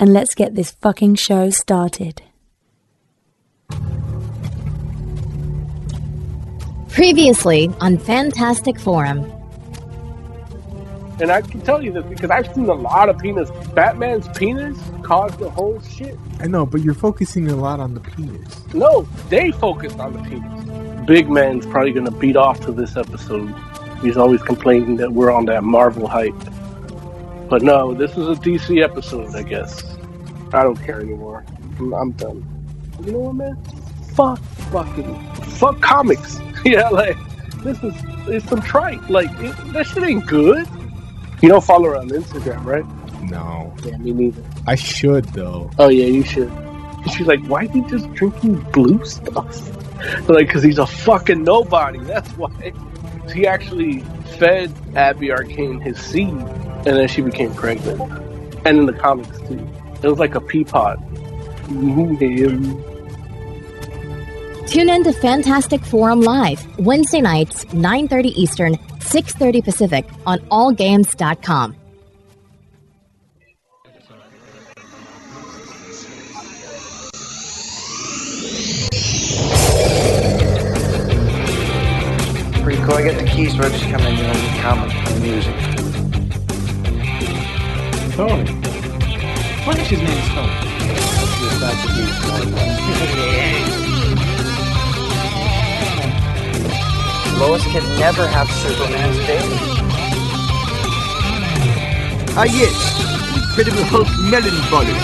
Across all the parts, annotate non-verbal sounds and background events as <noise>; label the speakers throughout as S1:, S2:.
S1: and let's get this fucking show started.
S2: Previously on Fantastic Forum.
S3: And I can tell you this because I've seen a lot of penis. Batman's penis caused the whole shit.
S4: I know, but you're focusing a lot on the penis.
S3: No, they focused on the penis. Big Man's probably going to beat off to this episode. He's always complaining that we're on that Marvel hype. But no, this is a DC episode, I guess. I don't care anymore. I'm, I'm done. You know what, man? Fuck fucking. Fuck comics. <laughs> yeah, like, this is. It's some tripe. Like, it, that shit ain't good. You don't follow her on Instagram, right?
S4: No.
S3: Yeah, me neither.
S4: I should, though.
S3: Oh, yeah, you should. And she's like, why is he just drinking blue stuff? <laughs> like, because he's a fucking nobody. That's why. <laughs> He actually fed Abby Arcane his seed, and then she became pregnant. And in the comics, too. It was like a pea pod.
S2: Tune in to Fantastic Forum Live, Wednesday nights, 9.30 Eastern, 6.30 Pacific, on allgames.com.
S5: Pretty cool. I got the keys. We're just coming in and we comment on the music.
S4: Tony.
S6: Punisher's name is Tony.
S5: Lois can never have Superman's baby.
S7: Ah yes, Incredible Hulk melon body.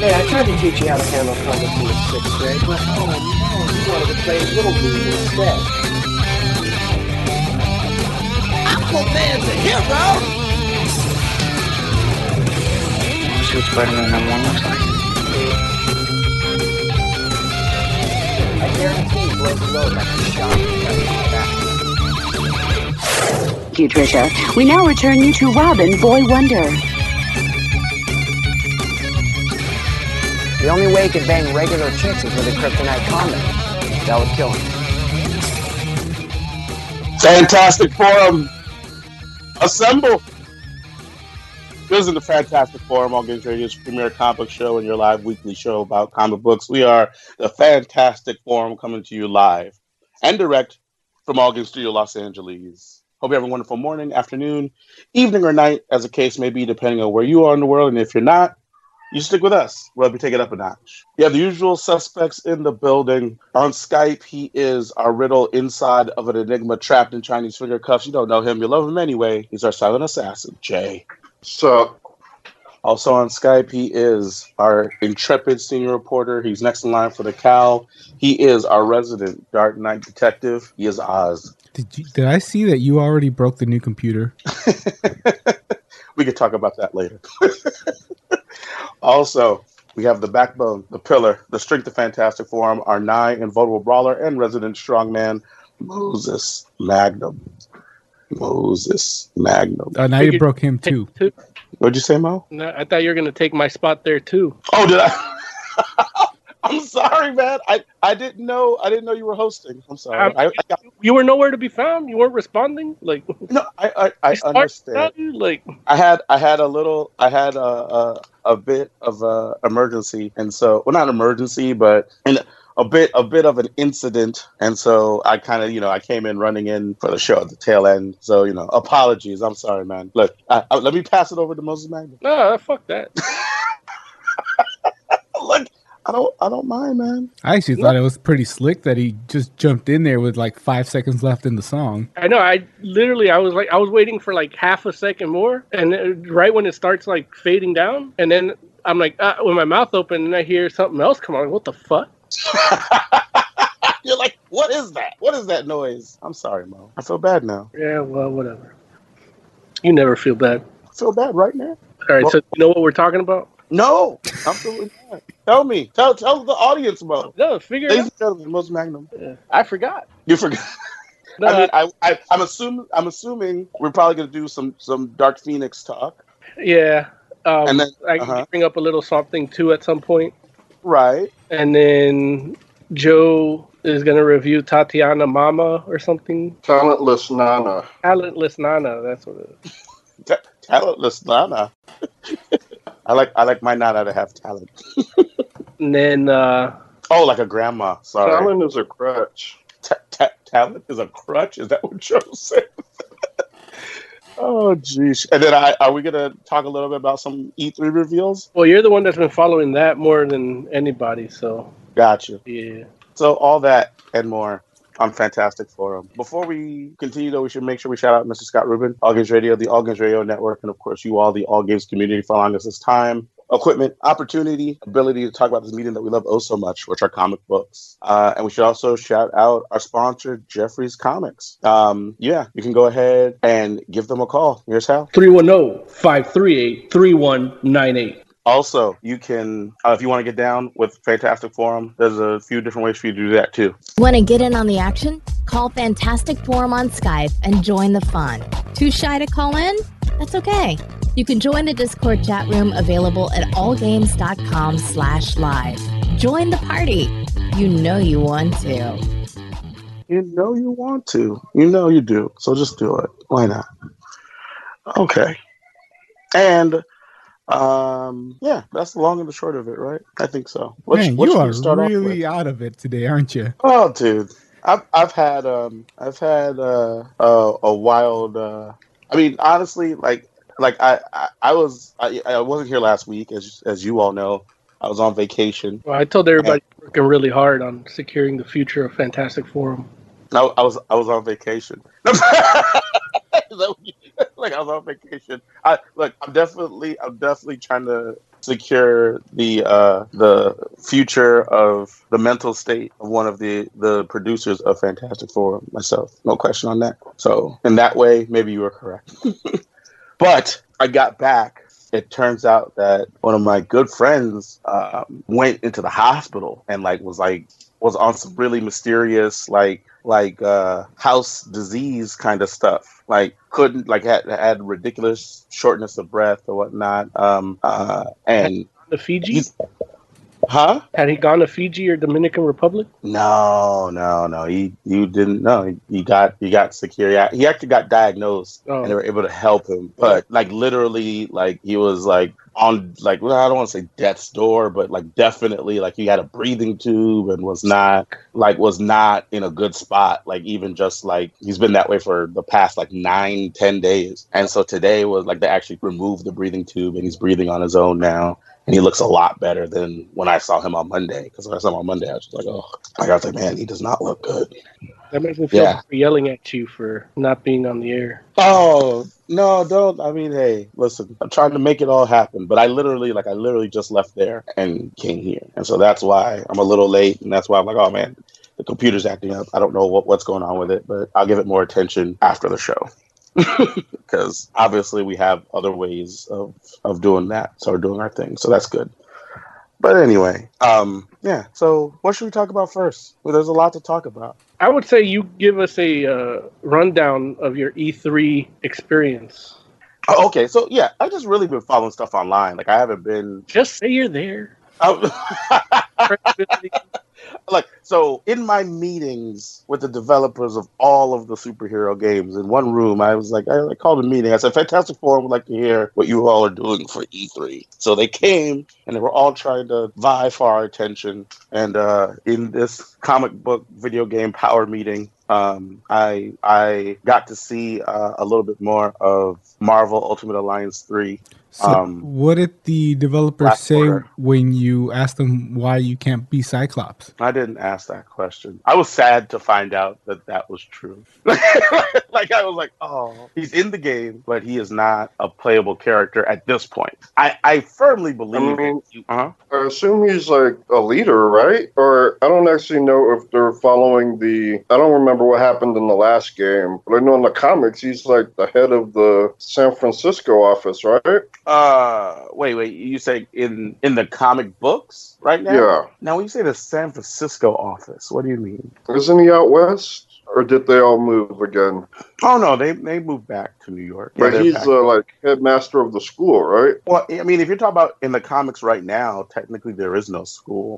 S5: Hey, I tried to teach you how to handle comic in sixth grade, but oh no, you wanted to play Little League instead.
S7: Aquaman's a hero!
S5: I'll see what Spider-Man number one looks like. I guarantee you, blows the load like a shot.
S8: Thank you, Tricia. We now return you to Robin Boy Wonder.
S5: The only way he could bang regular chicks is with a kryptonite condom. That would kill him.
S9: Fantastic Forum, assemble! This is the Fantastic Forum, All Games Radio's premier comic book show and your live weekly show about comic books. We are the Fantastic Forum coming to you live and direct from All Games Studio, Los Angeles. Hope you have a wonderful morning, afternoon, evening, or night, as the case may be, depending on where you are in the world. And if you're not, you stick with us. We'll help you take it up a notch. You have the usual suspects in the building. On Skype, he is our riddle inside of an enigma trapped in Chinese finger cuffs. You don't know him, you love him anyway. He's our silent assassin, Jay.
S10: So
S9: Also on Skype, he is our intrepid senior reporter. He's next in line for the Cal. He is our resident Dark Knight detective. He is Oz.
S4: Did you, did I see that you already broke the new computer?
S9: we could talk about that later. <laughs> also, we have the backbone, the pillar, the strength of Fantastic Forum, our nigh invulnerable brawler, and resident strongman, Moses Magnum. Moses Magnum.
S4: Uh,
S9: <laughs>
S4: now you broke him too.
S9: What'd you say, Mo?
S3: No, I thought you were going to take my spot there, too.
S9: Oh, did I? <laughs> I'm sorry, man. I, I didn't know. I didn't know you were hosting. I'm
S3: Um,
S9: sorry. I, I, got,
S3: You were nowhere to be found. You weren't responding. Like,
S9: no, I, I, I
S3: start
S9: understand.
S3: without you, Like,
S9: I had I had a little I had a a, a bit of a emergency and so well not emergency but an, a bit a bit of an incident and so I kind of you know I came in running in for the show at the tail end so you know apologies I'm sorry man look I, I- let me pass it over to Moses Magnum
S3: nah, fuck that.
S9: look I don't I don't mind man
S4: I actually thought it was pretty slick that he just jumped in there with like five seconds left in the song.
S3: I know. I literally, I was like, I was waiting for like half a second more, and then right when it starts like fading down, and then I'm like, uh, with my mouth open, and I hear something else come on. What the fuck?
S9: you're like What is that? What is that noise? I'm sorry, Mo. I feel bad now.
S3: Yeah, well, whatever. You never feel bad.
S9: I feel bad right now.
S3: All right, so you know what we're talking about?
S9: No, absolutely not. Tell me. Tell tell the audience, Mo.
S3: No, figure
S9: Ladies and gentlemen, most magnum.
S3: I forgot.
S9: You forgot.
S3: No,
S9: I mean, I, I, I'm assuming I'm assuming we're probably gonna do some some Dark Phoenix talk,
S3: yeah. Um,
S9: and then
S3: I
S9: uh-huh.
S3: can bring up a little something too at some point,
S9: right?
S3: and then Joe is going to review Tatiana Mama or something.
S9: Talentless Nana.
S3: Talentless Nana. That's what it is.
S9: talentless Nana. <laughs> I like I like my Nana to have talent.
S3: And then uh,
S9: Oh, like a grandma. Sorry.
S10: Talent is a crutch.
S9: Ta- ta- talent is a crutch. Is that what Joe <laughs> said? oh, geez. And then I, are we gonna talk a little bit about some E3 reveals?
S3: well, you're the one that's been following that more than anybody. So
S9: Got you.
S3: yeah.
S9: So all that and more on Fantastic Forum. Before we continue, though, we should make sure we shout out Mr. Scott Rubin, All Games Radio, the All Games Radio Network, and of course you all, the All Games community, for allowing us this time, equipment, opportunity, ability to talk about this medium that we love oh so much, which are comic books. Uh, and we should also shout out our sponsor, Jeffrey's Comics. Um, yeah, you can go ahead and give them a call. Here's how.
S3: oh, 310-538-3198.
S9: Also, you can, uh, if you want to get down with Fantastic Forum, there's a few different ways for you to do that too.
S2: Want to get in on the action? Call Fantastic Forum on Skype and join the fun. Too shy to call in? That's okay. You can join the Discord chat room available at allgames.com slash live. Join the party. You know you want to.
S9: You know you want to. You know you do. So just do it. Why not? Okay. And um yeah, that's the long and the short of it, right? I think so. What,
S4: Man,
S9: what
S4: you
S9: should
S4: are
S9: we start off with?
S4: really out of it today, aren't you?
S9: Oh dude. I've I've had um I've had uh a, a wild uh I mean honestly like like I I, I was I, I wasn't here last week as as you all know. I was on vacation.
S3: Well, I told everybody you're working really hard on securing the future of Fantastic Forum.
S9: I, I was I was on vacation. <laughs> Is that what you- like I was on vacation. I look. I'm definitely I'm definitely trying to secure the uh, the future of the mental state of one of the the producers of Fantastic Four myself. No question on that. So in that way, maybe you were correct. <laughs> but I got back. It turns out that one of my good friends um, went into the hospital and like was like was on some really mysterious like like uh house disease kind of stuff like couldn't like had had ridiculous shortness of breath or whatnot um uh and
S3: The Fiji?
S9: he's huh
S3: Had he gone to Fiji or Dominican Republic?
S9: no no no he you didn't know he, he got he got secure yeah he actually got diagnosed
S3: Oh.
S9: and they were able to help him but like literally like he was like on like well, i don't want to say death's door but like definitely like he had a breathing tube and was not like was not in a good spot like even just like he's been that way for the past like nine ten days and so today was like they actually removed the breathing tube and he's breathing on his own now and he looks a lot better than when i saw him on monday because when i saw him on monday i was just like oh like i was like man he does not look good
S3: That makes me feel
S9: Yeah.
S3: bad for yelling at you for not being on the air.
S9: Oh no, don't. I mean, hey, listen. I'm trying to make it all happen, but I literally, like, I literally just left there and came here, and so that's why I'm a little late, and that's why I'm like, oh man, the computer's acting up. I don't know what, what's going on with it, but I'll give it more attention after the show <laughs> because obviously we have other ways of of doing that, so we're doing our thing, so that's good. But anyway, um, yeah. So what should we talk about first? Well, there's a lot to talk about.
S3: I would say you give us a uh, rundown of your E3 experience.
S9: Oh, okay, so yeah, I've just really been following stuff online. Like I haven't been
S3: Just say you're there.
S9: I- <laughs>
S3: Credibility.
S9: like so in my meetings with the developers of all of the superhero games in one room i was like i, I called a meeting i said fantastic four would like to hear what you all are doing for e3 so they came and they were all trying to vie for our attention and uh, in this comic book video game power meeting um, I I got to see uh, a little bit more of Marvel Ultimate Alliance three.
S4: So
S9: Um,
S4: what did the developers
S9: last
S4: say
S9: quarter.
S4: when you asked them why you can't be Cyclops?
S9: I didn't ask asked that question. I was sad to find out that that was true. <laughs> like I was like, oh, he's in the game, but he is not a playable character at this point. I I firmly believe.
S10: I mean-
S9: uh-huh.
S10: I assume he's like a leader, right? Or I don't actually know if they're following the. I don't remember what happened in the last game, but I know in the comics he's like the head of the San Francisco office, right?
S9: Uh, wait, wait. You say in in the comic books right now?
S10: Yeah.
S9: Now, when you say the San Francisco office, what do you mean?
S10: Isn't he out west? Or did they all move again?
S9: Oh no, they they moved back to New York. Yeah,
S10: but
S9: they're
S10: he's
S9: back.
S10: uh, like headmaster of the school, right?
S9: Well, I mean, if you're talking about in the comics right now, technically there is no school.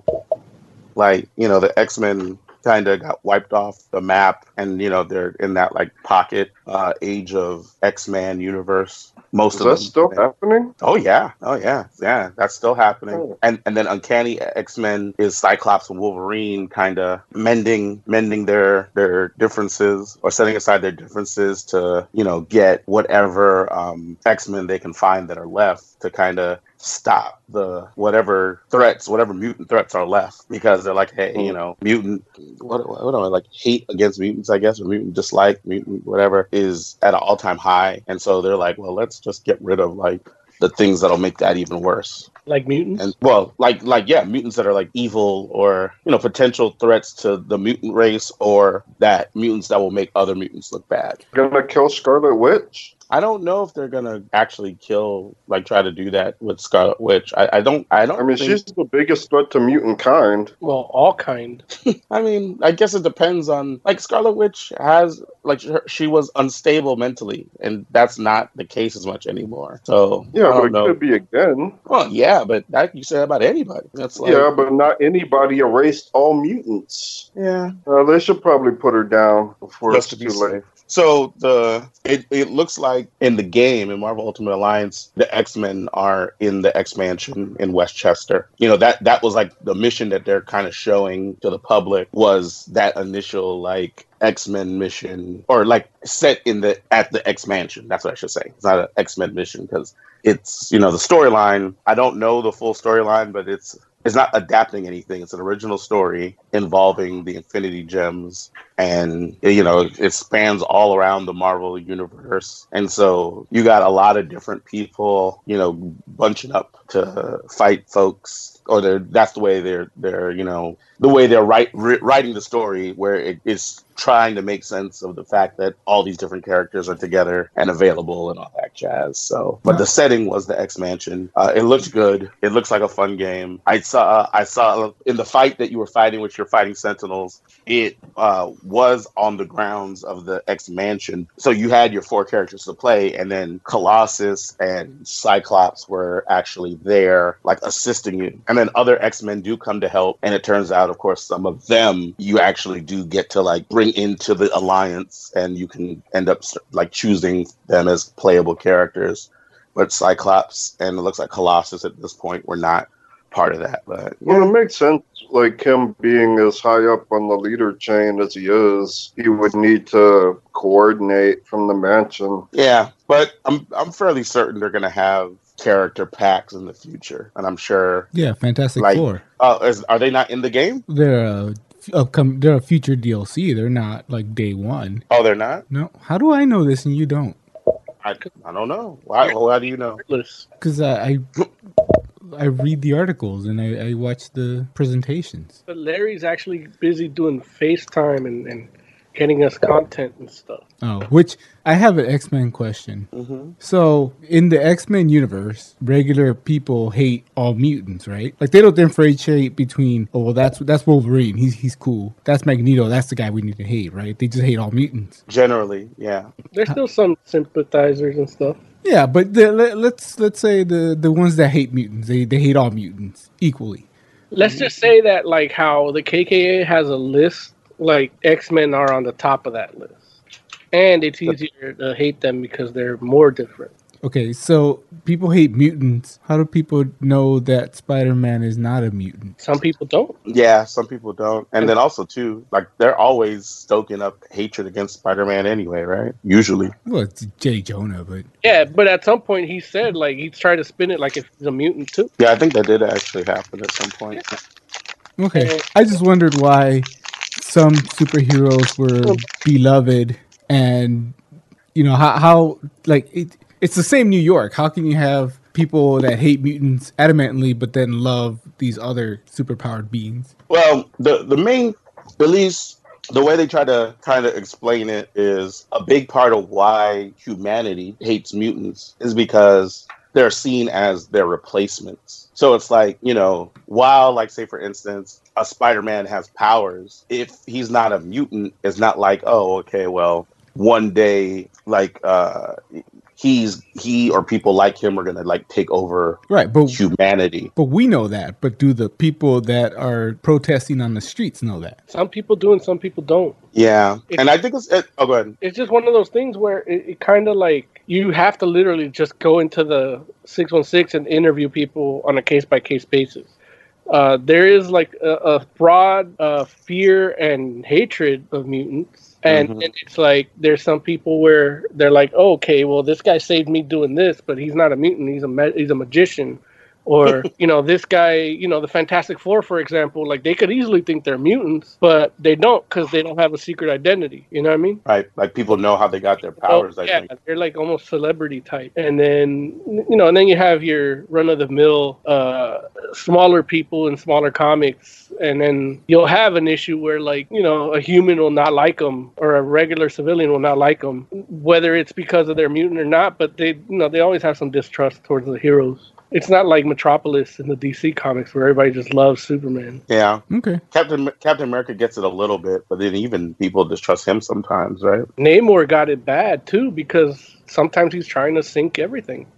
S9: Like, you know, the X Men kind of got wiped off the map, and, you know, they're in that, like, pocket uh, age of X Man universe. Most
S10: Is
S9: of them.
S10: that still happening?
S9: Oh yeah, oh yeah, yeah. That's still happening. And and then Uncanny X Men is Cyclops and Wolverine kind of mending mending their their differences or setting aside their differences to you know get whatever um, X Men they can find that are left to kind of stop the whatever threats whatever mutant threats are left because they're like hey you know mutant what, what what am I like hate against mutants, I guess, or mutant dislike, mutant whatever, is at an all time high. And so they're like, well, let's just get rid of like the things that'll make that even worse.
S3: Like mutants?
S9: And well, like like yeah, mutants that are like evil or you know potential threats to the mutant race or that mutants that will make other mutants look bad.
S10: Gonna kill Scarlet Witch?
S9: I don't know if they're gonna actually kill like try to do that with Scarlet Witch. I, I don't I don't
S10: I mean,
S9: think-
S10: she's the biggest threat to mutant kind.
S3: Well, all kind.
S9: I mean, I guess it depends on like Scarlet Witch has like her, she was unstable mentally, and that's not the case as much anymore. So I
S10: Yeah, but
S9: don't
S10: it
S9: know.
S10: could be again.
S9: Well, yeah, but that you say that about anybody. That's like
S10: yeah, but not anybody erased all mutants.
S9: yeah.
S10: Uh, they should probably put her down before
S9: Just to
S10: it's
S9: be
S10: too late.
S9: So the it, it looks like in the game in Marvel Ultimate Alliance, the X Men are in the X Mansion in Westchester. You know that that was like the mission that they're kind of showing to the public was that initial like X Men mission or like set in the at the X Mansion. That's what I should say. It's not an X Men mission because it's you know the storyline. I don't know the full storyline, but it's. It's not adapting anything. It's an original story involving the Infinity Gems and you know it spans all around the marvel universe and so you got a lot of different people you know bunching up to fight folks or they're that's the way they're they're you know the way they're write, ri writing the story where it is trying to make sense of the fact that all these different characters are together and available and all that jazz so but the setting was the x mansion uh, it looked good it looks like a fun game i saw uh, i saw in the fight that you were fighting which you're fighting sentinels it uh, was on the grounds of the X Mansion. So you had your four characters to play, and then Colossus and Cyclops were actually there, like assisting you. And then other X Men do come to help. And it turns out, of course, some of them you actually do get to like bring into the alliance, and you can end up like choosing them as playable characters. But Cyclops and it looks like Colossus at this point were not part of that. But
S10: Well, it makes sense. Like him being as high up on the leader chain as he is, he would need to coordinate from the mansion.
S9: Yeah, but I'm I'm fairly certain they're gonna have character packs in the future, and I'm sure.
S4: Yeah, Fantastic
S9: Like-
S4: Four.
S9: Uh, is, are they not in the game?
S4: They're a f- upcom- They're a future DLC. They're not like day one.
S9: Oh, they're not.
S4: No. How do I know this and you don't?
S9: I, I don't know. Why? Well, how do you know?
S3: Heartless.
S4: Because I, I I read the articles and I, I watch the presentations.
S3: But Larry's actually busy doing FaceTime and, and getting us content and stuff.
S4: Oh, which I have an X Men question.
S9: Mm-hmm.
S4: So in the X Men universe, regular people hate all mutants, right? Like they don't differentiate between oh well that's that's Wolverine, he's he's cool. That's Magneto, that's the guy we need to hate, right? They just hate all mutants.
S9: Generally, yeah.
S3: There's still some sympathizers and stuff.
S4: Yeah, but the, let, let's let's say the the ones that hate mutants, they they hate all mutants equally.
S3: Let's just say that, like, how the KKA has a list, like, X Men are on the top of that list. And it's easier to hate them because they're more different.
S4: Okay, so people hate mutants. How do people know that Spider Man is not a mutant?
S3: Some people don't.
S9: Yeah, some people don't, and then also too, like they're always stoking up hatred against Spider-Man anyway, right? Usually,
S4: Well, it's J Jonah, but
S3: Yeah, but at some point he said, like, he tried to spin it like if he's a mutant, too.
S9: yeah. I think that did actually happen at some point.
S4: Okay. I just wondered why some superheroes were beloved and you know how how like it, it's the same New York. How can you have people that hate mutants adamantly but then love these other superpowered beings?
S9: Well, the the main, at least the way they try to kind of explain it is a big part of why humanity hates mutants is because they're seen as their replacements. So it's like, you know, while like say for instance, a Spider-Man has powers, if he's not a mutant, it's not like, oh, okay, well, one day like uh he's he or people like him are going to like take over
S4: Right, but
S9: humanity.
S4: but we know that. But do the people that are protesting on the streets know that?
S3: Some people do and some people don't.
S9: Yeah. and I think it's it, oh go ahead.
S3: It's just one of those things where it, it kind of like you have to literally just go into the 616 and interview people on a case by case basis. Uh, there is like a, a broad uh, fear and hatred of mutants. And,
S9: Mhm.
S3: and it's like there's some people where they're like, oh, okay, well, this guy saved me doing this, but he's not a mutant. He's a ma- he's a magician, or you know, this guy, you know, the Fantastic Four, for example. Like they could easily think they're mutants, but they don't because they don't have a secret identity. You know what I mean?
S9: Right? Like people know how they got their powers,
S3: Oh,
S9: I
S3: yeah,
S9: think.
S3: they're like almost celebrity type. And then you know, and then you have your run of the mill, uh, smaller people in smaller comics, and then you'll have an issue where like you know a human will not like them or a regular civilian will not like them, whether it's because of their mutant or not. But they you know they always have some distrust towards the heroes. It's not like Metropolis in the DC comics where everybody just loves Superman.
S9: Yeah.
S4: Okay.
S9: Captain Captain America gets it a little bit, but then even people distrust him sometimes, right?
S3: Namor got it bad too because sometimes he's trying to sink everything. <laughs>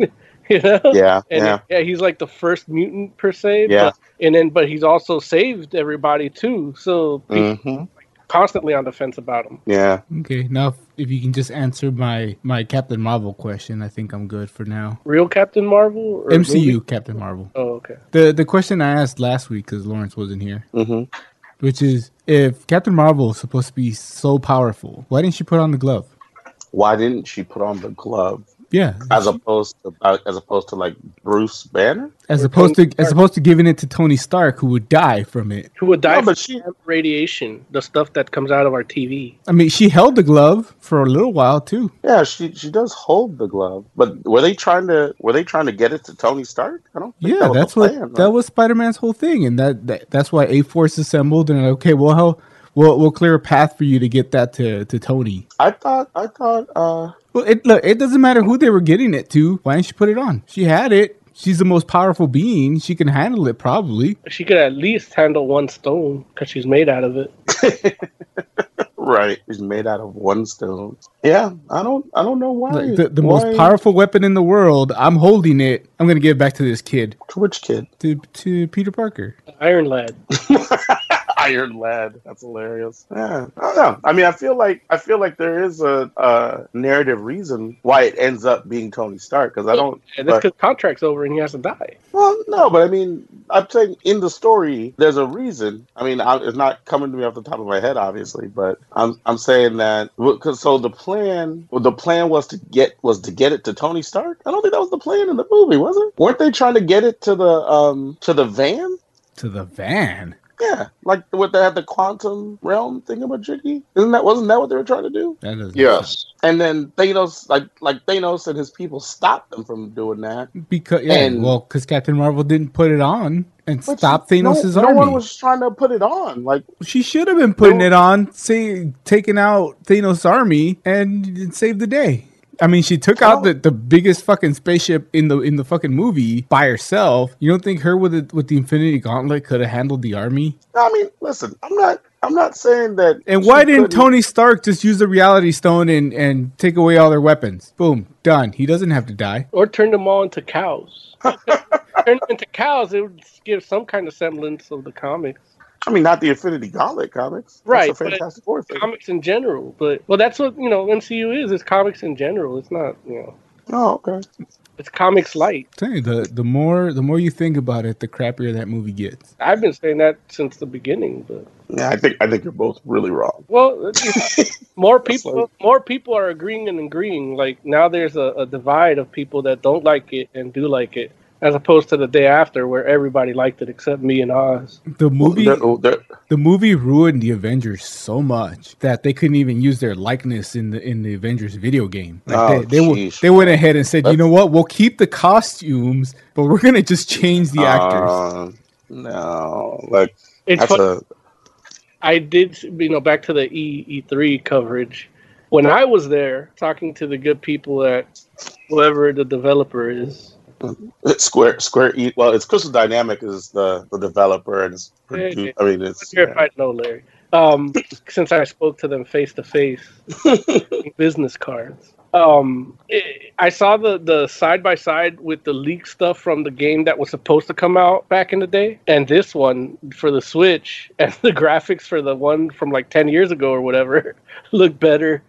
S3: you know?
S9: Yeah,
S3: And
S9: yeah.
S3: he's like the first mutant per se.
S9: Yeah.
S3: But, and then but he's also saved everybody too. So people
S9: Mhm.
S3: constantly on the fence about him.
S9: Yeah.
S4: Okay. Now if, if you can just answer my my Captain Marvel question, I think I'm good for now.
S3: Real Captain Marvel or
S4: MCU
S3: movie?
S4: Captain Marvel.
S3: Oh, okay.
S4: The the question I asked last week because Lawrence wasn't here,
S9: Mhm.
S4: which is if Captain Marvel is supposed to be so powerful, why didn't she put on the glove?
S9: Why didn't she put on the glove
S4: Yeah,
S9: as opposed to uh, as opposed to like Bruce Banner?
S4: as opposed to as opposed to giving it to Tony Stark, who would die from it.
S3: Who would die
S9: No, but
S3: from radiation, the stuff that comes out of our TV.
S4: I mean, she held the glove for a little while too.
S9: Yeah, she she does hold the glove, but were they trying to were they trying to get it to Tony Stark? I don't. Think
S4: Yeah,
S9: that was
S4: that's
S9: the
S4: what
S9: plan, right?
S4: that was Spider Man's whole thing, and that, that that's why A Force assembled and okay, well, how, we'll we'll clear a path for you to get that to to Tony.
S9: I thought I thought uh
S4: Well, it look, it doesn't matter who they were getting it to. Why didn't she put it on? She had it. She's the most powerful being. She can handle it probably.
S3: She could at least handle one stone because she's made out of it.
S9: right. It's made out of one stone. Yeah, I don't I don't know why
S4: Like the the
S9: why-
S4: most powerful weapon in the world. I'm holding it. I'm gonna give it back to this kid,
S9: to which kid?
S4: to to Peter Parker.
S3: Iron Lad.
S9: Iron Lad. That's hilarious. Yeah, I don't know. I mean, I feel like I feel like there is a, a narrative reason why it ends up being Tony Stark because I don't.
S3: And that's
S9: but-
S3: because contract's over and he has to die.
S9: Well, no, but I mean, I'm saying in the story, there's a reason. I mean, I, it's not coming to me off the top of my head, obviously, but I'm I'm saying that because so the plan, well, the plan was to get was to get it to Tony Stark. I don't think that was the plan in the movie, was it? Weren't they trying to get it to the um to the van?
S4: To the van.
S9: Yeah, like what they had the quantum realm thingamajiggy. Isn't that wasn't that what they were trying to do?
S4: That doesn't
S10: Yes.
S9: And then Thanos, like like Thanos and his people, stopped them from doing that.
S4: Because yeah,
S9: And-
S4: well, because Captain Marvel didn't put it on and
S9: But
S4: stop
S9: she- no-
S4: Thanos'
S9: no
S4: army.
S9: one was trying to put it on. Like
S4: she should have been putting it on, say, taking out Thanos' army and save the day. I mean, she took out the, the biggest fucking spaceship in the in the fucking movie by herself. You don't think her with the, with the Infinity Gauntlet could have handled the army?
S9: I mean, listen, I'm not I'm not saying that
S4: And why
S9: she
S4: didn't
S9: couldn't-
S4: Tony Stark just use the Reality Stone and and take away all their weapons? Boom, done. He doesn't have to die.
S3: Or turn them all into cows. turn them into cows, it would give some kind of semblance of the comics.
S9: I mean not the Infinity Gauntlet comics. That's
S3: Right,
S9: a fantastic Four thing.
S3: comics in general. But well, that's what you know MCU is. It's comics in general. It's not you know
S9: Oh, okay.
S3: it's comics light.
S4: Tell you, the the more the more you think about it, the crappier that movie gets.
S3: I've been saying that since the beginning. But
S9: Yeah, I think I think you're both really wrong.
S3: well, it's- more people more people are agreeing and agreeing. Like now there's a, a divide of people that don't like it and do like it. as opposed to the day after where everybody liked it except me and Oz.
S4: The movie,
S9: oh,
S4: the movie ruined the Avengers so much that they couldn't even use their likeness in the in the Avengers video game. Like
S9: Oh,
S4: they, they, went,
S9: jeez.
S4: they went ahead and said, you know what? We'll keep the costumes, but we're gonna just change the actors.
S9: Um, no, like
S3: It's
S9: that's
S3: fun-
S9: a
S3: I did, you know, back to the E three coverage. When I was there, talking to the good people at whoever the developer is,
S9: Square Square E. Well, it's Crystal Dynamic is the, the developer and it's produ-
S3: Yeah, yeah.
S9: I mean it's
S3: Sure, if I know Larry. Um, since I spoke to them face to face, business cards. Um, it, I saw the the side by side with the leak stuff from the game that was supposed to come out back in the day, and this one for the Switch, <laughs> and the graphics for the one from like ten years ago or whatever <laughs> look better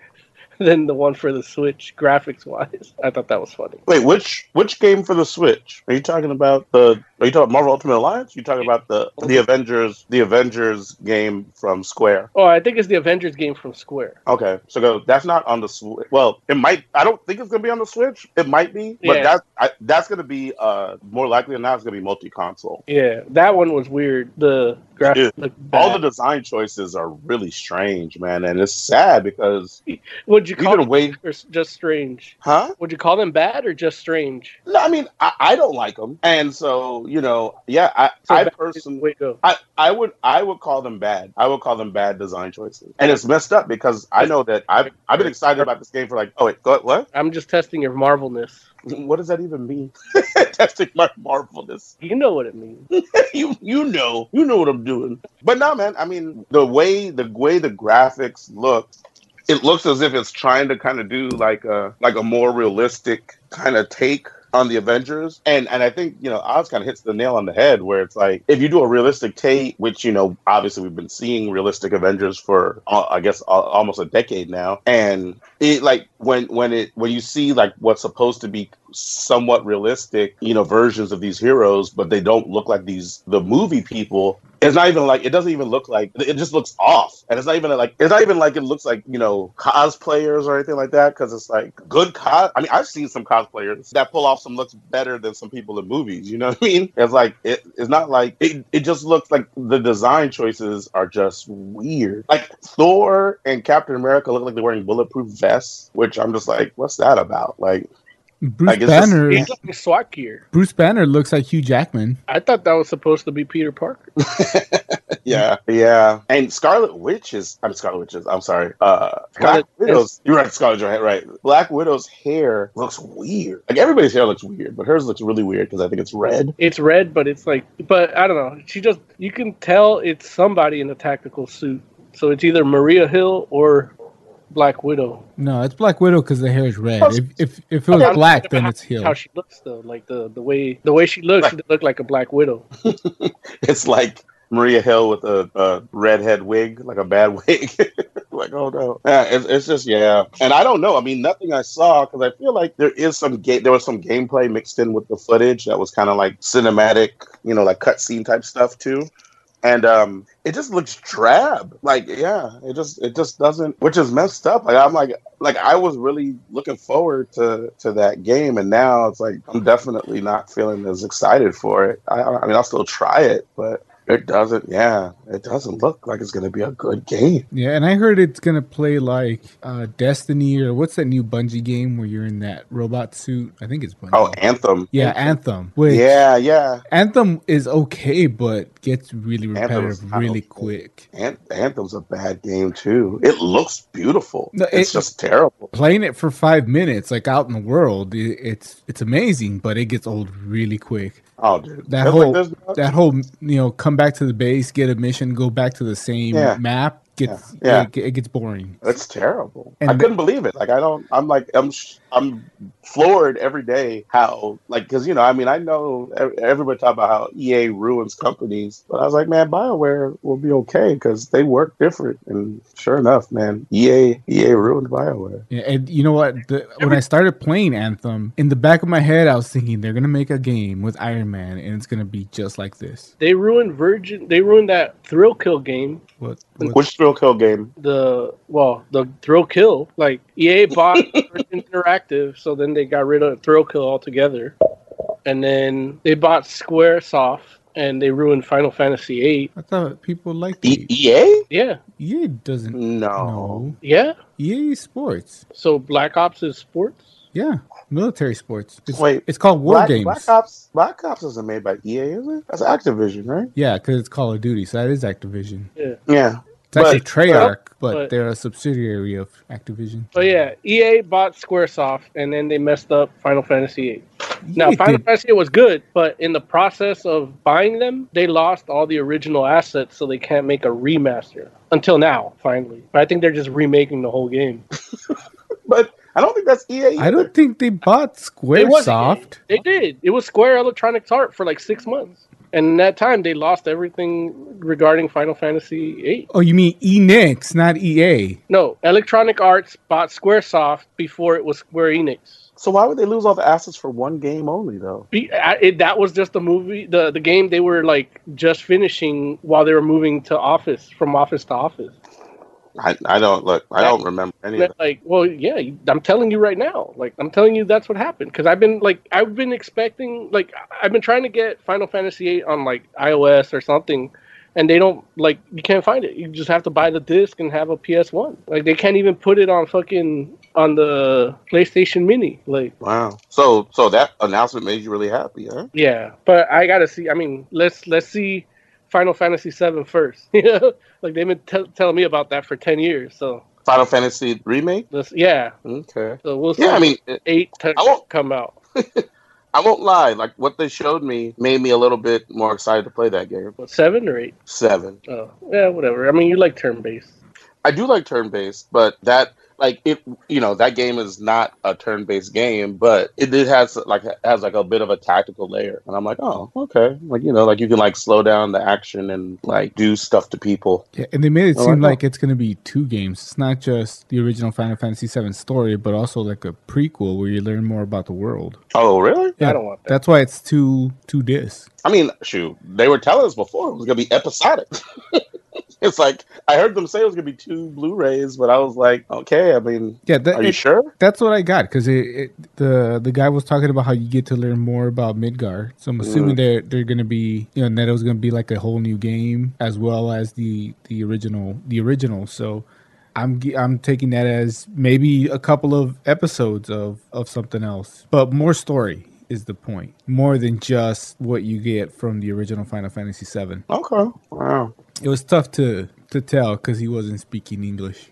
S3: than the one for the Switch graphics wise. <laughs> I thought that was funny.
S9: Wait, which which game for the Switch? Are you talking about the? Are you talking about Marvel Ultimate Alliance? You talking about the the Avengers the Avengers game from Square?
S3: Oh, I think it's the Avengers game from Square.
S9: Okay, so go. That's not on the Switch. Well, it might. I don't think it's gonna be on the Switch. It might be, but
S3: Yeah.
S9: that I, that's gonna be uh more likely than not. It's gonna be multi console.
S3: Yeah, that one was weird. The graphics looked bad.
S9: All the design choices are really strange, man, and it's sad because
S3: <laughs> Would you
S9: we've
S3: call
S9: been waiting,
S3: or s- just strange?
S9: huh?
S3: Would you call them bad or just strange?
S9: No, I mean I, I don't like them, and so you know, yeah, I
S3: So
S9: I
S3: bad is
S9: personally.
S3: the way to go.
S9: I, I would I would call them bad. I would call them bad design choices, and it's messed up because I know that I've I've been excited about this game for like oh wait go, what <laughs>
S3: I'm just testing your marvelness.
S9: what does that even mean? <laughs> Testing my marvelness.
S3: You know what it means.
S9: <laughs> you you know you know what I'm doing. But no, man. I mean the way the way the graphics look, it looks as if it's trying to kind of do like a like a more realistic kind of take on the Avengers. And and I think, you know, Oz kind of hits the nail on the head where it's like if you do a realistic take, which you know, obviously we've been seeing realistic Avengers for uh, I guess uh, almost a decade now. And it like when when it when you see like what's supposed to be somewhat realistic, you know, versions of these heroes, but they don't look like these the movie people, it's not even like it doesn't even look like it just looks off and it's not even like it's not even like it looks like you know cosplayers or anything like that because it's like good cos i mean i've seen some cosplayers that pull off some looks better than some people in movies you know what i mean it's like it, it's not like it, it just looks like the design choices are just weird like thor and captain america look like they're wearing bulletproof vests which i'm just like what's that about like <laughs>
S4: Bruce
S9: I guess this-
S4: Banner,
S3: He's like SWAT gear.
S4: Bruce Banner looks like Hugh Jackman.
S3: I thought that was supposed to be Peter Parker.
S9: Yeah, yeah. And Scarlet Witch is I'm Scarlet Witches. I'm sorry. Uh
S3: Scarlet
S9: Black Widow's you're right, Scarlet Witch, right, right. Black Widow's hair looks weird. Like everybody's hair looks weird, but hers looks really weird because I think it's red.
S3: It's red, but it's like, but I don't know. She just, you can tell it's somebody in a tactical suit. So it's either Maria Hill or Black Widow.
S4: No, it's Black Widow because the hair is red. If if, if it was
S3: I'm
S4: black,
S3: talking
S4: then
S3: about
S4: it's Hill.
S3: How she looks though, like the the way the way she looks, she looked like a Black Widow.
S9: <laughs> It's like Maria Hill with a, a redhead wig, like a bad <laughs> wig. like, oh no. Yeah, it's, it's just yeah. And I don't know. I mean, nothing I saw because I feel like there is some game. There was some gameplay mixed in with the footage that was kind of like cinematic, you know, like cutscene type stuff too. and um it just looks drab like yeah it just it just doesn't which is messed up like i'm like like i was really looking forward to to that game and now it's like i'm definitely not feeling as excited for it i, I mean i'll still try it but it doesn't yeah it doesn't look like it's gonna be a good game
S4: Yeah, and I heard it's gonna play like uh, Destiny or what's that new Bungie game where you're in that robot suit? I think it's Bungie.
S9: oh anthem
S4: yeah, Anthem. Which
S9: yeah yeah
S4: Anthem is okay, but gets really
S9: Anthem is
S4: repetitive
S9: not
S4: really
S9: okay.
S4: quick.
S9: An- anthem's a bad game too it looks beautiful
S4: No,
S9: it's
S4: it-
S9: just terrible
S4: Playing it for five minutes, like out in the world, it, it's it's amazing, but it gets old really quick.
S9: oh dude
S4: That
S9: It's like
S4: whole
S9: there's no-
S4: that whole you know, come back to the base, get a mission, go back to the same
S9: Yeah.
S4: map gets
S9: Yeah.
S4: It, it gets boring.
S9: That's terrible.
S4: And
S9: I couldn't believe it. Like I don't. I'm like I'm. sh- I'm floored every day how like because you know I mean I know ev- everybody talk about how EA ruins companies, but I was like man, Bioware will be okay because they work different. And sure enough, man, E EA EA ruined Bioware.
S4: Yeah, and you know what? The, when I started playing Anthem, in the back of my head, I was thinking they're gonna make a game with Iron Man, and it's gonna be just like this.
S3: They ruined Virgin. They ruined that Thrill Kill game.
S4: What? what-
S9: Which thrill kill game?
S3: The well, the Thrill Kill.
S11: E
S3: Like EA bought Virgin Interactive, so then they got rid of Thrill Kill altogether.
S11: and then they bought SquareSoft and they ruined Final Fantasy VIII.
S4: I thought people liked
S9: E- EA?
S11: Yeah,
S4: EA doesn't
S9: No.
S4: know.
S11: yeah.
S4: EA Sports.
S11: So Black Ops is sports.
S4: Yeah, military sports. It's,
S9: Wait,
S4: it's called War
S9: Black,
S4: Games.
S9: Black Ops. Black Ops isn't made by EA, is it? That's Activision, right?
S4: Yeah, because it's Call of Duty, so that is Activision.
S9: Yeah.
S4: It's actually
S9: But-
S4: Treyarch, but,
S11: but-
S4: they're a subsidiary of Activision.
S11: But yeah,
S3: E
S11: EA bought SquareSoft and then they messed up Final Fantasy VIII. Now,
S4: EA
S11: Final
S4: did-
S11: Fantasy VIII was good, but in the process of buying them, they lost all the original assets, so they can't make a remaster until now. Finally, but I think they're just remaking the whole game.
S9: But I don't think that's EA.
S4: I
S9: either.
S4: don't think they bought
S11: It was E
S4: SquareSoft.
S11: They did. It was Square Electronics Art for like six months, and in that time, they lost everything regarding Final Fantasy VIII.
S4: Oh, you mean Enix, not E EA?
S11: No, Electronic Arts bought SquareSoft before it was Square Enix.
S9: So why would they lose all the assets for one game only, though?
S11: Be, I, it, that was just the movie, the the game they were like just finishing while they were moving to office from office to office.
S9: I, I don't look. I don't remember any of
S11: That,
S9: it.
S11: like, well, yeah, you- I'm telling you right now. Like, I'm telling you that's what happened because I've been like, I've been expecting, like, I've been trying to get Final Fantasy VIII on like iOS or something, and they don't like, you can't find it. You just have to buy the disc and have a PS One. Like, they can't even put it on fucking on the PlayStation Mini. Like,
S9: Wow. So so that announcement made you really happy, huh?
S11: yeah, but I gotta see. I mean, let's let's see Final Fantasy VII first. <laughs> You know, like they've been t- telling me about that for ten years. So,
S9: Final Fantasy remake.
S11: let's, yeah,
S9: Okay.
S11: so we'll see.
S9: Yeah, I mean, it-
S11: eight to
S9: I won't-
S11: come out.
S9: I won't lie. Like what they showed me made me a little bit more excited to play that game.
S11: What, seven or eight?
S9: Seven.
S11: Oh, yeah, whatever. I mean, you like turn based.
S9: I do like turn based, but that like it you know that game is not a turn based game, but it, it has like has like a bit of a tactical layer, and I'm like, oh okay, like you know like you can like slow down the action and like do stuff to people.
S4: Yeah, and they made it
S9: Oh, I
S4: seem
S9: know.
S4: like it's going to be two games. It's not just the original Final Fantasy VII story, but also like a prequel where you learn more about the world.
S9: Oh really?
S4: Yeah,
S11: I don't want that.
S4: That's why it's two two discs.
S9: I mean, shoot, they were telling us before it was gonna be episodic. <laughs> it's like I heard them say it was gonna be two Blu-rays, but I was like, okay, I mean,
S4: Yeah, that,
S9: are you
S4: it-
S9: sure?
S4: that's what I got because it, it the the guy was talking about how you get to learn more about Midgar. So I'm assuming they're they're going to be you know Neto's going to be like a whole new game as well as the the original the original. So. I'm ge- I'm taking that as maybe a couple of episodes of of something else, but more story is the point, more than just what you get from the original Final Fantasy VII.
S9: Okay, wow.
S4: It was tough to to tell because he wasn't speaking English.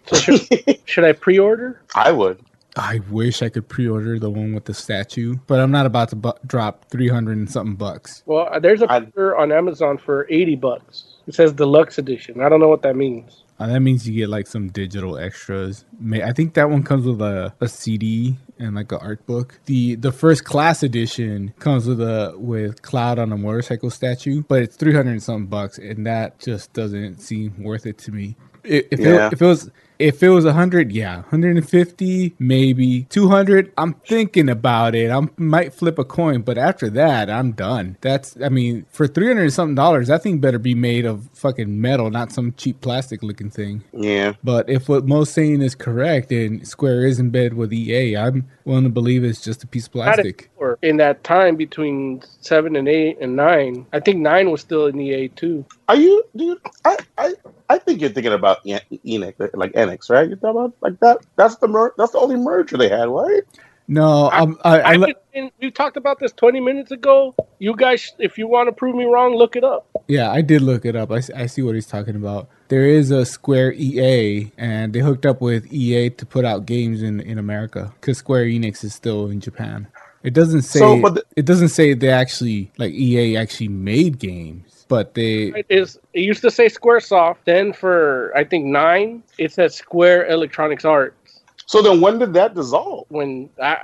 S11: Should I pre-order?
S9: I would.
S4: I wish I could pre-order the one with the statue, but I'm not about to bu- drop 300 and something bucks.
S11: Well, uh, there's a
S9: I-
S11: picture on Amazon for eighty bucks. It says deluxe edition. I don't know what that means.
S4: Uh, that means you get like some digital extras. May- I think that one comes with a, a CD and like an art book. The the first class edition comes with a with Cloud on a motorcycle statue, but it's 300 and something bucks and that just doesn't seem worth it to me. I- If
S9: Yeah.
S4: it, if it was if it was 100, yeah, 150, maybe 200. I'm thinking about it. I might flip a coin, but after that, I'm done. That's, I mean, for 300 and something dollars, that thing better be made of fucking metal, not some cheap plastic looking thing.
S9: Yeah.
S4: But if what Mo's saying is correct and Square is in bed with EA, I'm willing to believe it's just a piece of
S11: Not
S4: plastic.
S11: Or in that time between seven and eight and nine, I think nine was still in EA too.
S9: Are you, dude? I, I, I think you're thinking about En- Enix, like Enix, right? You're talking about like that. That's the mer- that's the only merger they had, right?
S4: No, I'm, I, I,
S11: I've
S4: le-
S11: been- we talked about this 20 minutes ago. You guys, if you want to prove me wrong, look it up.
S4: Yeah, I did look it up. I, s- I see what he's talking about. There is a Square EA, and they hooked up with EA to put out games in, in America because Square Enix is still in Japan. It doesn't say
S9: So, but the-
S4: it doesn't say they actually like EA actually made games, but they
S11: It is it used to say SquareSoft. Then for I think nine, it says Square Electronics Arts.
S9: So then, when did that dissolve?
S11: when I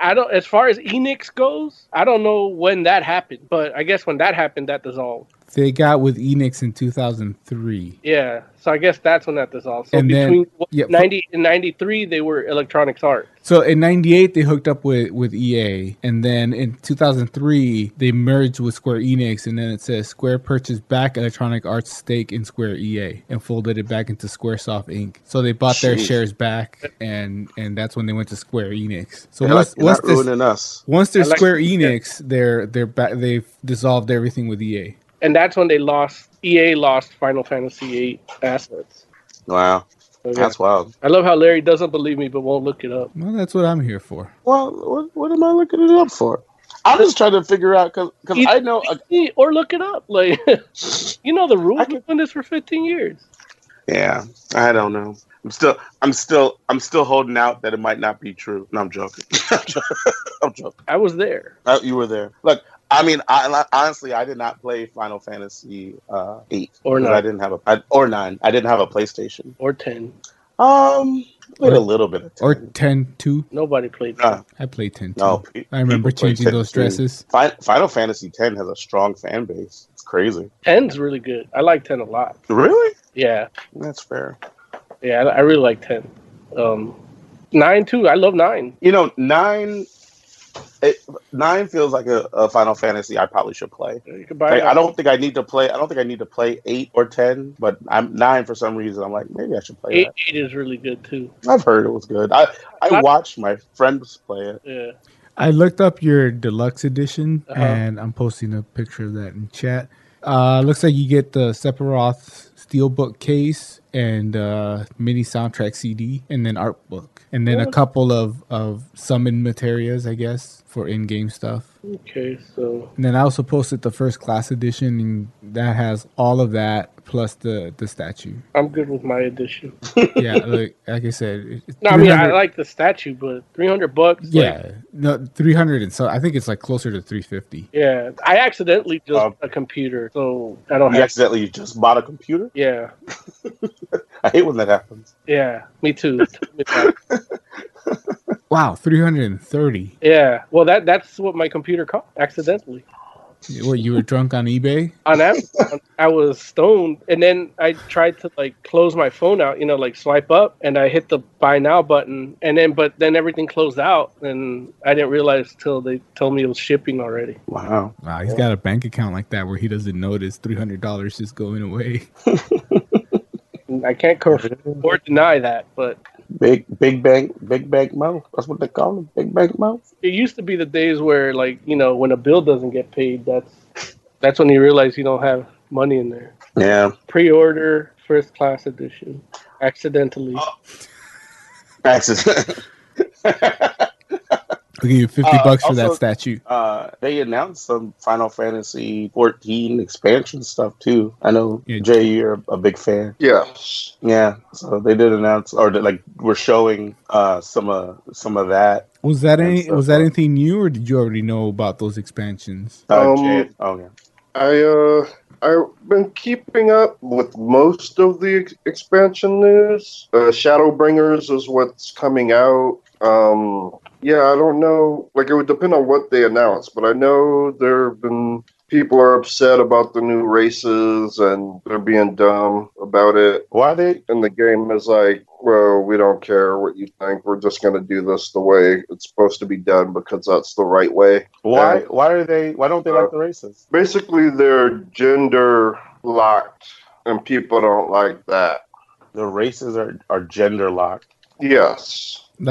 S11: I don't as far as Enix goes, I don't know when that happened, but I guess when that happened that dissolved.
S4: they got with Enix in 2003.
S3: Yeah, so I guess that's when that dissolved. So
S4: And then-
S3: between what,
S4: yeah,
S3: 90 and 93, they were Electronics Arts.
S4: So in 98 they hooked up with with EA and then in 2003 they merged with Square Enix and then it says Square purchased back Electronic Arts stake in Square EA and folded it back into Squaresoft Inc. So they bought their
S9: Jeez.
S4: shares back and and that's when they went to Square Enix. So
S9: They're
S4: once
S9: like, you're
S4: once
S9: not
S4: this,
S9: ruining us.
S4: once they're
S3: I like-
S4: Square Enix they're they're back they've dissolved everything with E EA.
S3: And that's when they lost, EA lost Final Fantasy VIII assets.
S9: Wow,
S3: So, yeah.
S9: that's wild.
S3: I love how Larry doesn't believe me but won't look it up.
S4: Well, that's what I'm here for.
S9: Well, what, what am I looking it up for? I'm just trying to figure out because
S3: You-
S9: I know.
S3: See, or look it up. Like, <laughs> you know the rules.
S9: Uh, I
S3: I've
S9: can-
S3: been doing this for 15 years.
S9: yeah, I don't know. I'm still, I'm still, I'm still holding out that it might not be true. No, I'm joking. <laughs> I'm joking. I'm joking.
S3: I was there.
S9: Uh, you were there. Look, I mean, I, I- honestly, I did not play Final Fantasy uh, eight
S3: Or
S9: 'cause
S3: nine.
S9: I didn't have a I, or nine. I didn't have a PlayStation.
S3: Or 10.
S9: Um, played a little bit of
S4: Or
S9: Tekken.
S4: 10-2.
S3: Nobody played
S9: Uh,
S4: I played 10-2.
S9: no, pe-
S4: I remember
S9: people play
S4: changing those
S9: 10.
S4: dresses.
S9: Fi- Final Fantasy ten has a strong fan base. It's crazy.
S3: 10's really good. I like 10 a lot.
S9: Really?
S3: Yeah.
S9: That's fair.
S3: Yeah, I, I really like 10. Um, 9 too. I love 9.
S9: You know, nine. It, nine feels like a, a Final Fantasy I probably should play.
S3: You could buy
S9: Like,
S3: it.
S9: I don't think I need to play. I don't think I need to play eight or ten, but I'm nine for some reason. I'm like, maybe I should play that.
S3: 8, 8 is really good too.
S9: I've heard it was good. I, I watched my friends play it.
S3: Yeah.
S4: I looked up your deluxe edition,
S3: Uh-huh.
S4: and I'm posting a picture of that in chat. Uh, looks like you get the Sephiroth steelbook case and uh, mini soundtrack CD, and then art book, and then a couple of of summon materials, I guess, for in-game stuff.
S3: Okay, so
S4: And then I also posted the first class edition, and that has all of that plus the
S3: <laughs>
S4: the statue.
S3: I'm good with my edition.
S4: Yeah, like like I said, it- it's
S3: No, I mean, I
S4: 300
S3: like the statue, but 300 bucks. like,
S4: yeah, no, three hundred and so I think it's like closer to three fifty.
S3: yeah. I accidentally just
S9: Um,
S3: a computer, so I don't
S9: You
S3: have.
S9: accidentally just bought a computer. <laughs>
S3: Yeah.
S9: I hate when that happens.
S3: Yeah. Me
S9: <laughs>
S3: too.
S4: Wow, three hundred and thirty.
S9: <laughs>
S3: Yeah, well, that that's what my computer caught accidentally
S4: What you were drunk on eBay?
S3: on Amazon. I was stoned, and then I tried to like close my phone out, you know, like swipe up, and I hit the buy now button, and then but then everything closed out, and I didn't realize till they told me it was shipping already.
S9: Wow.
S4: Wow, he's got a bank account like that where he doesn't notice three hundred dollars just going away. <laughs>
S3: And I can't
S9: <laughs>
S3: confirm or deny that, but
S9: Big Big Bang Big Bang Mo. That's what they call him. Big Bang Mo.
S3: it used to be the days where like you know when a bill doesn't get paid, that's that's when you realize you don't have money in there.
S9: Yeah.
S3: Pre-order first class edition, accidentally.
S9: Accident.
S4: I'll give you fifty
S9: Uh,
S4: bucks for that
S9: also-
S4: statue.
S9: <laughs> uh, they announced some Final Fantasy 14 expansion stuff too. I know
S4: Yeah.
S9: Jay, you're a big fan.
S10: Yeah.
S9: Yeah. So they did announce, or they, like we're showing uh, some of some of that.
S4: Was that
S9: and
S4: any?
S9: so
S4: Was that
S9: far.
S4: anything new, or did you already know about those expansions?
S9: Uh,
S10: Um,
S9: Jay, oh yeah.
S10: I uh I've been keeping up with most of the ex- expansion news. Uh, Shadowbringers is what's coming out. Um, yeah, I don't know. Like it would depend on what they announce, but I know there have been people are upset about the new races and they're being dumb about it.
S9: Why are they?
S10: And the game is like, well, we don't care what you think. We're just going to do this the way it's supposed to be done because that's the right way
S9: Why?
S10: Uh,
S9: Why are they? Why don't they like the races?
S10: basically they're gender locked and people don't like that
S9: The races are are gender locked.
S10: yes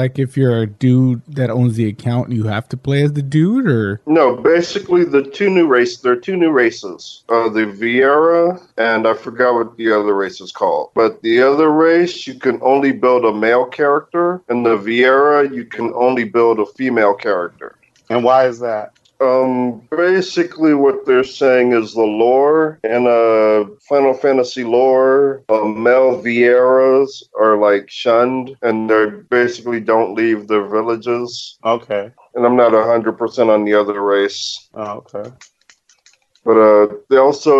S4: Like, if you're a dude that owns the account, you have to play as the dude, or
S10: no basically the two new race there are two new races uh, the Viera and i forgot what the other race is called but the other race you can only build a male character and the Viera you can only build a female character
S9: And why is that?
S10: Um, basically, what they're saying is the lore in uh, Final Fantasy lore, uh, male Vieiras are like shunned and they basically don't leave their villages.
S9: Okay.
S10: And I'm not 100% on the other race.
S9: Oh, okay.
S10: But uh, they also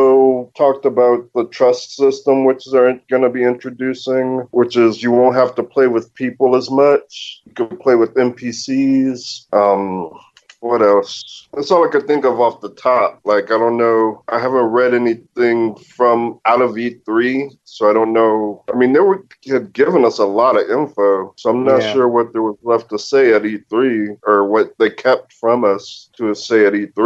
S10: talked about the trust system, which they're going to be introducing, which is you won't have to play with people as much. You can play with NPCs. Um, What else? That's all I could think of off the top. Like I don't know. I haven't read anything from out of E3, so I don't know. I mean, they were had given us a lot of info, so I'm not
S9: Yeah.
S10: sure what there was left to say at E3 or what they kept from us to say at E E3.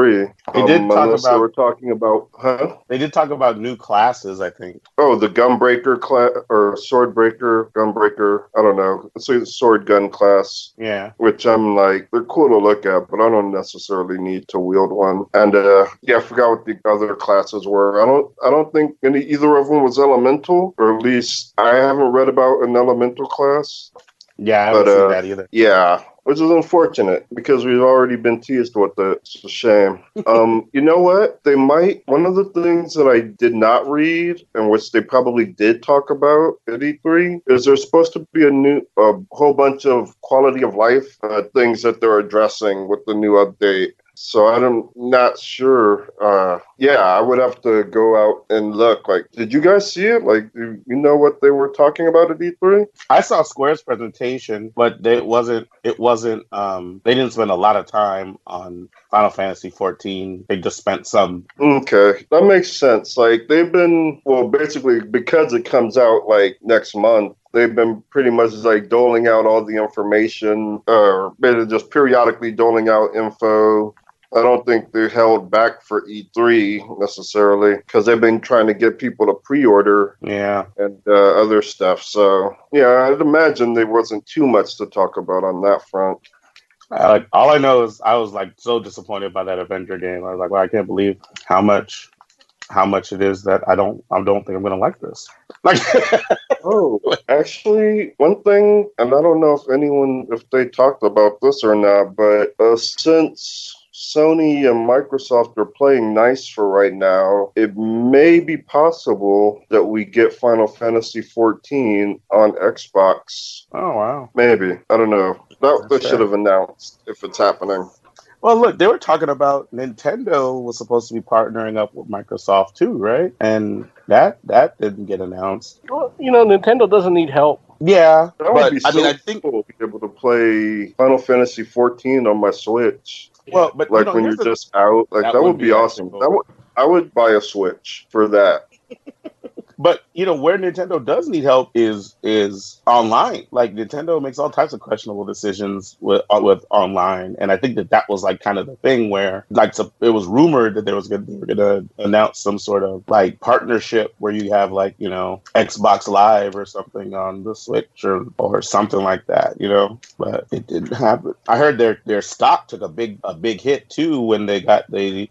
S9: They did talk
S10: unless
S9: about-
S10: they Um, were talking about, huh?
S9: They did talk about new classes, I think.
S10: Oh, the gunbreaker class or swordbreaker, gunbreaker. I don't know. It's a sword gun class,
S9: Yeah.
S10: which I'm like, they're cool to look at, but I don't necessarily need to wield one. And uh, yeah, I forgot what the other classes were. I don't, I don't think any either of them was elemental, or at least I haven't read about an elemental class.
S9: Yeah, I haven't
S10: But,
S9: seen
S10: uh,
S9: that either.
S10: Yeah, which is unfortunate because we've already been teased with it. It's a shame. Um, you know what? They might. One of the things that I did not read, and which they probably did talk about at E3, is there's supposed to be a new, a whole bunch of quality of life uh, things that they're addressing with the new update. So I'm not sure. Uh, yeah, I would have to go out and look. Like, did you guys see it? Like, do you know what they were talking about at E E3?
S9: I saw Square's presentation, but they- it wasn't. It wasn't. Um, they didn't spend a lot of time on Final Fantasy 14. They just spent some.
S10: Okay, that makes sense. Like they've been well, basically because it comes out like next month. They've been pretty much like doling out all the information, or better just periodically doling out info. I don't think they're held back for E3 necessarily because they've been trying to get people to pre-order
S9: Yeah.
S10: and uh, other stuff. So yeah, I'd imagine there wasn't too much to talk about on that front.
S9: I, like, all I know is I was like so disappointed by that Avenger game. I was like, well, I can't believe how much, how much it is that I don't. I don't think I'm gonna like this. <laughs> Like,
S10: Oh, <laughs> actually, one thing, and I don't know if anyone, if they talked about this or not, but uh, since Sony and Microsoft are playing nice for right now, it may be possible that we get Final Fantasy 14 on Xbox.
S9: oh wow.
S10: Maybe. I don't know. That
S9: That's
S10: they should
S9: fair.
S10: have announced if it's happening.
S9: Well, look, they were talking about Nintendo was supposed to be partnering up with Microsoft too, right? And that that didn't get announced.
S3: Well, you know, Nintendo doesn't need help.
S9: Yeah,
S10: That
S9: but
S10: would be
S9: I mean,
S10: so
S9: I think
S10: cool to be able to play Final Fantasy 14 on my Switch.
S9: well, but
S10: like
S9: you know,
S10: when
S9: here's
S10: you're
S9: the-
S10: just out like that, would be, awesome
S9: cool.
S10: that would, i would buy a switch for that
S9: But you know where Nintendo does need help is is online. Like Nintendo makes all types of questionable decisions with uh, with online, and I think that that was like kind of the thing where like so it was rumored that there was going to going to announce some sort of like partnership where you have like you know Xbox Live or something on the Switch or or something like that, you know. But it didn't happen. I heard their their stock took a big a big hit too when they got they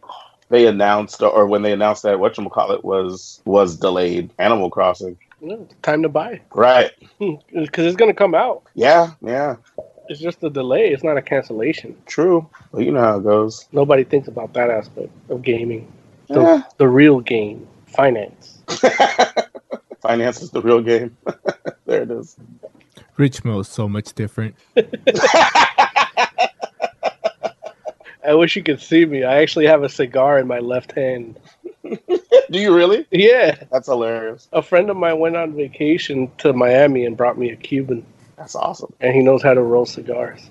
S9: they announced or when they announced that whatchamacallit was was delayed animal crossing
S3: Yeah, time to buy
S9: right
S3: because it's going to come out.
S9: yeah yeah
S3: It's just a delay. It's not a cancellation.
S9: true well, you know how it goes
S3: Nobody thinks about that aspect of gaming. The,
S9: Yeah.
S3: the real game, finance.
S9: <laughs> finance is the real game <laughs> there it is
S4: Rich Mo's so much different.
S3: I wish you could see me. I actually have a cigar in my left hand.
S9: do you really
S3: Yeah,
S9: that's hilarious
S3: a friend of mine went on vacation to Miami and brought me a Cuban,
S9: that's awesome
S3: and he knows how to roll cigars.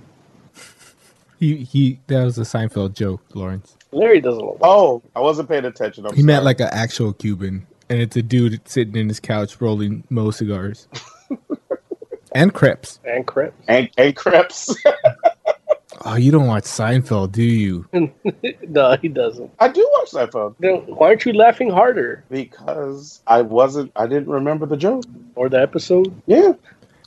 S4: He he. That was a Seinfeld joke, Lawrence.
S3: Larry doesn't know.
S9: oh i wasn't paying attention I'm
S4: he meant
S9: sorry.
S4: like an actual Cuban, and it's a dude sitting in his couch rolling Mo
S9: <laughs>
S4: cigars and Crips.
S3: And crap.
S9: and, and crepes
S4: Oh, you don't watch Seinfeld, do you?
S3: no, he doesn't.
S9: <laughs> i do watch that phone
S3: Then why aren't you laughing harder?
S9: because i wasn't i didn't remember the joke
S3: Or the episode?
S9: yeah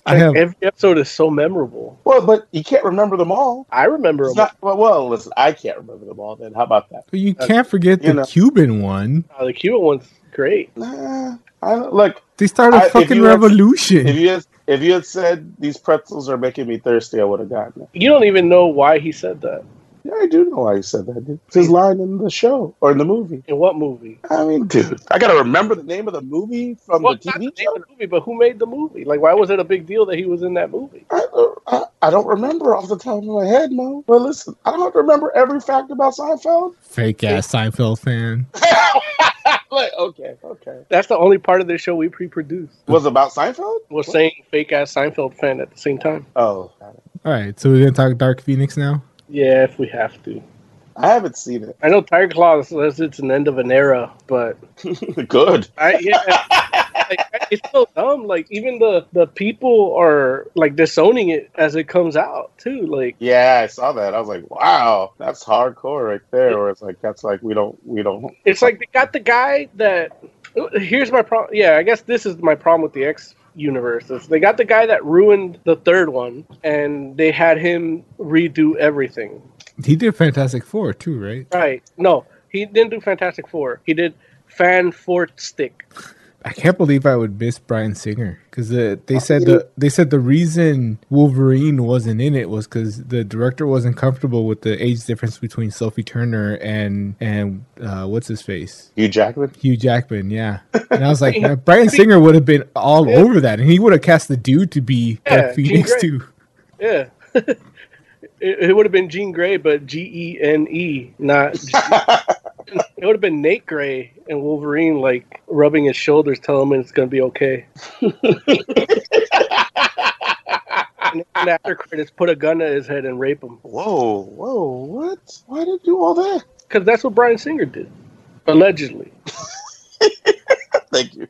S4: I
S9: Oh.
S4: have.
S3: Every episode is so memorable.
S9: well but you can't remember them all
S3: I remember
S9: it's
S3: them.
S9: not, well, well listen i can't remember them all then how about that
S4: You can't forget the
S9: you know.
S4: Cuban one.
S3: all. uh, the Cuban one's great.
S9: Nah, I don't, look.
S4: They started
S9: I-
S4: a
S9: if
S4: fucking
S9: you had-
S4: revolution.
S9: If you had, if you had said these pretzels are making me thirsty, I would have gotten it.
S3: You don't even know why he said that.
S9: Yeah, I do know why you said that. Dude. It's his line in the show or in the movie.
S3: In what movie?
S9: I mean, dude, I gotta remember the name of the movie from
S3: Well,
S9: the
S3: not the
S9: TV
S3: name
S9: show.
S3: of the movie, but who made the movie? Like, why was it a big deal that he was in that movie?
S9: I, don't- I, I don't remember off the top of my head, Mo. But listen, I don't remember every fact about Seinfeld.
S4: Fake ass Seinfeld fan.
S9: like, okay, okay.
S3: That's the only part of the show we pre-produced.
S9: Was it about Seinfeld?
S3: Was saying fake ass Seinfeld fan at the same time.
S9: Oh, got it.
S4: All right, so we're gonna talk Dark Phoenix now.
S3: Yeah, if we have to.
S9: I haven't seen it.
S3: I know Tiger Claw says it's an end of an era, but
S9: <laughs> good.
S3: I, <laughs> yeah, like, it's so dumb. Like even the the people are like disowning it as it comes out too. Like
S9: Yeah, I saw that. I was like, wow, that's hardcore right there. Where it's like that's like we don't we don't.
S3: it's like they got the guy that. Here's my problem. Yeah, I guess this is my problem with the X universe. Is they got the guy that ruined the third one, and they had him redo everything.
S4: He did Fantastic Four too, right?
S3: Right? No, he didn't do Fantastic Four. He did Fan Four Stick.
S4: I can't believe I would miss Brian Singer because the, they said the they said the reason Wolverine wasn't in it was because the director wasn't comfortable with the age difference between Sophie Turner and and uh, what's his face
S9: Hugh Jackman.
S4: Hugh Jackman. Yeah, and I was like, "Man, Brian Singer would have been all over that, and he would have cast the dude to be
S3: Yeah,
S4: Dark Phoenix
S3: Jean Grey.
S4: too.
S3: Yeah. <laughs> it, it would have been Jean Grey, but G E N E, not. G- it would have been Nate Grey and Wolverine, like rubbing his shoulders, telling him it's going to be okay. and then after credits, put a gun to his head and rape him.
S9: Whoa, whoa, what? Why did you do all that?
S3: Because that's what Brian Singer did, allegedly.
S9: <laughs> Thank you.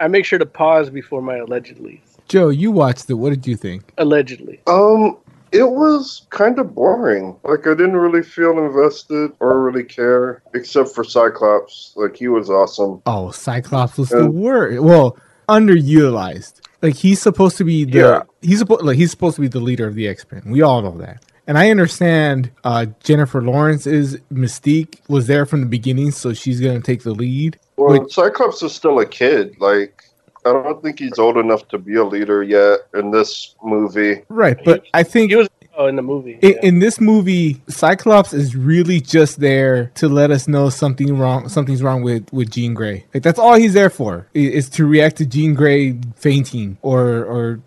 S3: I make sure to pause before my allegedly.
S4: Joe, you watched it. What did you think?
S3: Allegedly.
S10: Um, it was kind of boring. Like I didn't really feel invested or really care, except for Cyclops. Like he was awesome.
S4: Oh, Cyclops was the worst. Well, underutilized. Like he's supposed to be the
S10: Yeah.
S4: he's supposed like he's supposed to be the leader of the X Men. We all know that. And I understand uh, Jennifer Lawrence is Mystique was there from the beginning, so she's gonna take the lead.
S10: Well, Cyclops is still a kid. Like I don't think he's old enough to be a leader yet in this movie.
S4: Right, but I think
S3: He was oh, in the movie.
S4: in, in this movie, Cyclops is really just there to let us know something wrong. Something's wrong with with Jean Grey. Like that's all he's there for i- is to react to Jean Grey fainting or or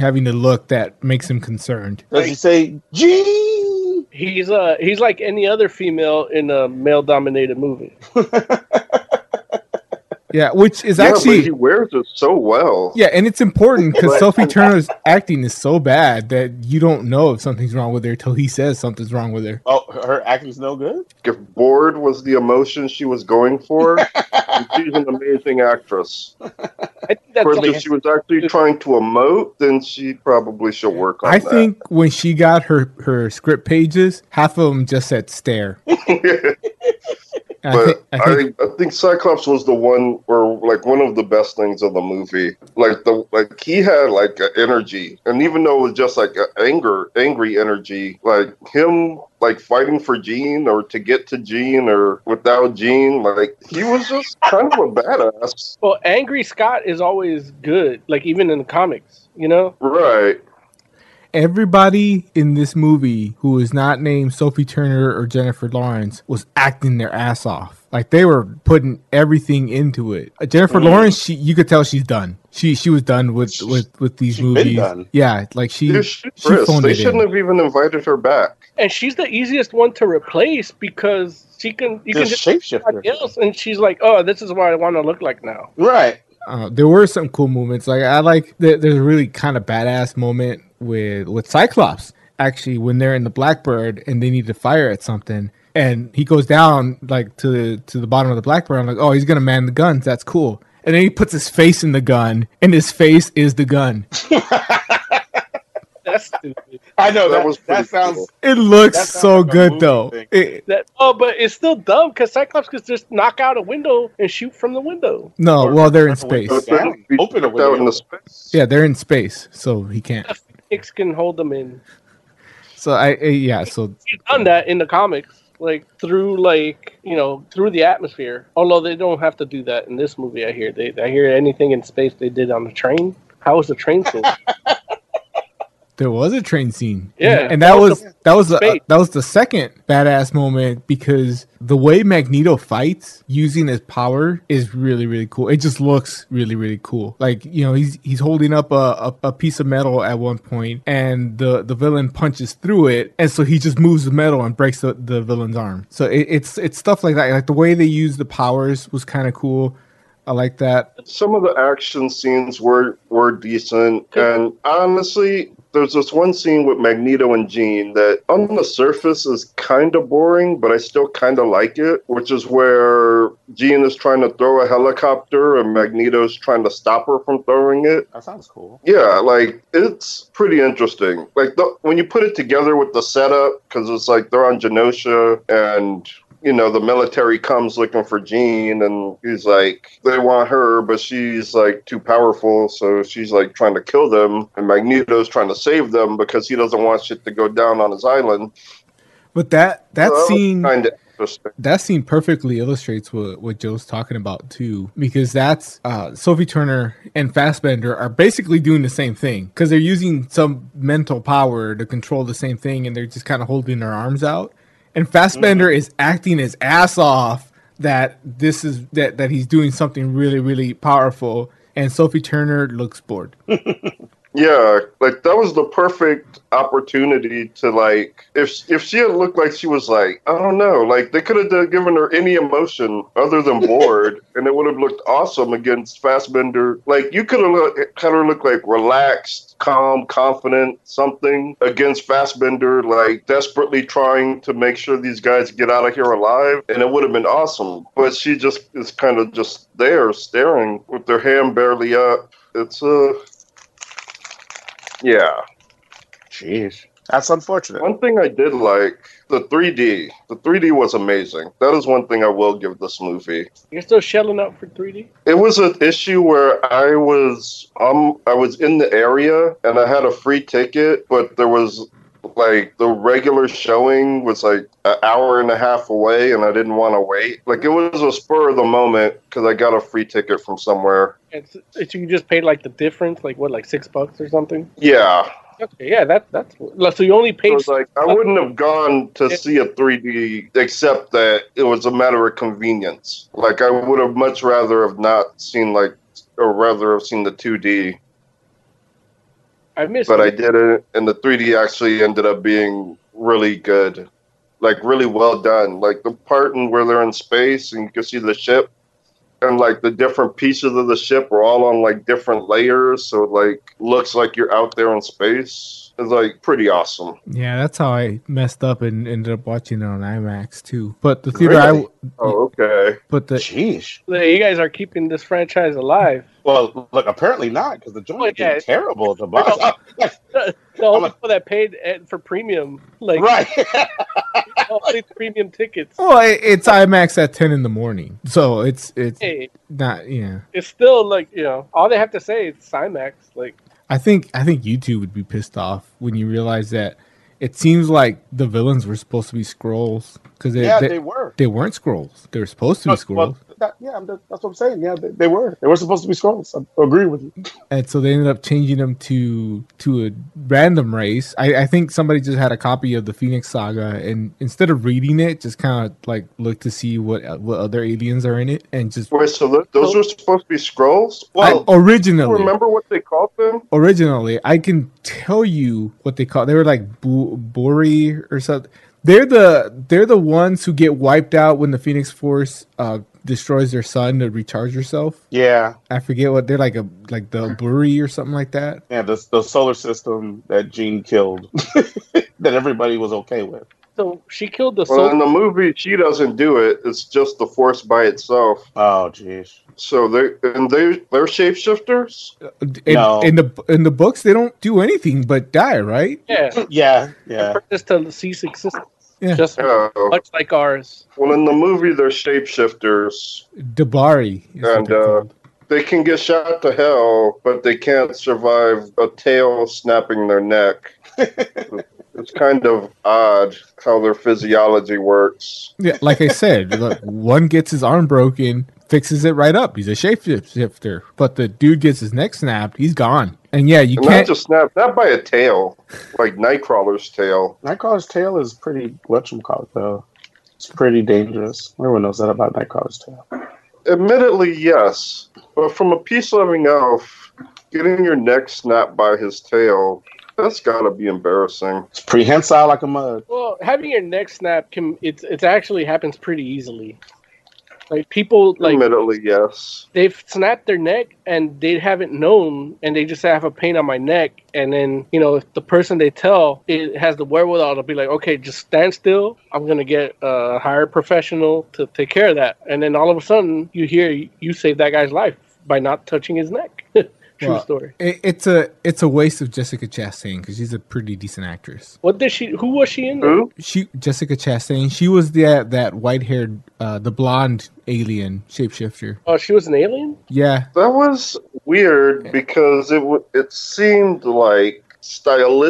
S4: having a look that makes him concerned.
S9: Does he say Gee?
S3: He's uh he's like any other female in a male dominated movie.
S4: Yeah, which is
S10: yeah,
S4: actually
S10: but he wears it so well.
S4: yeah, and it's
S10: <laughs>
S4: important because
S10: But-
S4: Sophie Turner's acting is so bad that you don't know if something's wrong with her till he says something's wrong with her.
S9: Oh, her acting's no good.
S10: If bored was the emotion she was going <laughs> for, she's an amazing actress.
S3: I think that's
S10: Whereas
S3: like,
S10: if she was actually trying to emote, then she probably should work on
S4: I
S10: that. <laughs>
S4: think when she got her her script pages, half of them just said stare. And I,
S10: <laughs> but
S4: think, I think
S10: I, I think Cyclops was the one, or like one of the best things of the movie. Like the like he had like a energy, and even though it was just like a anger, angry energy, like him like fighting for Jean or to get to Jean or without Jean, like he was just kind of a badass,
S3: Well, Angry Scott is always good, like even in the comics, you know?
S10: right?
S4: everybody in this movie who is not named Sophie Turner or Jennifer Lawrence was acting their ass off. Like they were putting everything into it. Uh, Jennifer Lawrence, she you could tell she's done. She she was done with with with these
S9: been
S4: movies.
S9: done.
S4: Yeah, like she
S10: They're
S4: she
S10: shit-riffs.
S4: phoned
S10: They
S4: it in.
S10: shouldn't have even invited her back.
S3: And she's the easiest one to replace because she can you can
S9: This
S3: just
S9: shapeshifter.
S3: somebody else and she's like, Oh, this is what I want to look like now.
S9: Right.
S4: Uh, there were some cool moments. Like I like that there's a really kind of badass moment with with Cyclops actually when they're in the Blackbird and they need to fire at something and he goes down like to the to the bottom of the Blackbird. I'm like, oh, he's gonna man the guns. That's cool. And then he puts his face in the gun, and his face is the gun.
S3: That's stupid.
S9: I know
S10: That
S9: that,
S10: was
S9: was
S10: pretty
S9: that sounds
S10: cool.
S4: It looks
S9: That sounds
S4: so
S9: like a
S4: good,
S9: movie
S4: though.
S9: thing.
S4: It-
S3: That oh, but it's still dumb because Cyclops could just knock out a window and shoot from the window.
S4: no,
S9: Or-
S4: Oh, well, they're in
S9: or when-
S4: space.
S9: or- Down.
S10: He
S9: Open it
S10: checked out in the
S9: with
S10: space.
S4: Yeah, they're in space, so he can't.
S3: Hicks can hold them in.
S4: So I, I- yeah, so
S3: He's done that in the comics. Like through like you know, through the atmosphere. Although they don't have to do that in this movie, I hear. They I hear anything in space they did on the train. How was the train so
S4: There was a train scene.
S3: Yeah.
S4: and, and that was that was the, uh,
S3: Space.
S4: that was the second badass moment because the way Magneto fights using his power is really really cool. It just looks really really cool. Like you know he's he's holding up a, a, a piece of metal at one point, and the the villain punches through it, and so he just moves the metal and breaks the, the villain's arm. So it, it's it's stuff like that. Like the way they use the powers was kind of cool. I like that.
S10: some of the action scenes were were decent and honestly there's this one scene with Magneto and Jean that on the surface is kind of boring, but I still kind of like it, which is where Jean is trying to throw a helicopter and Magneto's trying to stop her from throwing it.
S9: That sounds cool.
S10: Yeah, like it's pretty interesting. Like the, when you put it together with the setup, because it's like they're on Genosha and you know, the military comes looking for Jean, and he's like, they want her, but she's like too powerful, so she's like trying to kill them, and Magneto's trying to save them because he doesn't want shit to go down on his island.
S4: But that that
S10: So was
S4: scene
S10: kinda interesting.
S4: that scene perfectly illustrates what, what Joe's talking about too, because that's uh, Sophie Turner and Fassbender are basically doing the same thing because they're using some mental power to control the same thing, and they're just kind of holding their arms out. And Fassbender is acting his ass off that this is that that he's doing something really really powerful, and Sophie Turner looks bored.
S10: Yeah, like that was the perfect opportunity to like if if she had looked like she was like I don't know like they could have done- given her any emotion other than bored and it would have looked awesome against Fassbender like you could have look- had her look like relaxed calm confident something against Fassbender like desperately trying to make sure these guys get out of here alive and it would have been awesome but she just is kind of just there staring with their hand barely up it's a uh, yeah.
S9: Jeez. That's unfortunate.
S10: One thing I did like the 3D. The 3D was amazing. That is one thing I will give this movie.
S3: You're still shelling out for 3D?
S10: It was an issue where I was um I was in the area and I had a free ticket, but there was like the regular showing was like an hour and a half away, and I didn't want to wait. Like it was a spur of the moment because I got a free ticket from somewhere.
S3: It's, it's, you can just pay like the difference, like what, like six bucks or something?
S10: Yeah,
S3: Okay, yeah, that, that's. So you only paid.
S10: It was like I wouldn't have gone to see a 3D except that it was a matter of convenience. Like I would have much rather have not seen like or rather have seen the 2D,
S3: I missed
S10: but I
S3: it.
S10: did it, and the 3D actually ended up being really good, like really well done. Like the part in where they're in space and you can see the ship, and like the different pieces of the ship are all on like different layers, so it like looks like you're out there in space. It's like pretty awesome.
S4: Yeah, that's how I messed up and ended up watching it on IMAX too. But the theater
S10: Really?
S4: I
S10: Oh, okay.
S4: but the
S9: Jeez.
S3: You guys are keeping this franchise alive.
S9: Well, look, apparently not, because the joint
S3: Well, yeah.
S9: did terrible at the box.
S3: The only
S9: I'm a-
S3: people that paid at- for premium, like
S9: <laughs> right.
S3: only premium tickets.
S4: Well, it, it's IMAX at ten in the morning, so it's it's
S3: Hey,
S4: not. Yeah,
S3: it's still like you know, all they have to say is Cymax. Like
S4: I think I think you two would be pissed off when you realize that it seems like the villains were supposed to be scrolls because they,
S9: yeah,
S4: they,
S9: they, were. Oh,
S4: they weren't scrolls. They were supposed to be
S9: Well,
S4: scrolls,
S9: that- yeah, I'm- that's what I'm saying. Yeah, they, they were. They were supposed to be scrolls. I agree with you.
S4: and so they ended up changing them to to a random race. I, I think somebody just had a copy of the Phoenix Saga and instead of reading it, just kind of like looked to see what what other aliens are in it and just
S10: Wait, so th- those were supposed to be scrolls? Well,
S4: I,
S10: do you
S4: originally
S10: remember what they called them?
S4: originally i can tell you what they call they were like Bu- bori or something they're the they're the ones who get wiped out when the phoenix force uh destroys their sun to recharge yourself
S9: Yeah,
S4: i forget what they're like a like
S10: Hmm.
S4: the buri or something like that
S9: yeah. The the solar system that Gene killed, <laughs> that everybody was okay with.
S3: so, she killed the
S10: Well,
S3: soul.
S10: in the movie, she doesn't do it. It's just the force by itself.
S9: Oh, jeez.
S10: So they and they they're shapeshifters.
S4: in,
S9: No.
S4: in the in the books they don't do anything but die right
S3: Yeah,
S9: Yeah, yeah.
S3: for this to cease existence,
S4: Yeah.
S3: just
S10: Yeah.
S3: much like ours.
S10: Uh, Well, in the movie, they're shapeshifters.
S4: dabari is what
S10: And,
S4: they're
S10: uh,
S4: called.
S10: They can get shot to hell, but they can't survive a tail snapping
S4: <laughs>
S10: their neck. it's kind of odd how their physiology works.
S4: yeah, like i said <laughs> look, one gets his arm broken fixes it right up he's a shapeshifter but the dude gets his neck snapped he's gone and yeah you
S10: And not
S4: can't
S10: just snap, not by a tail, like Nightcrawler's tail.
S9: Nightcrawler's tail is pretty. What you call it though? It's pretty dangerous. Everyone knows that about Nightcrawler's tail.
S10: Admittedly, yes, but from a peace loving elf, getting your neck snapped by his tail, that's gotta be embarrassing.
S9: It's prehensile like a mud.
S3: Well, having your neck snap can it's it's actually happens pretty easily. Like people like
S10: Admittedly, yes.
S3: they've snapped their neck and they haven't known and they just say, "I have a pain on my neck and then you know if the person they tell it has the wherewithal to be like okay just stand still i'm going to get a hired professional to take care of that and then all of a sudden you hear you saved that guy's life by not touching his neck true
S9: Uh.
S4: Well,
S3: story
S4: It, it's a it's a waste of Jessica Chastain because she's a pretty decent actress.
S3: what did she who was she in
S4: She Jessica Chastain. She was the that white haired, uh, the blonde alien shapeshifter.
S3: oh she was an alien
S4: Yeah,
S10: That was weird because it w- it seemed like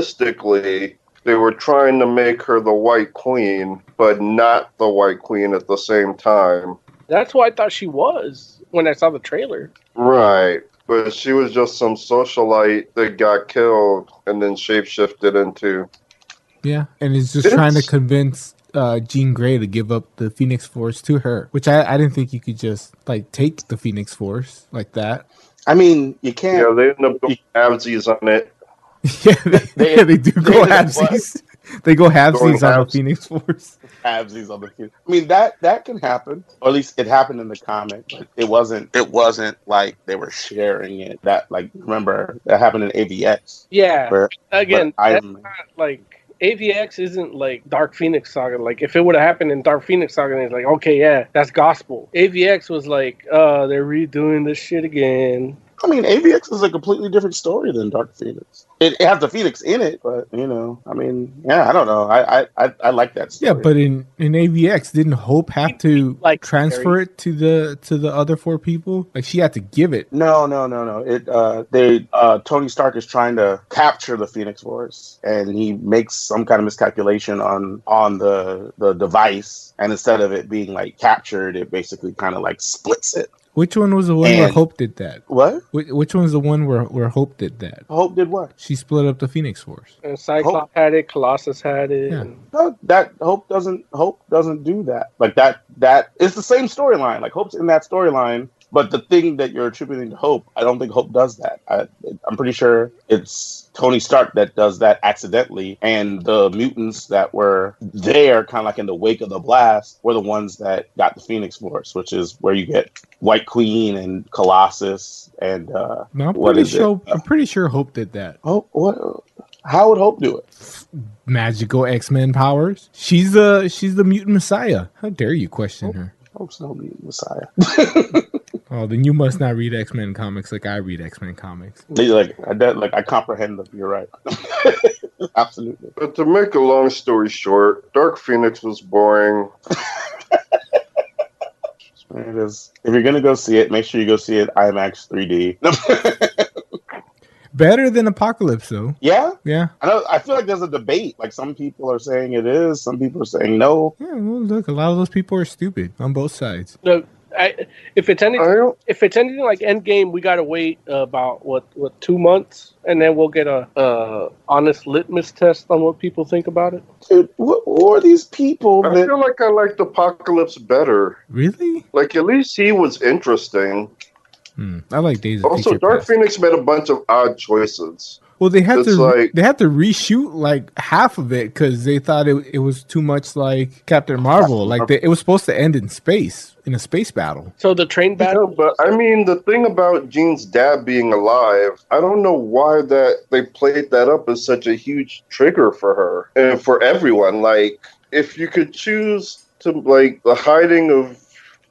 S10: stylistically they were trying to make her the White Queen, but not the White Queen at the same time.
S3: that's who i thought she was when i saw the trailer
S10: Right. But she was just some socialite that got killed and then shapeshifted into.
S4: yeah, and is just
S10: It's-
S4: trying to convince uh, Jean Grey to give up the Phoenix Force to her, which I, I didn't think you could just like take the Phoenix Force like that. <laughs>
S9: I mean, you can't.
S10: Yeah, they end up going absies on it.
S4: yeah, they,
S9: They-
S4: yeah, they do go
S9: they-
S4: halvesies. They go halvesies on the
S10: halves.
S4: Phoenix Force.
S9: Absies on the field. I mean that that can happen, or at least it happened in the comic. But it wasn't. It wasn't like they were sharing it. That like remember that happened in AVX.
S3: yeah
S9: Where,
S3: again
S9: but Iron
S3: that's
S9: Man-
S3: not, like AVX isn't like Dark Phoenix Saga. Like if it would have happened in Dark Phoenix Saga, then it's like okay, yeah, that's gospel. AVX was like, uh, they're redoing this shit again.
S9: I mean, AVX is a completely different story than Dark Phoenix. It, it has the Phoenix in it, but you know, I mean, yeah, I don't know. I I, I, I like that. Story.
S4: Yeah, but in in AVX, didn't Hope have to
S3: Like,
S4: like transfer it to the to the other four people? Like she had to give it.
S9: No, no, no, no. It uh they uh Tony Stark is trying to capture the Phoenix Force and he makes some kind of miscalculation on on the the device and instead of it being like captured it basically kind of like splits it.
S4: Which one was the one where
S9: And-
S4: Hope did that?
S9: What?
S4: Which, which one's the one where where Hope did that?
S9: Hope did what?
S4: She split up the Phoenix Force.
S3: And Cyclops had it, Colossus had it.
S4: Yeah.
S9: No, that Hope doesn't Hope doesn't do that. Like that that it's the same storyline. Like Hope's in that storyline, but the thing that you're attributing to Hope, I don't think Hope does that. I, I'm pretty sure it's Tony Stark that does that accidentally, and the mutants that were there, kind of like in the wake of the blast, were the ones that got the Phoenix Force, which is where you get White Queen and Colossus and uh,
S4: No, I'm
S9: What
S4: pretty
S9: is it?
S4: sure. I'm pretty sure Hope did that.
S9: Hope. What? How would Hope do it?
S4: Magical X Men powers. She's the she's the mutant messiah. How dare you question her?
S9: Hope's no mutant messiah.
S4: Oh, then you must not read X Men comics like I read X Men comics.
S9: They, like I de- like I comprehend them. You're right. <laughs> Absolutely.
S10: But to make a long story short, Dark Phoenix was boring.
S9: It is. If you're gonna go see it, make sure you go see it IMAX 3D.
S4: Better than Apocalypse though.
S9: <laughs> yeah,
S4: Yeah.
S9: I know. I feel like there's a debate. Like some people are saying it is, some people are saying no.
S4: Yeah, well, look, a lot of those people are stupid on both sides.
S3: Look, I, if it's any,
S10: I don't.
S3: if it's anything like Endgame, we gotta wait about what what two months, and then we'll get a uh, honest litmus test on what people think about it.
S9: Dude, who, who are these people?
S10: I
S9: that-
S10: feel like I liked Apocalypse better.
S4: Really?
S10: Like at least he was interesting.
S4: Hmm. I like Days of
S10: Also,
S4: Future
S10: Dark
S4: Past.
S10: Phoenix made a bunch of odd choices.
S4: Well, they had
S10: It's
S4: to
S10: like-
S4: they had to reshoot like half of it because they thought it, it was too much like Captain Marvel. Like they, it was supposed to end in space in a space battle.
S3: So the train
S10: No,
S3: battle.
S10: but I mean the thing about Jean's dad being alive, I don't know why that they played that up as such a huge trigger for her and for everyone. Like if you could choose to like the hiding of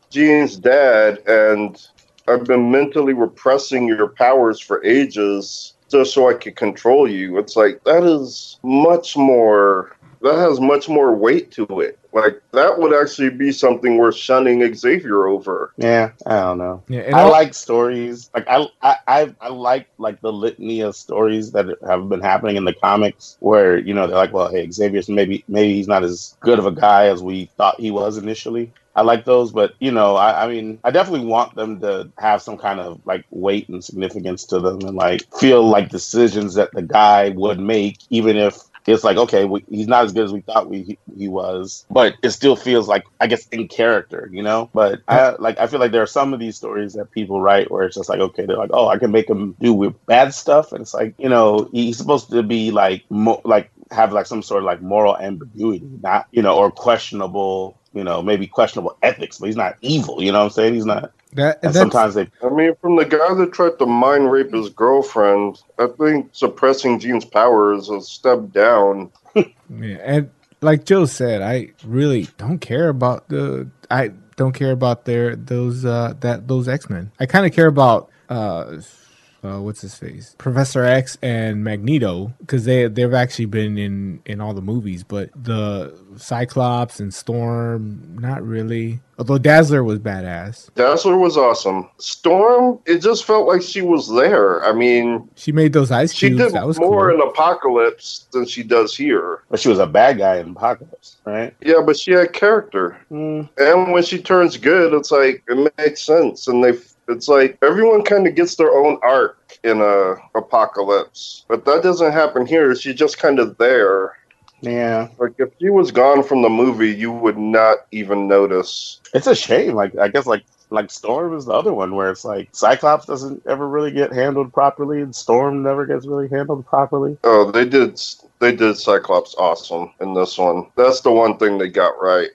S10: Jean's dad and I've been mentally repressing your powers for ages just so I could control you. It's like that is much more that has much more weight to it. Like that would actually be something worth shunning Xavier over.
S9: yeah, I don't know.
S4: Yeah, and
S9: I
S4: al-
S9: like stories. Like I, I, I, I like like the litany of stories that have been happening in the comics, where you know they're like, well, hey, Xavier's maybe maybe he's not as good of a guy as we thought he was initially. I like those, but you know, I, I mean, I definitely want them to have some kind of like weight and significance to them, and like feel like decisions that the guy would make, even if it's like okay, we, he's not as good as we thought we he, he was, but it still feels like I guess in character, you know. But I like I feel like there are some of these stories that people write where it's just like okay, they're like oh, I can make him do with bad stuff, and it's like you know he- he's supposed to be like mo- like have like some sort of like moral ambiguity, not you know or questionable you know, maybe questionable ethics, but he's not evil. You know what I'm saying? He's not.
S4: That,
S9: and sometimes they
S10: I mean, from the guy that tried to mind rape his girlfriend, I think suppressing Gene's power is a step down.
S4: Yeah, and like Joe said, I really don't care about the I don't care about their those uh that those X Men. I kind of care about uh, uh what's his face Professor X and Magneto because they they've actually been in in all the movies, but the Cyclops and Storm not really. Although Dazzler was badass,
S10: Dazzler was awesome. Storm, it just felt like she was there. I mean,
S4: she made those ice
S10: she
S4: cubes.
S10: did
S4: that was
S10: more
S4: cool.
S10: in Apocalypse than she does here.
S9: but she was a bad guy in Apocalypse, right?
S10: Yeah, but she had character,
S9: Mm.
S10: and when she turns good, it's like it makes sense, and they. It's like everyone kind of gets their own arc in a apocalypse, but that doesn't happen here. She's just kind of there.
S9: Yeah,
S10: Like if she was gone from the movie, you would not even notice.
S9: it's a shame. Like I guess like like Storm is the other one where it's like Cyclops doesn't ever really get handled properly, and Storm never gets really handled properly.
S10: Oh, they did. They did Cyclops awesome in this one. That's the one thing they got right.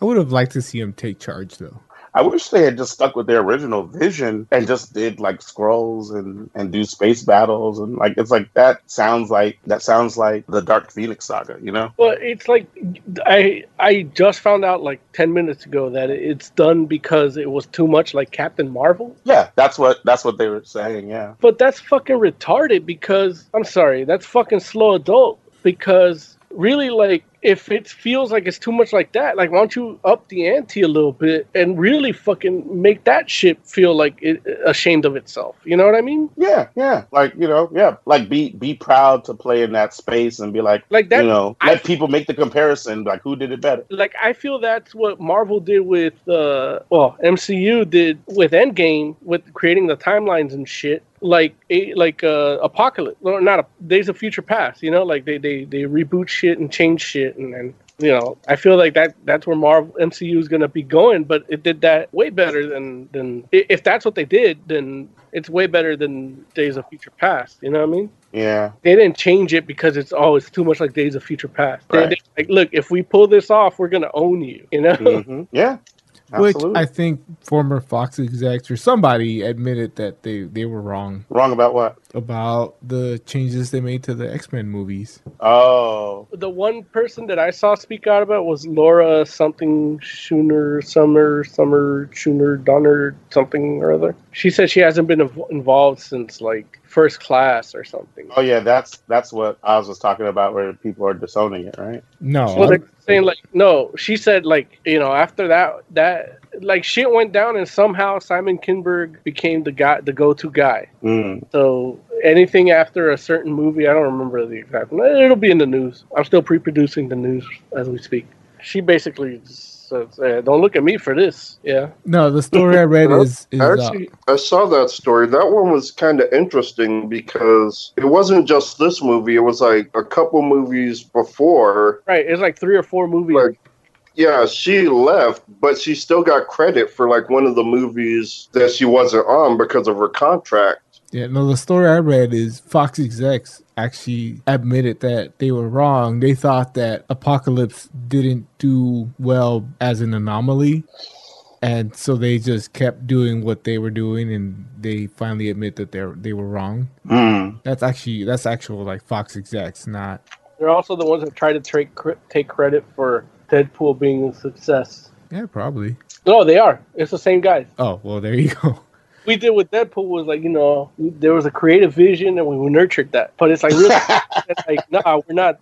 S4: I would have liked to see him take charge though.
S9: I wish they had just stuck with their original vision and just did like scrolls and and do space battles and like it's like that sounds like that sounds like the Dark Phoenix saga, you know?
S11: Well, it's like I I just found out like ten minutes ago that it's done because it was too much like Captain Marvel.
S9: Yeah, that's what that's what they were saying. Yeah,
S11: But that's fucking retarded because I'm sorry, that's fucking slow adult because really like if it feels like it's too much like that, like why don't you up the ante a little bit and really fucking make that shit feel like it, ashamed of itself. You know what I mean?
S9: yeah, yeah. Like you know, yeah. Like be be proud to play in that space and be like,
S11: Like that
S9: you know,
S11: I-
S9: let people make the comparison. Like who did it better?
S11: like I feel that's what Marvel did with uh well MCU did with Endgame with creating the timelines and shit like a, like uh Apocalypse or not a, Days of Future Past you know like they they they reboot shit and change shit and then you know I feel like that that's where Marvel MCU is gonna be going but it did that way better than than i- if that's what they did then it's way better than Days of Future Past you know what I mean <laughs>
S9: Yeah,
S11: they didn't change it because it's oh it's too much like Days of Future Past. They,
S9: Right.
S11: they- like look, if we pull this off, we're gonna own you. You know,
S9: hmm yeah.
S4: Which
S9: Absolutely.
S4: I think former Fox execs or somebody admitted that they, they were wrong
S9: Wrong about what?
S4: about the changes they made to the X Men movies.
S9: Oh,
S11: <laughs> the one person that I saw speak out about was Laura something Schooner Summer Summer Schooner Donner something or other. She said she hasn't been inv- involved since like first class or something.
S9: oh yeah. That's that's what Oz was talking about, where people are disowning it, right?
S4: No, I'm-
S11: Well, they're saying like no. She said like you know after that that like shit went down and somehow Simon Kinberg became the guy the go to guy.
S9: Mm. <laughs>
S11: So anything after a certain movie, I don't remember the exact. It'll be in the news. I'm still pre-producing the news as we speak. She basically says, eh, "Don't look at me for this." Yeah,
S4: no. The story I read is, is uh,
S10: Actually, I saw that story. That one was kind of interesting because it wasn't just this movie. It was like a couple movies before.
S11: right. It's like three or four movies.
S10: Like, yeah, she left, but she still got credit for like one of the movies that she wasn't on because of her contract.
S4: yeah. No, the story I read is Fox execs actually admitted that they were wrong. They thought that Apocalypse didn't do well as an anomaly, and so they just kept doing what they were doing, and they finally admit that they they were wrong.
S9: Mm.
S4: That's actually that's actual like Fox execs, not
S11: They're also the ones that try to take cre- take credit for Deadpool being a success.
S4: yeah, probably.
S3: Oh,
S11: No, they are. It's the same guys.
S4: Oh well, there you <laughs> go.
S11: We did with Deadpool was like you know there was a creative vision and we nurtured that, but it's like really it's like, nah, we're not.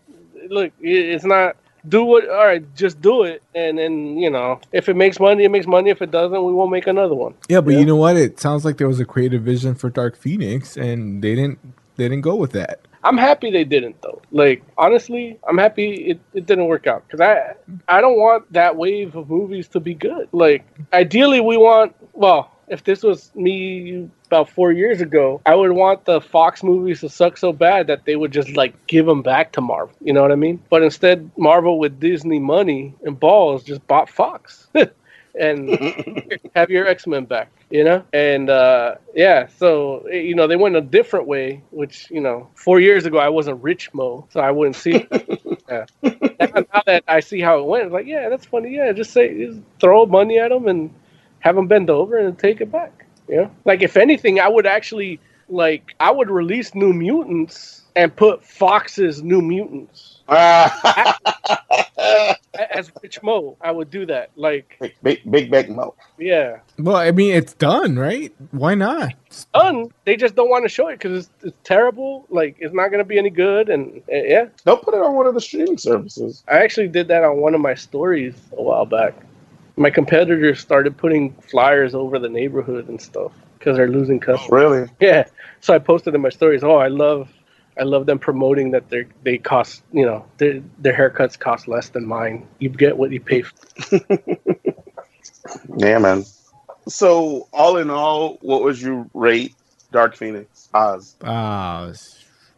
S11: Look, it- it's not. Do what? All right, just do it, and then you know, if it makes money, it makes money. If it doesn't, we won't make another one.
S4: Yeah, but
S11: Yeah.
S4: you know what? It sounds like there was a creative vision for Dark Phoenix, and they didn't they didn't go with that.
S11: I'm happy they didn't though. Like honestly, I'm happy it, it didn't work out because I I don't want that wave of movies to be good. Like ideally, we want well. If this was me about four years ago, I would want the Fox movies to suck so bad that they would just like give them back to Marvel. You know what I mean? But instead, Marvel with Disney money and balls just bought Fox. <laughs> and have your X Men back, you know? And uh, yeah, so, eh, you know, they went a different way, which, you know, four years ago I was a rich Mo, so I wouldn't see it. yeah.
S3: now, now that I see how it went, it's like, yeah, that's funny. Yeah, just say, just throw money at them and have them bend over and take it back. You know, like if anything, I would actually like I would release New Mutants and put Fox's New Mutants. As Rich Mo, I would do that. Like
S9: Big Big Mac Mo.
S3: Yeah.
S4: Well, I mean, it's done, right? Why not?
S3: done. They just don't want to show it because it's, it's terrible. Like it's not going to be any good. And uh, yeah,
S9: don't put it on one of the streaming services.
S3: I actually did that on one of my stories a while back. My competitors started putting flyers over the neighborhood and stuff because they're losing customers.
S9: Really?
S3: Yeah. So I posted in my stories. Oh, I love, I love them promoting that they they cost. You know, their their haircuts cost less than mine. You get what you pay for.
S9: Yeah, man. So all in all, what would you rate Dark Phoenix Oz?
S4: Uh,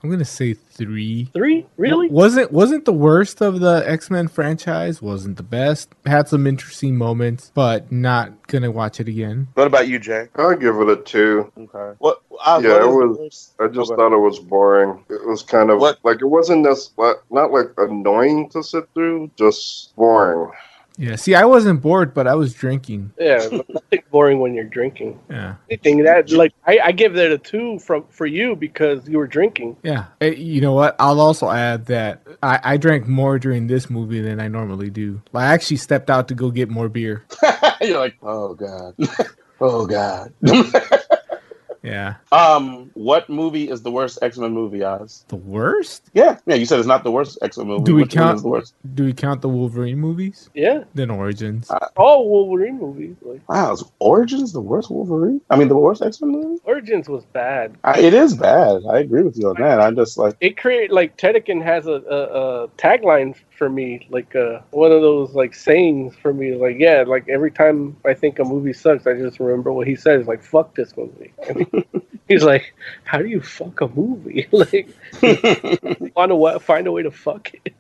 S4: I'm gonna say three.
S3: Three? Really?
S4: Wasn't wasn't the worst of the X Men franchise. Wasn't the best. Had some interesting moments, but not gonna watch it again.
S9: What about you, Jay?
S10: I'll give it a two.
S9: Okay. What? Oz, what is
S10: Yeah, it
S9: the
S10: was-
S9: worst- <laughs>
S10: I just
S9: Okay.
S10: thought it was boring. It was kind of
S9: What-
S10: like it wasn't this not like annoying to sit through, just boring.
S4: Yeah. See, I wasn't bored, but I was drinking.
S3: Yeah. <laughs> but nothing boring when you're drinking.
S4: Yeah.
S3: Anything that like I, I give that a two from for you because you were drinking.
S4: Yeah. Eh, you know what? I'll also add that I, I drank more during this movie than I normally do. Like, I actually stepped out to go get more beer.
S9: You're like, oh god, oh god.
S4: Yeah.
S9: um, what movie is the worst X Men movie, Oz?
S4: The worst?
S9: Yeah, yeah. You said it's not the worst X Men movie.
S4: Do we
S9: Which one
S4: count-
S9: is the worst?
S4: Do we count the Wolverine movies?
S3: Yeah.
S4: Then Origins.
S3: All Wolverine movies. Like
S9: Wow, is Origins the worst Wolverine? I mean, the worst X Men movie.
S3: Origins was bad.
S9: I, it is bad. I agree with you on that. I'm just like,
S3: it create like Tedekin has a, a, a tagline uh, for me, like uh, one of those like sayings for me, like yeah, like every time I think a movie sucks, I just remember what he says, like fuck this movie. <laughs> he's like, how do you fuck a movie? <laughs> like, want to find a way to fuck it.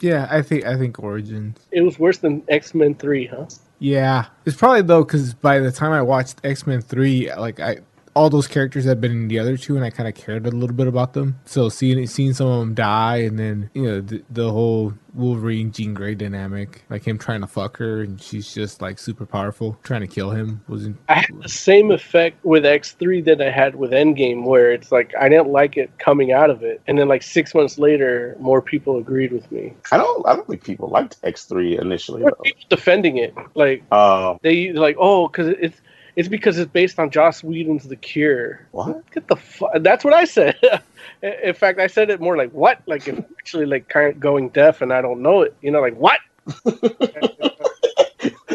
S4: Yeah, I think I think Origins.
S3: It was worse than X Men Three, huh?
S4: Yeah, it's probably though because by the time I watched X Men Three, like I all those characters had been in the other two, and I kind of cared a little bit about them. So seeing seeing some of them die, and then you know the, the whole Wolverine Jean Grey dynamic, like him trying to fuck her, and she's just like super powerful, trying to kill him. Wasn't
S3: I had the same effect with X three that I had with Endgame, where it's like I didn't like it coming out of it, and then like six months later, more people agreed with me.
S9: I don't. I don't think people liked X three initially.
S3: There were
S11: <laughs>
S9: Though.
S3: people defending it, like
S9: Um,
S3: they like oh because it's it's because it's based on Joss Whedon's The Cure.
S9: what? <laughs>
S3: Get the fu- That's what I said. <laughs> In- In fact, I said it more like what, like if actually like kind of going deaf and I don't know it. You know, like what?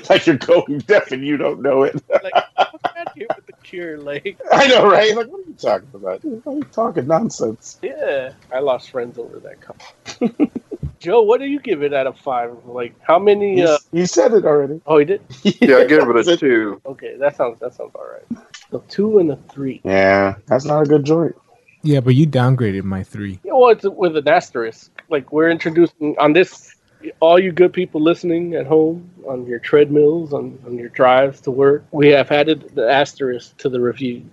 S9: like you're going deaf and you don't know it.
S3: Like fuck out here with The Cure. Like
S9: I know, right? Like, what are you talking about? Why are you talking nonsense?
S3: <laughs> yeah, I lost friends over that. Comment. <laughs> Joe, what do you give it out of five? Like how many?
S9: You,
S3: Uh,
S9: you said it already.
S3: oh, he did.
S10: Yeah, I
S9: <laughs>
S10: gave it a two.
S3: Okay, that sounds that sounds all right. The two and the three.
S9: Yeah, that's not a good joint.
S4: yeah, but you downgraded my three. <laughs>
S3: Yeah, well, it's with an asterisk. Like we're introducing on this, all you good people listening at home on your treadmills, on, on your drives to work, we have added the asterisk to the reviews.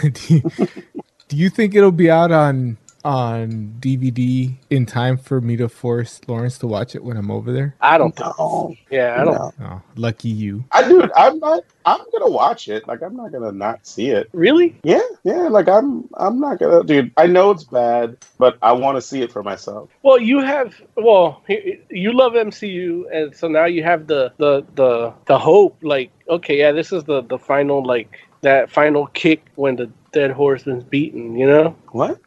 S4: do, you, do you think it'll be out on on DVD in time for me to force Lawrence to watch it when I'm over there?
S3: I don't. Think,
S9: No,
S3: yeah, I don't.
S9: no.
S4: Oh, lucky you.
S9: I do. I'm not. I'm gonna watch it. Like, I'm not gonna not see it.
S3: Really?
S9: Yeah, yeah. Like, I'm. I'm not gonna, dude. I know it's bad, but I want to see it for myself.
S3: Well, you have. Well, Oh, he- you love MCU, and so now you have the the the the hope. Like, okay, yeah, this is the the final like that final kick when the dead horseman's beaten. You know.
S9: What?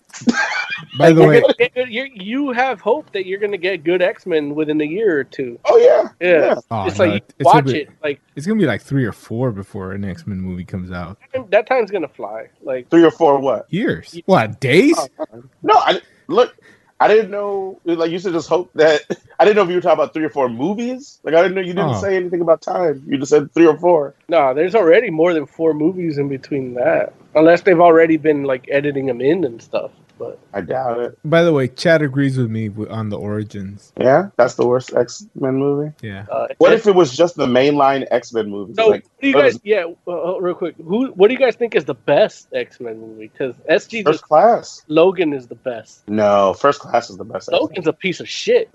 S4: By the way,
S3: You're gonna- you you have hope that you're going to get good X Men within a year or two.
S9: Oh yeah,
S3: Yeah.
S4: oh,
S3: it's
S4: no,
S3: like you
S4: gonna
S3: watch
S4: be-
S3: it. Like
S4: It's gonna be like three or four before an X Men movie comes out.
S3: that time's gonna fly. Like
S9: Three or four. What?
S4: Years? What days?
S3: oh.
S9: No, I look. I didn't know. Like you should just hope that <laughs> I didn't know if you were talking about three or four movies. Like I didn't know you didn't
S4: Oh.
S9: say anything about time. You just said three or four.
S3: no, there's already more than four movies in between that, unless they've already been like editing them in and stuff.
S9: but I doubt it.
S4: By the way, Chad agrees with me w- on the origins.
S9: Yeah, that's the worst X Men movie.
S4: Yeah.
S9: What if it was just the mainline X Men movies?
S3: So,
S9: like,
S3: what do you
S9: what
S3: guys?
S9: is
S3: Yeah, uh, uh, real quick. Who? What do you guys think is the best X Men movie? Because SG
S9: First
S3: just
S9: Class?
S3: Logan is the best.
S9: No, First Class is the best. X-Men.
S3: Logan's a piece of shit.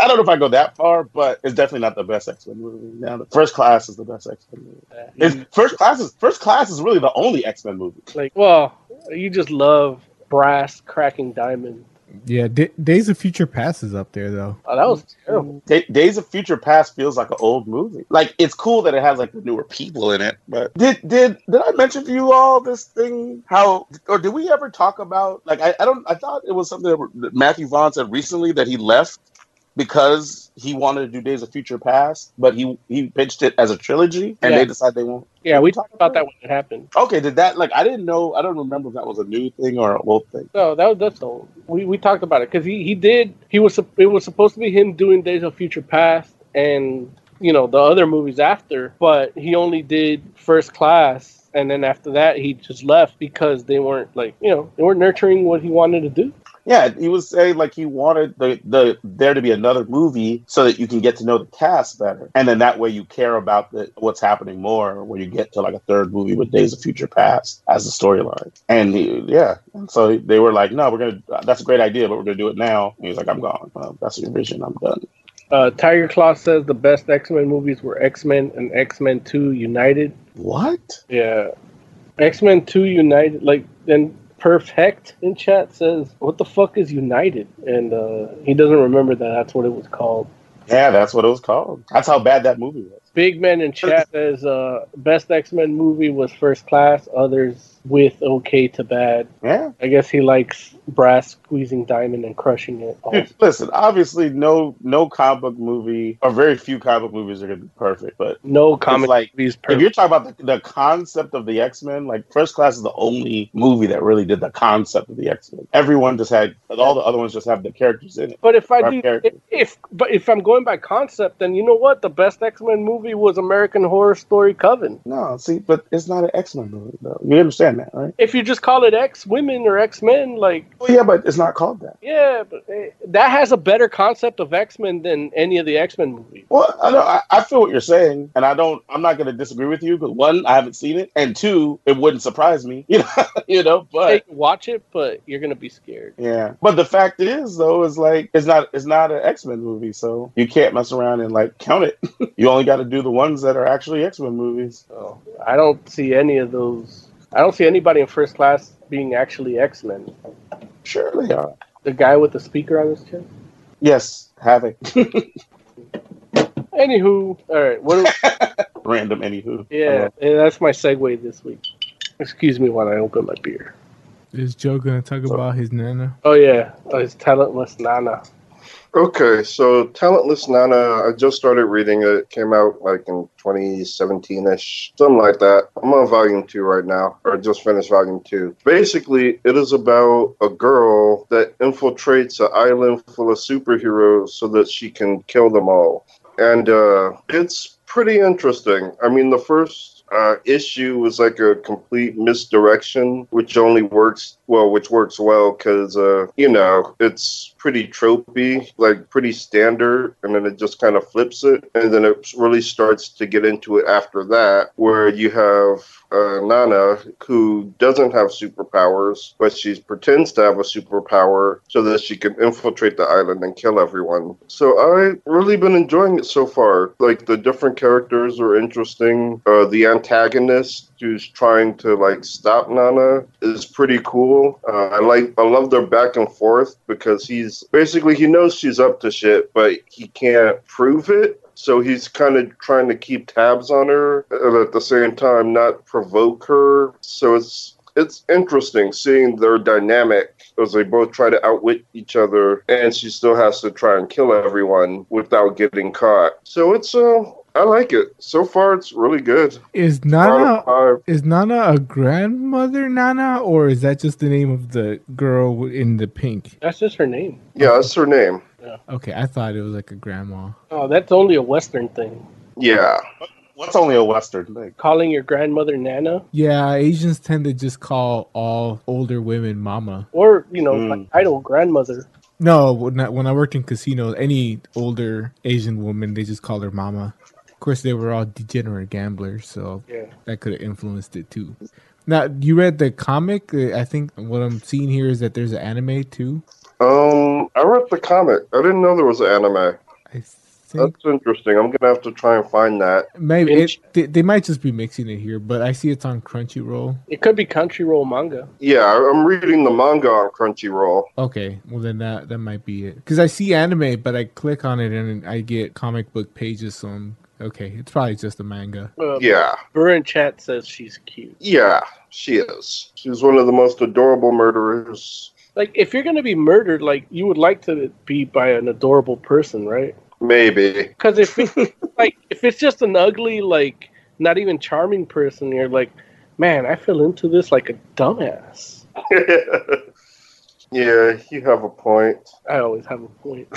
S9: I don't know if I go that far, but it's definitely not the best X Men movie. Now, the First Class is the best X Men movie. It's, first class is First Class is really the only X Men movie.
S3: like, well, you just love brass cracking diamond.
S4: Yeah. D- Days of Future Past is up there though.
S3: Oh, that was terrible.
S9: Da- Mm. Days of Future Past feels like an old movie. Like it's cool that it has like the newer people in it, but did did did I mention to you all this thing? How or did we ever talk about like I, I don't I thought it was something that that Matthew Vaughn said recently that he left because he wanted to do Days of Future Past, but he he pitched it as a trilogy and
S3: Yeah.
S9: they decided they won't.
S3: Yeah, we talked about that when it happened.
S9: Okay, did that like I didn't know I don't remember if that was a new thing or an old thing.
S3: No, that was that's old. We we talked about it because he he did he was sup- it was supposed to be him doing Days of Future Past and you know the other movies after, but he only did First Class. And then after that, he just left because they weren't like you know they weren't nurturing what he wanted to do.
S9: Yeah, he was saying like he wanted the, the there to be another movie so that you can get to know the cast better, and then that way you care about the, what's happening more when you get to like a third movie with Days of Future Past as the storyline. And he, yeah, and so they were like, "No, we're gonna that's a great idea, but we're gonna do it now." And he's like, "I'm gone. Well, that's your vision. I'm done."
S3: Uh, Tiger Claw says the best X Men movies were X Men and X Men Two United.
S9: What?
S3: Yeah. X Men 2 United, like, then Perfect in chat says, What the fuck is United? And uh, he doesn't remember that that's what it was called.
S9: Yeah, that's what it was called. That's how bad that movie was.
S3: Big Man in chat says, uh, Best X Men movie was First Class, others with okay to bad.
S9: Yeah.
S3: I guess he likes brass squeezing diamond and crushing it.
S9: Dude, listen, obviously, no, no comic book movie or very few comic book movies are gonna be perfect, but
S3: No comic
S9: like,
S3: movies
S9: If you're
S3: perfect.
S9: talking about the, the concept of the X Men, like First Class is the only movie that really did the concept of the X Men. Everyone just had all the other ones just have the characters in it.
S3: But if I
S9: Our
S3: do, if,
S9: character.
S3: if but if I'm going by concept, then you know what? The best X Men movie was American Horror Story Coven.
S9: No, see, but it's not an X Men movie though. You understand that, right?
S3: If you just call it X Women or X Men, like
S9: Well, yeah, but it's not called that.
S3: Yeah, but eh, that has a better concept of X Men than any of the X Men movies.
S9: Well, I, know, I I feel what you're saying, and I don't. I'm not going to disagree with you because one, I haven't seen it, and two, it wouldn't surprise me. <laughs> You know, you know. But
S3: Hey, watch it, but you're gonna be scared.
S9: Yeah, but the fact is, though, is like it's not it's not an X Men movie, so you can't mess around and like count it. <laughs> you only got to do the ones that are actually X Men movies.
S3: So I don't see any of those. I don't see anybody in first class being actually X Men.
S9: Sure, they are.
S3: The guy with the speaker on his chest.
S9: Yes, havoc.
S3: Anywho, all right. What? do-
S9: <laughs> Random, anywho. <laughs> Uh,
S3: yeah, and that's my segue this week. Excuse me while I open my beer.
S4: Is Joe gonna talk about his nana?
S3: Oh yeah, oh, it's talentless Nana.
S10: Okay, so Talentless Nana, I just started reading it. It Came out like in 2017 ish, something like that. I'm on volume two right now, or just finished volume two. Basically, it is about a girl that infiltrates an island full of superheroes so that she can kill them all. And uh, it's pretty interesting. I mean, the first. Uh, issue was like a complete misdirection, which only works well, which works well because uh, you know it's pretty tropey, like pretty standard, and then it just kind of flips it, and then it really starts to get into it after that, where you have uh, Nana who doesn't have superpowers, but she pretends to have a superpower so that she can infiltrate the island and kill everyone. So I really been enjoying it so far. Like the different characters are interesting. Uh, the antagonist who's trying to like stop Nana is pretty cool. Uh, I like I love their back and forth because he's basically he knows she's up to shit, but he can't prove it. So he's kind of trying to keep tabs on her, and at the same time not provoke her. So it's it's interesting seeing their dynamic as they both try to outwit each other, and she still has to try and kill everyone without getting caught. So it's uh, I like it so far. It's really good.
S4: Is
S10: Out of
S4: Nana
S10: five.
S4: is Nana a grandmother Nana, or is that just the name of the girl in the pink?
S3: That's just her name.
S10: Yeah, that's her name.
S4: Okay, I thought it was like a grandma.
S3: Oh, that's only a Western thing.
S10: Yeah,
S9: What's only a Western thing?
S3: Calling your grandmother Nana,
S4: Yeah, Asians tend to just call all older women mama.
S3: or you know,
S4: Mm.
S3: my idol grandmother.
S4: No, when I, when I worked in casinos, any older Asian woman, they just call her mama. Of course, they were all degenerate gamblers, so
S3: Yeah.
S4: that could have influenced it too. Now, you read the comic. Uh, I think what I'm seeing here is that there's an anime too.
S10: Um, I read the comic. I didn't know there was an anime. That's interesting. I'm gonna have to try and find that.
S4: Maybe it, they, they might just be mixing it here, but I see it's on Crunchyroll.
S3: It could be Country Roll manga.
S10: Yeah, I- I'm reading the manga on Crunchyroll.
S4: Okay, well then that that might be it. Because I see anime, but I click on it and I get comic book pages. So I'm, okay, it's probably just a manga.
S3: Uh,
S10: Yeah.
S3: Burr in chat says she's cute.
S10: Yeah, she is. She's one of the most adorable murderers.
S3: Like if you're gonna be murdered, like you would like to be by an adorable person, right?
S10: Maybe. <laughs>
S3: Because if it- like if it's just an ugly, like not even charming person, you're like, man, I fell into this like a dumbass.
S10: yeah, you have a point.
S3: I always have a point,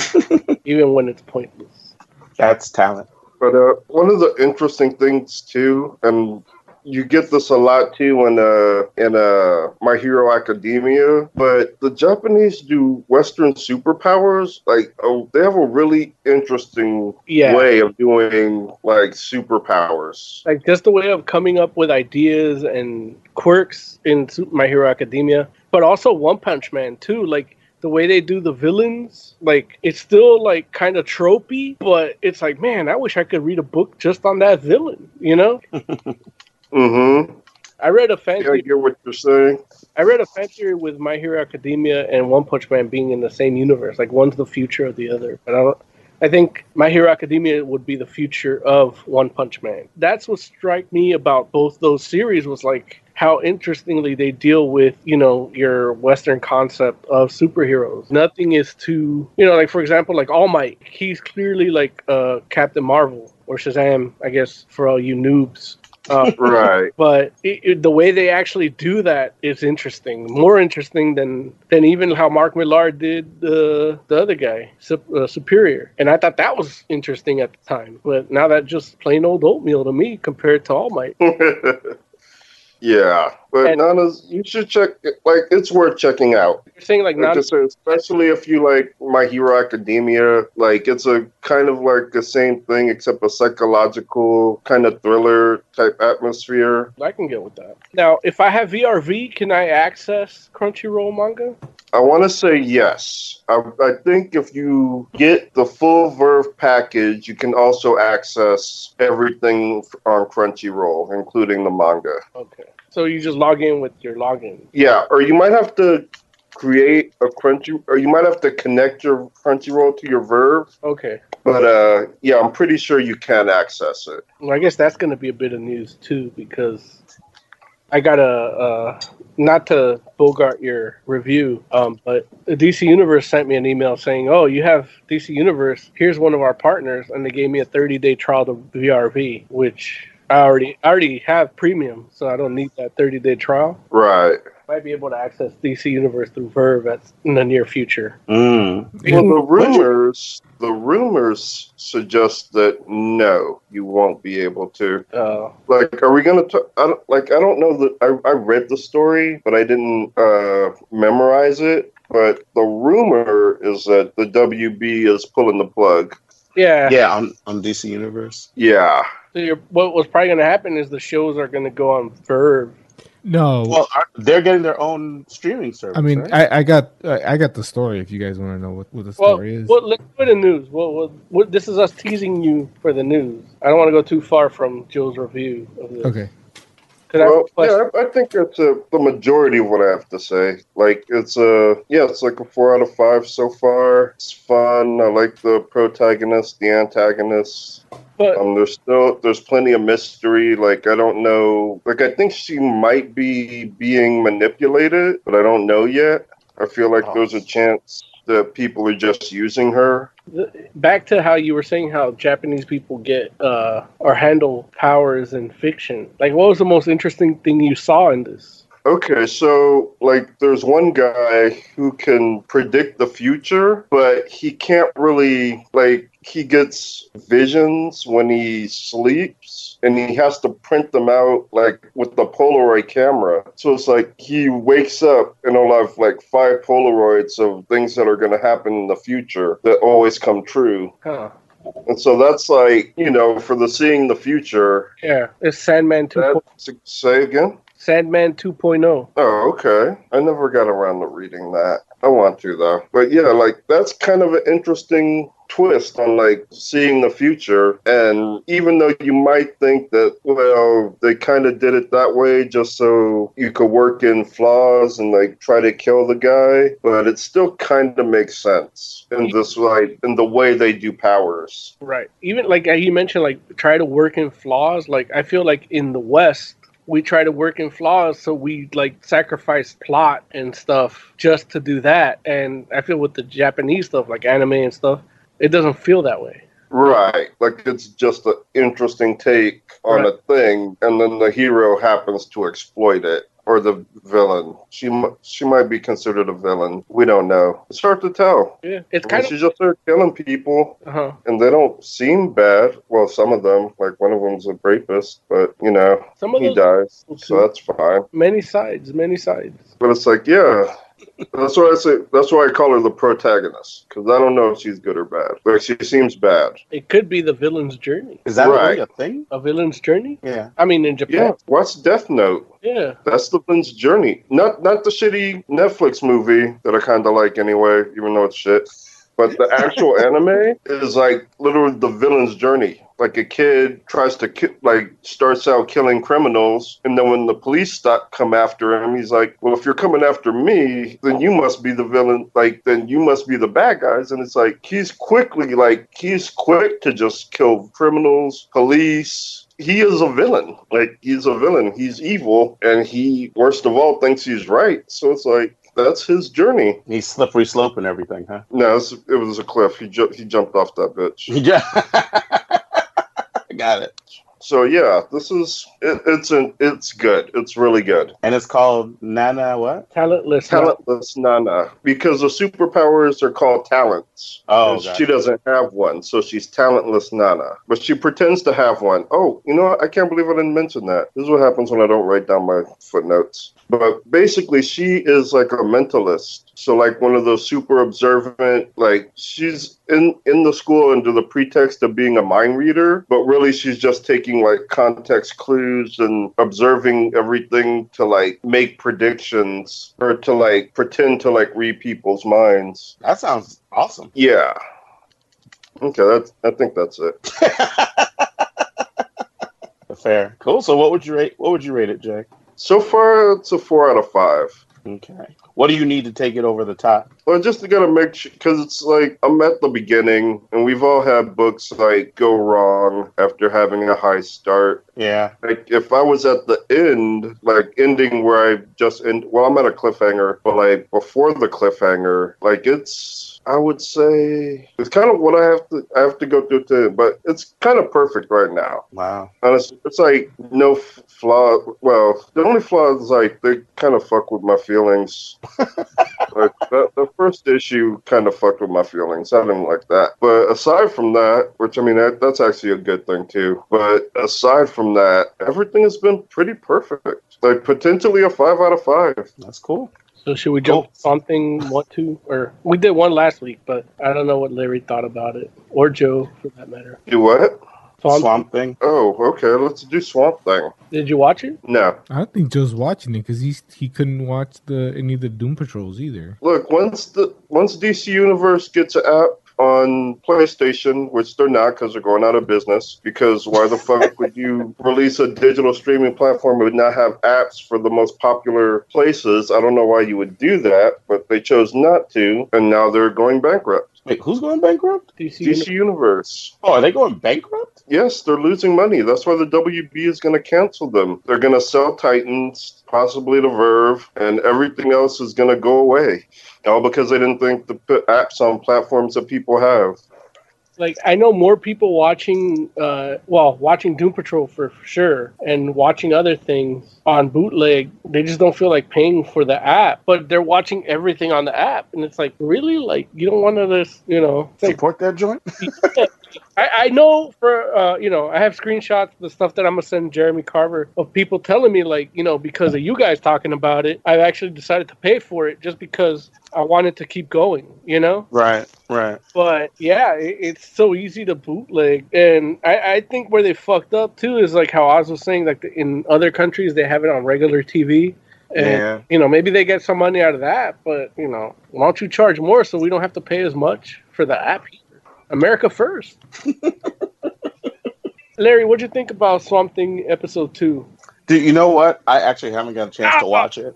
S3: even when it's pointless.
S9: That's talent.
S10: But uh, one of the interesting things too, and you get this a lot too in uh in uh My Hero Academia, but the Japanese do Western superpowers like oh they have a really interesting
S3: Yeah.
S10: way of doing like superpowers.
S3: Like just the way of coming up with ideas and quirks in Su- My Hero Academia, but also One Punch Man too. Like the way they do the villains, like it's still like kind of tropey, but it's like, man, I wish I could read a book just on that villain. You know,
S10: Mm-hmm.
S3: I read a fan.
S10: Yeah, I get what you're saying.
S3: I read a fan theory with My Hero Academia and One Punch Man being in the same universe. Like one's the future of the other. But I don't. I think My Hero Academia would be the future of One Punch Man. That's what struck me about both those series was like how interestingly they deal with you know your Western concept of superheroes. Nothing is too you know like for example like All Might. He's clearly like uh, Captain Marvel or Shazam, I guess for all you noobs. Uh,
S10: Right.
S3: but it, it- the way they actually do that is interesting, more interesting than than even how Mark Millard did the the other guy, Sup- uh, Superior. And I thought that was interesting at the time, but now that just plain old oatmeal to me compared to All Might.
S10: <laughs> Yeah, but Nana's you should check. Like it's worth checking out.
S3: You're saying like
S10: Like
S3: not
S10: I said, especially if you like My Hero Academia, like it's a kind of like the same thing except a psychological kind of thriller type atmosphere.
S3: I can get with that. Now, if I have VRV, can I access Crunchyroll manga?
S10: I want to say yes. I, I think if you get the full Verve package, you can also access everything on Crunchyroll, including the manga.
S3: Okay. So you just log in with your login.
S10: Yeah, or you might have to create a Crunchy, or you might have to connect your Crunchyroll to your Verve.
S3: Okay.
S10: But uh, yeah, I'm pretty sure you can access it.
S3: Well, I guess that's going to be a bit of news too because I got a uh, not to bogart your review, um, but the DC Universe sent me an email saying, "Oh, you have DC Universe. Here's one of our partners," and they gave me a 30 day trial to VRV, which I already I already have premium, so I don't need that 30 day trial.
S10: Right.
S3: Might be able to access DC Universe through Verve at, in the near future.
S10: Well, the rumors, the rumors suggest that no, you won't be able to.
S3: Uh,
S10: Like, are we gonna? T- I don't, like, I don't know that I, I read the story, but I didn't uh, memorize it. But the rumor is that the WB is pulling the plug.
S3: yeah,
S9: Yeah, on, on DC Universe.
S10: Yeah.
S3: So you're, what was probably going to happen is the shows are going to go on Verve.
S4: No,
S9: Well, are, they're getting their own streaming service.
S4: I mean,
S9: right?
S4: I, I got I, I got the story. If you guys want to know what, what the
S3: Well,
S4: story is,
S3: well, let's go to the news. Well, well, what, this is us teasing you for the news. I don't want to go too far from Joe's review of this.
S4: okay.
S3: Could I have a
S10: well,
S3: question?
S10: yeah, I, I think that's uh the majority of what I have to say. Like, it's a yeah, it's like a four out of five so far. It's fun. I like the protagonist, the antagonist.
S3: But-
S10: um, there's still there's plenty of mystery. Like, I don't know. Like, I think she might be being manipulated, but I don't know yet. I feel
S3: Oh.
S10: like there's a chance that people are just using her.
S3: The- Back to how you were saying how Japanese people get uh, or handle powers in fiction. Like, what was the most interesting thing you saw in this?
S10: Okay, so like there's one guy who can predict the future, but he can't really like he gets visions when he sleeps and he has to print them out like with the Polaroid camera. So it's like he wakes up and he'll have like five Polaroids of things that are gonna happen in the future that always come true.
S11: Huh.
S10: And so that's like, you know, for the seeing the future.
S11: Yeah, it's Sandman 2.0.
S10: Say again?
S11: Sandman 2.0.
S10: Oh, okay. I never got around to reading that. I want to though. But yeah, like that's kind of an interesting twist on like seeing the future and even though you might think that well they kind of did it that way just so you could work in flaws and like try to kill the guy but it still kind of makes sense in this like in the way they do powers
S11: Right. Even like uh, you mentioned, like try to work in flaws. Like I feel like in the West, we try to work in flaws, so we like sacrifice plot and stuff just to do that. And I feel with the Japanese stuff, like anime and stuff, it doesn't feel that way.
S10: Right. Like it's just an interesting take on a thing, and then the hero happens to exploit it, or the villain. She m- she might be considered a villain. We don't know. It's hard to tell.
S11: Yeah, it's
S10: I mean,
S11: kind of
S10: she's just there killing people,
S11: uh-huh.
S10: and they don't seem bad. Well, some of them, like one of them's a rapist, but you know,
S11: Some of
S10: he
S11: those-
S10: dies,
S11: too.
S10: so that's fine.
S11: many sides, many sides.
S10: But it's like, yeah. That's why I say. That's why I call her the protagonist because I don't know if she's good or bad. Like she seems bad.
S11: It could be the villain's journey.
S9: Is that
S10: Right.
S9: really a thing?
S11: A villain's journey?
S9: Yeah.
S11: I mean, in
S10: Yeah.
S11: Japan.
S10: Watch Death Note.
S11: Yeah.
S10: That's the Vince journey. Not not the shitty Netflix movie that I kind of like anyway, even though it's shit. But the actual anime is like literally the villain's journey. Like a kid tries to ki- like starts out killing criminals, and then when the police stop come after him, he's like, "Well, if you're coming after me, then you must be the villain. Like then you must be the bad guys." And it's like he's quickly like he's quick to just kill criminals, police, he is a villain. Like he's a villain. He's evil, and he worst of all thinks he's right. So it's like that's his journey.
S9: He's slippery slope and everything, huh? <laughs>
S10: No, it's, it was a cliff. He ju- he jumped off that bitch.
S9: Yeah. <laughs> Got it.
S10: So yeah, this is it, it's an it's good. It's really good.
S9: And it's called Nana what?
S11: Talentless.
S10: Talentless Nana because the superpowers are called talents.
S9: Oh,
S10: And
S9: got
S10: she
S9: it.
S10: doesn't have one, so she's talentless Nana. But she pretends to have one. Oh, you know what? I can't believe I didn't mention that. This is what happens when I don't write down my footnotes. But basically, she is like a mentalist. So, like one of those super observant, like she's in in the school under the pretext of being a mind reader, but really she's just taking like context clues and observing everything to like make predictions or to like pretend to like read people's minds.
S9: That sounds awesome.
S10: Yeah. Okay, that's I think that's it.
S9: Fair. Cool. So what would you rate what would you rate it, Jay?
S10: So far, it's a four out of five.
S9: Okay. What do you need to take it over the top?
S10: Well, just to gotta make sure, because it's like I'm at the beginning, and we've all had books like go wrong after having a high start.
S9: Yeah.
S10: Like if I was at the end, like ending where I just end. Well, I'm at a cliffhanger, but like before the cliffhanger, like it's. I would say it's kind of what I have to. I have to go through to, but it's kind of perfect right now.
S9: Wow.
S10: And it's, it's like no f- flaw. Well, the only flaw is like they kind of fuck with my feelings. like the, the first issue kind of fucked with my feelings. I didn't like that. But aside from that, which I mean, that, that's actually a good thing too. But aside from that, everything has been pretty perfect. Like potentially a five out of five.
S9: That's cool.
S11: So should we jump
S9: Cool.
S11: something? What to? Or we did one last week, but I don't know what Larry thought about it, or Joe for that matter.
S10: Do what?
S11: Tom,
S9: Swamp thing.
S10: Oh, okay. Let's do Swamp Thing.
S11: did you watch it?
S10: No.
S4: I don't think Joe's watching it because he he couldn't watch the any of the Doom Patrols either.
S10: Look, once the once DC Universe gets an app on PlayStation, which they're not because they're going out of business. Because why the fuck would you release a digital streaming platform and not have apps for the most popular places? I don't know why you would do that, but they chose not to, and now they're going bankrupt.
S9: Wait, who's going bankrupt?
S11: DC.
S10: DC Universe.
S9: Oh, are they going bankrupt?
S10: Yes, they're losing money. That's why the WB is going to cancel them. They're going to sell Titans, possibly to Verve, and everything else is going to go away. All because they didn't think to put apps on platforms that people have.
S11: like I know more people watching, uh, well, watching Doom Patrol for, for sure, and watching other things on bootleg. They just don't feel like paying for the app, but they're watching everything on the app, and it's like really, like you don't want to just, you know, it's like,
S9: support that joint.
S11: I, I know for uh, you know, I have screenshots of the stuff that I'm gonna send Jeremy Carver of people telling me like, you know, because of you guys talking about it, I've actually decided to pay for it just because I wanted to keep going, you know?
S9: <laughs> Right, right.
S11: But yeah, it, it's so easy to bootleg, and I, I think where they fucked up too is like how Oz was saying, like the, in other countries they have it on regular TV. And,
S9: Yeah.
S11: you know, maybe they get some money out of that, but, you know, why don't you charge more so we don't have to pay as much for the app here? America first. Larry, what'd you think about Swamp Thing episode two?
S9: Dude, you know what? I actually haven't got a chance to watch it.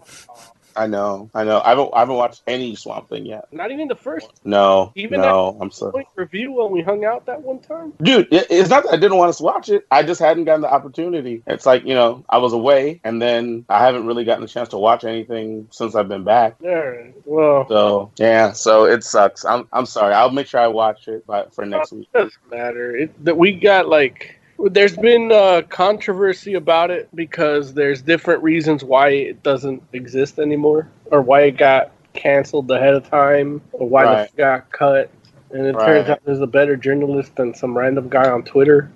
S9: I know, I know. I haven't, I haven't watched any Swamp Thing yet.
S11: Not even the first
S9: No,
S11: Even
S9: no, I'm sorry.
S11: point review when we hung out that one time.
S9: dude it- it's not that i didn't want to watch it i just hadn't gotten the opportunity it's like you know i was away and then i haven't really gotten a chance to watch anything since i've been back
S11: Alright, well,
S9: so yeah so it sucks i'm, I'm sorry i'll make sure i watch it by, for next week
S11: it doesn't matter. It, that we got like there's been uh, controversy about it because there's different reasons why it doesn't exist anymore, or why it got canceled ahead of time, or why
S9: Right.
S11: it got cut. And it
S9: Right.
S11: turns out there's a better journalist than some random guy on Twitter.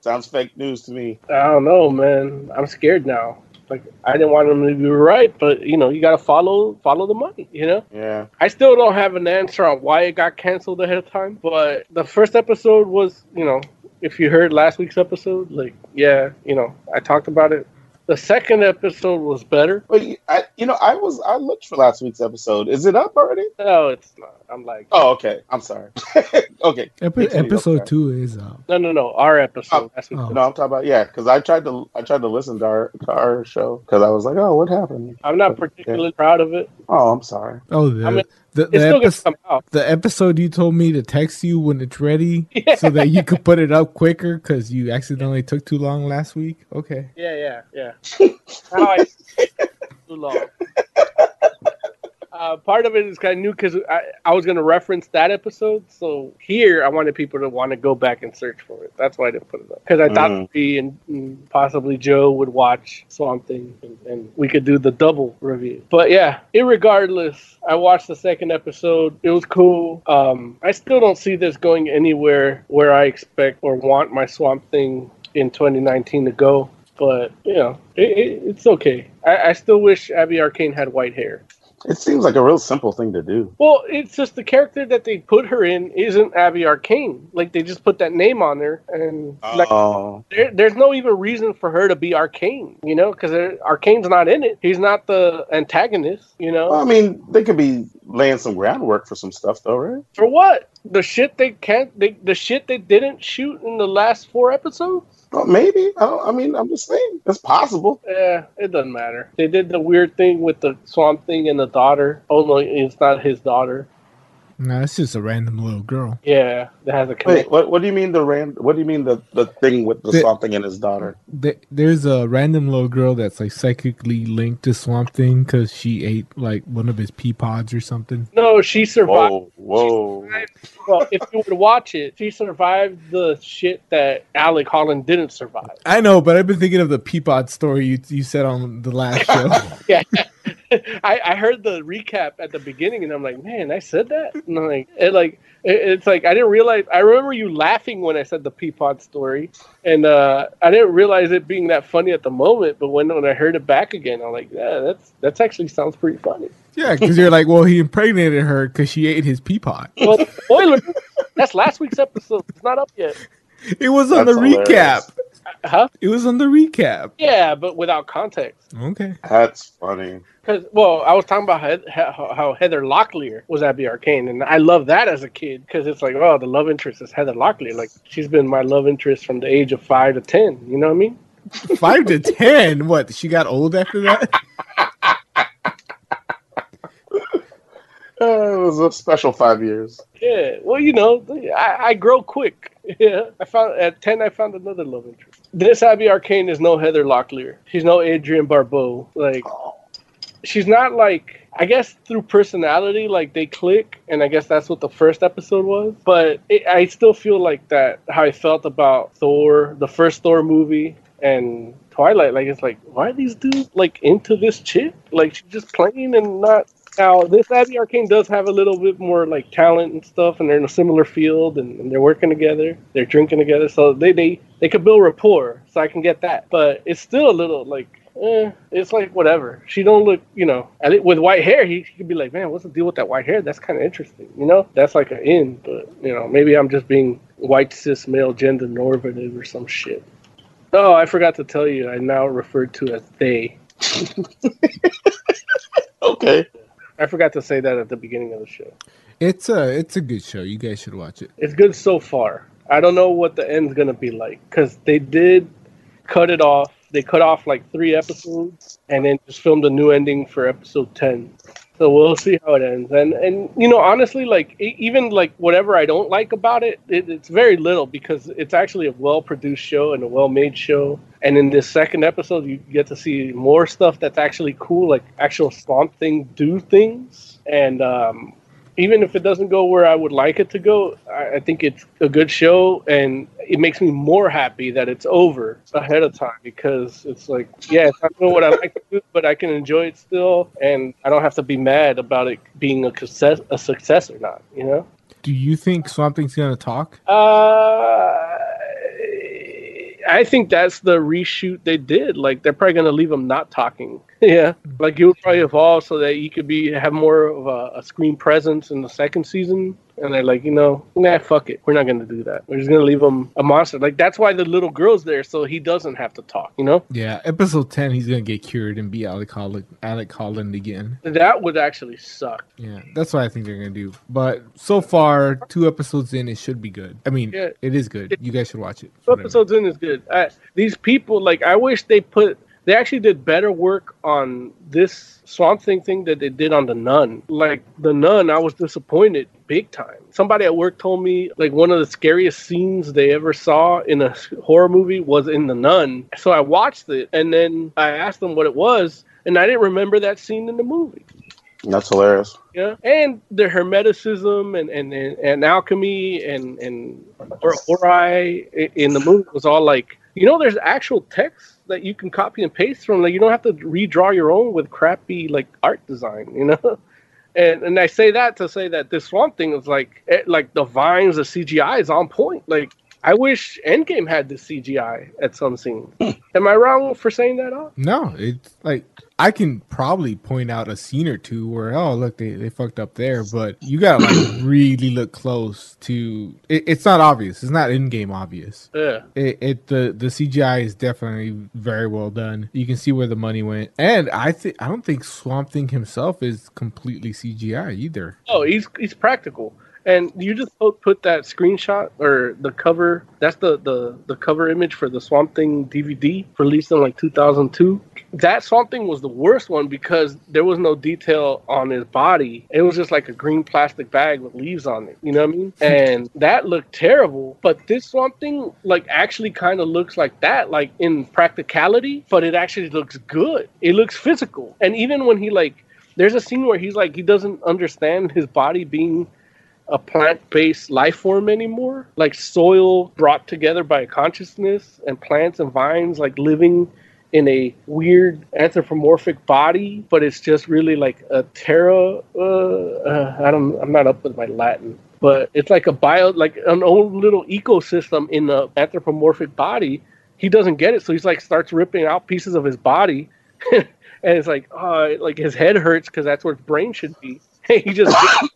S9: sounds fake news to me
S11: I don't know, man. I'm scared now. Like I didn't want him to be right, but you know, you gotta follow follow the money. You know.
S9: yeah
S11: I still don't have an answer on why it got canceled ahead of time, but the first episode was, you know, if you heard last week's episode, like, yeah, you know, I talked about it. The second episode was better.
S9: but you- I, you know i was i looked for last week's episode is it up already
S11: No, it's not. I'm like,
S9: oh okay i'm sorry <laughs> okay
S4: Epi-
S9: Continue,
S4: episode
S9: okay.
S4: two is up.
S11: no, no, no, our episode. Last week's
S4: Oh.
S9: no i'm talking about yeah because i tried to i tried to listen to our to our show because i was like oh what happened
S11: I'm not particularly proud of it.
S9: oh i'm sorry
S4: Oh, the
S11: I mean,
S4: the,
S11: It's
S4: the,
S11: still gonna
S4: epis
S11: come out.
S4: the episode you told me to text you when it's ready so that you could put it up quicker because you accidentally took too long last week. Okay.
S11: Yeah, yeah, yeah. How I too long. Uh, part of it is kind of new because I, I was going to reference that episode. So here, I wanted people to want to go back and search for it. That's why I didn't put it up because I thought
S9: Mm.
S11: me and, and possibly Joe would watch Swamp Thing and, and we could do the double review. But yeah, irregardless, I watched the second episode. It was cool. Um, I still don't see this going anywhere where I expect or want my Swamp Thing in 2019 to go. But you know, it, it, it's okay. I, I still wish Abby Arcane had white hair.
S9: It seems like a real simple thing to do.
S11: Well, it's just the character that they put her in isn't Abby Arcane. Like they just put that name on her, and like
S9: Oh,
S11: there, there's no even reason for her to be Arcane. You know, because Arcane's not in it. He's not the antagonist. You know,
S9: well, I mean, they could be laying some groundwork for some stuff, though, right?
S11: for what the shit they can't, they, the shit they didn't shoot in the last four episodes.
S9: Well, maybe. I, don't, I mean, I'm just saying it's possible.
S11: Yeah, Eh, it doesn't matter. They did the weird thing with the Swamp Thing and the daughter. Oh no, it's not his daughter.
S4: No, it's just a random little girl.
S11: Yeah, that has a
S9: Wait,
S11: connection.
S9: what? What do you mean the rand? What do you mean the, the thing with the
S4: The-
S9: something and his daughter?
S4: Th- There's a random little girl that's like psychically linked to Swamp Thing because she ate like one of his pea pods or something.
S11: No, she survived.
S9: Whoa, whoa!
S11: well, if you would watch it, she survived the shit that Alec Holland didn't survive. <laughs>
S4: I know, but I've been thinking of the pea pod story you you said on the <laughs> last show.
S11: Yeah, <laughs> I, I heard the recap at the beginning, and I'm like, man, I said that. And I'm like, it like it- it's like I didn't realize. I remember you laughing when I said the Peapod story, and uh, I didn't realize it being that funny at the moment. But when when I heard it back again, I'm like, yeah, that's that's actually sounds pretty funny.
S4: yeah, because you're like, well, he impregnated her because she ate his pea pod.
S11: Well, <laughs> spoiler, that's last week's episode. It's not up yet,
S4: It was on
S9: That's
S4: the
S9: hilarious.
S4: recap.
S11: huh?
S4: It was on the recap.
S11: Yeah, but without context.
S4: Okay.
S9: That's funny.
S11: Because well, I was talking about how, how, how Heather Locklear was Abby Arcane, and I love that as a kid because it's like, oh, the love interest is Heather Locklear. Like she's been my love interest from the age of five to ten. You know what I mean?
S4: Five to ten. What? She got old after that?
S9: Uh, it was a special five years.
S11: Yeah. Well, you know, I, I
S3: <laughs>
S11: grow quick. Yeah. I found at ten, I found another love interest. This Abby Arcane is no Heather Locklear. She's no Adrian Barbeau. Like she's not like
S3: I guess through personality, like they click, and I guess that's what the first episode was. But it, I still feel like that how I felt about Thor, the first Thor movie, and Twilight. Like it's like, why are these dudes like into this chick? Like she's just plain and not. Now this Abby Arcane does have a little bit more like talent and stuff, and they're in a similar field, and, and they're working together, they're drinking together, so they they they could build rapport. So I can get that, but it's still a little like eh, it's like whatever. She don't look, you know, at it, with white hair, he, he could be like, man, what's the deal with that white hair? That's kind of interesting, you know. That's like an in, but you know, maybe I'm just being white cis male gender normative or some shit. Oh, I forgot to tell you, I now referred to as they.
S11: okay.
S3: I forgot to say that at the beginning of the show.
S4: It's a it's a good show. You guys should watch it.
S3: It's good so far. I don't know what the end's gonna be like because they did cut it off they cut off like three episodes and then just filmed a new ending for episode 10 so we'll see how it ends and and you know honestly like e- even like whatever i don't like about it, it it's very little because it's actually a well produced show and a well made show and in this second episode you get to see more stuff that's actually cool like actual swamp thing do things and um even if it doesn't go where I would like it to go, I, I think it's a good show, and it makes me more happy that it's over ahead of time because it's like, yes, I know what I like to do, but I can enjoy it still, and I don't have to be mad about it being a success, a success or not. You know?
S4: Do you think Swamp Thing's gonna talk?
S3: Uh, I think that's the reshoot they did. Like they're probably gonna leave him not talking. <laughs> Yeah, like you would probably evolve so that you could be have more of a, a screen presence in the second season. And they're like, you know, nah, fuck it. We're not gonna do that. We're just gonna leave him a monster. Like that's why the little girl's there, so he doesn't have to talk. You know?
S4: Yeah, episode ten, he's gonna get cured and be Alec Holland, Alec Holland again.
S3: That would actually suck.
S4: Yeah, that's what I think they're gonna do. But so far, two episodes in, it should be good. I mean,
S3: Yeah.
S4: it is good. You guys should watch it.
S3: Two episodes in is good. I, these people, like, I wish they put. They actually did better work on this Swamp Thing thing that they did on the Nun. Like the Nun, I was disappointed big time. Somebody at work told me like one of the scariest scenes they ever saw in a s- horror movie was in the Nun. So I watched it and then I asked them what it was, and I didn't remember that scene in the movie.
S11: That's hilarious.
S3: Yeah, and the hermeticism and and and, and alchemy and and or, ori i- in the movie was all like you know there's actual text that you can copy and paste from like you don't have to redraw your own with crappy like art design you know <laughs> and and I say that to say that this swamp thing is like it, like the vines the CGI is on point like. I wish Endgame had the CGI at some scene. Am I wrong for saying that? Off?
S4: No, it's like I can probably point out a scene or two where oh look they, they fucked up there, but you gotta like <coughs> really look close to. It, it's not obvious. It's not in game obvious.
S3: Yeah.
S4: It, it the the CGI is definitely very well done. You can see where the money went, and I think I don't think Swamp Thing himself is completely CGI either.
S3: Oh, he's he's practical. And you just put, put that screenshot or the cover. That's the, the, the cover image for the Swamp Thing DVD released in like 2002. That Swamp Thing was the worst one because there was no detail on his body. It was just like a green plastic bag with leaves on it. You know what I mean? And that looked terrible. But this Swamp Thing like actually kind of looks like that, like in practicality. But it actually looks good. It looks physical. And even when he like there's a scene where he's like he doesn't understand his body being a plant-based life form anymore like soil brought together by consciousness and plants and vines like living in a weird anthropomorphic body but it's just really like a terra uh, uh, i don't i'm not up with my latin but it's like a bio like an old little ecosystem in an anthropomorphic body he doesn't get it so he's like starts ripping out pieces of his body and it's like uh like his head hurts because that's where his brain should be <laughs> he just <coughs>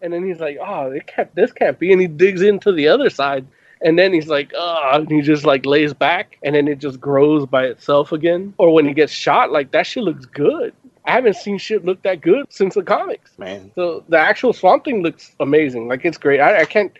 S3: and then he's like oh it can't this can't be and he digs into the other side and then he's like oh and he just like lays back and then it just grows by itself again or when he gets shot like that shit looks good i haven't seen shit look that good since the comics
S11: man
S3: so the actual swamp thing looks amazing like it's great i, I can't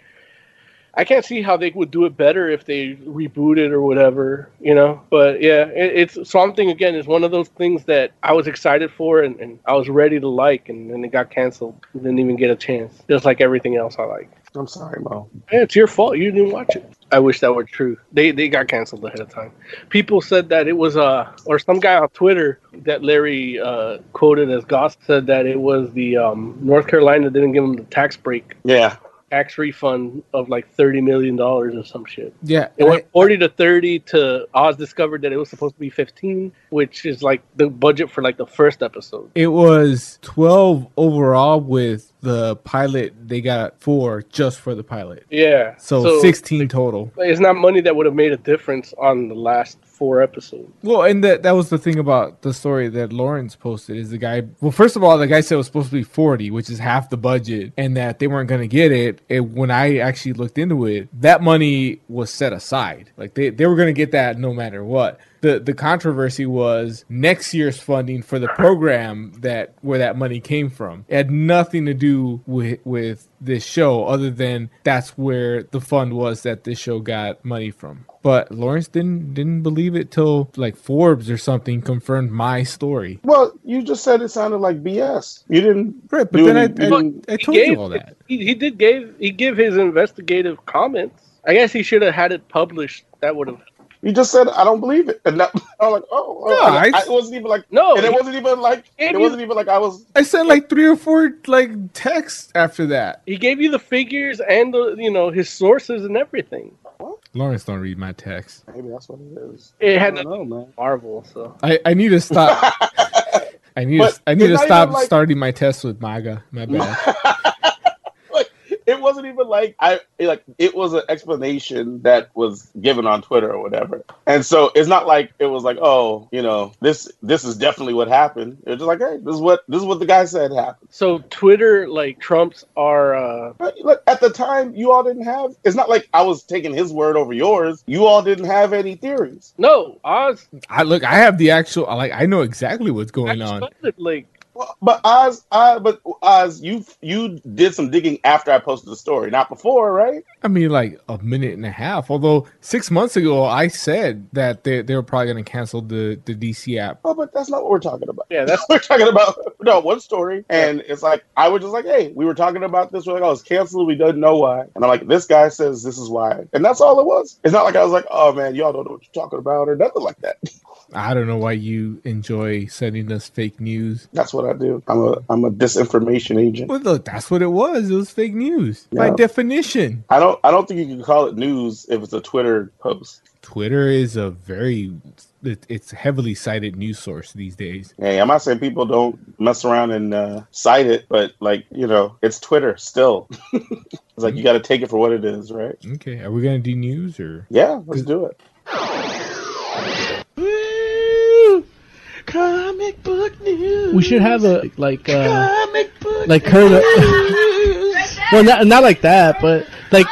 S3: I can't see how they would do it better if they rebooted or whatever, you know. But yeah, it, it's something again. Is one of those things that I was excited for and, and I was ready to like, and then it got canceled. Didn't even get a chance. Just like everything else I like.
S9: I'm sorry, Mo.
S3: Yeah, it's your fault. You didn't watch it. I wish that were true. They they got canceled ahead of time. People said that it was uh or some guy on Twitter that Larry uh, quoted as gossip said that it was the um, North Carolina didn't give him the tax break.
S9: Yeah.
S3: Tax refund of like thirty million dollars or some shit.
S4: Yeah,
S3: It went forty to thirty to Oz discovered that it was supposed to be fifteen, which is like the budget for like the first episode.
S4: It was 12 overall with the pilot. They got four just for the pilot.
S3: Yeah.
S4: So, 16 total.
S3: It's not money that would have made a difference on the last four episodes.
S4: Well, and that that was the thing about the story that Lawrence posted is the guy. Well, first of all, the guy said it was supposed to be forty, which is half the budget, and that they weren't going to get it. And when I actually looked into it, that money was set aside. Like they, they were going to get that no matter what. The the controversy was next year's funding for the program that where that money came from. It had nothing to do with with this show other than that's where the fund was that this show got money from. But Lawrence didn't didn't believe it till like Forbes or something confirmed my story.
S9: Well, you just said it sounded like BS. You didn't.
S4: Right, but
S9: do
S4: then I,
S9: any-
S4: I,
S9: didn't-
S4: I told you all that.
S3: He, he did gave he give his investigative comments. I guess he should have had it published. That would have.
S9: You just said I don't believe it, and that, <laughs> I'm like, oh,
S4: No,
S9: I,
S4: I-
S9: I- it wasn't even like
S3: no,
S9: and it wasn't even like
S3: gave
S9: it
S3: you-
S9: wasn't even like I was.
S4: I sent like three or four like texts after that.
S3: He gave you the figures and the you know his sources and everything.
S4: Lawrence don't read my text.
S9: Maybe that's what it is.
S3: It had
S9: I don't know, man.
S3: Marvel. So
S4: I, I need to
S9: <laughs>
S4: stop. I need to,
S9: But
S4: I need
S9: it's
S4: to
S9: not
S4: stop
S9: even, like-
S4: starting my tests with MAGA. My bad.
S9: It wasn't even like I like it was an explanation that was given on Twitter or whatever, and so it's not like it was like oh you know this this is definitely what happened. It was just like hey this is what this is what the guy said happened.
S3: so Twitter like trumps our. Uh,
S9: But look at the time you all didn't have. It's not like I was taking his word over yours. You all didn't have any theories.
S3: no, Oz
S4: I look. I have the actual. Like I know exactly what's going on.
S3: exploded, like
S9: Well, but Oz, Oz, but Oz, you you did some digging after I posted the story, not before, right?
S4: I mean, like a minute and a half. Although six months ago, I said that they they were probably going to cancel the the DC app.
S9: Oh, but that's not what we're talking about.
S3: yeah, that's
S9: <laughs> we're talking about no one story, and it's like I was just like, hey, we were talking about this. We're like, oh, it's canceled. We don't know why, and I'm like, this guy says this is why, and that's all it was. It's not like I was like, oh man, y'all don't know what you're talking about or nothing like that. <laughs>
S4: I don't know why you enjoy sending us fake news.
S9: That's what I do. I'm a I'm a disinformation agent.
S4: Well, look, that's what it was. It was fake news by
S9: Yeah.
S4: definition.
S9: I don't I don't think you can call it news if it's a Twitter post.
S4: Twitter is a very it, it's a heavily cited news source these days.
S9: Hey, I'm not saying people don't mess around and uh, cite it, but like you know, it's Twitter still. <laughs> it's like you got to take it for what it is, right?
S4: Okay, are we gonna do news or?
S9: Yeah, let's do it.
S12: Comic book news.
S11: We should have a like uh
S12: comic book
S11: like her
S12: news.
S11: <laughs> well not not like that, but like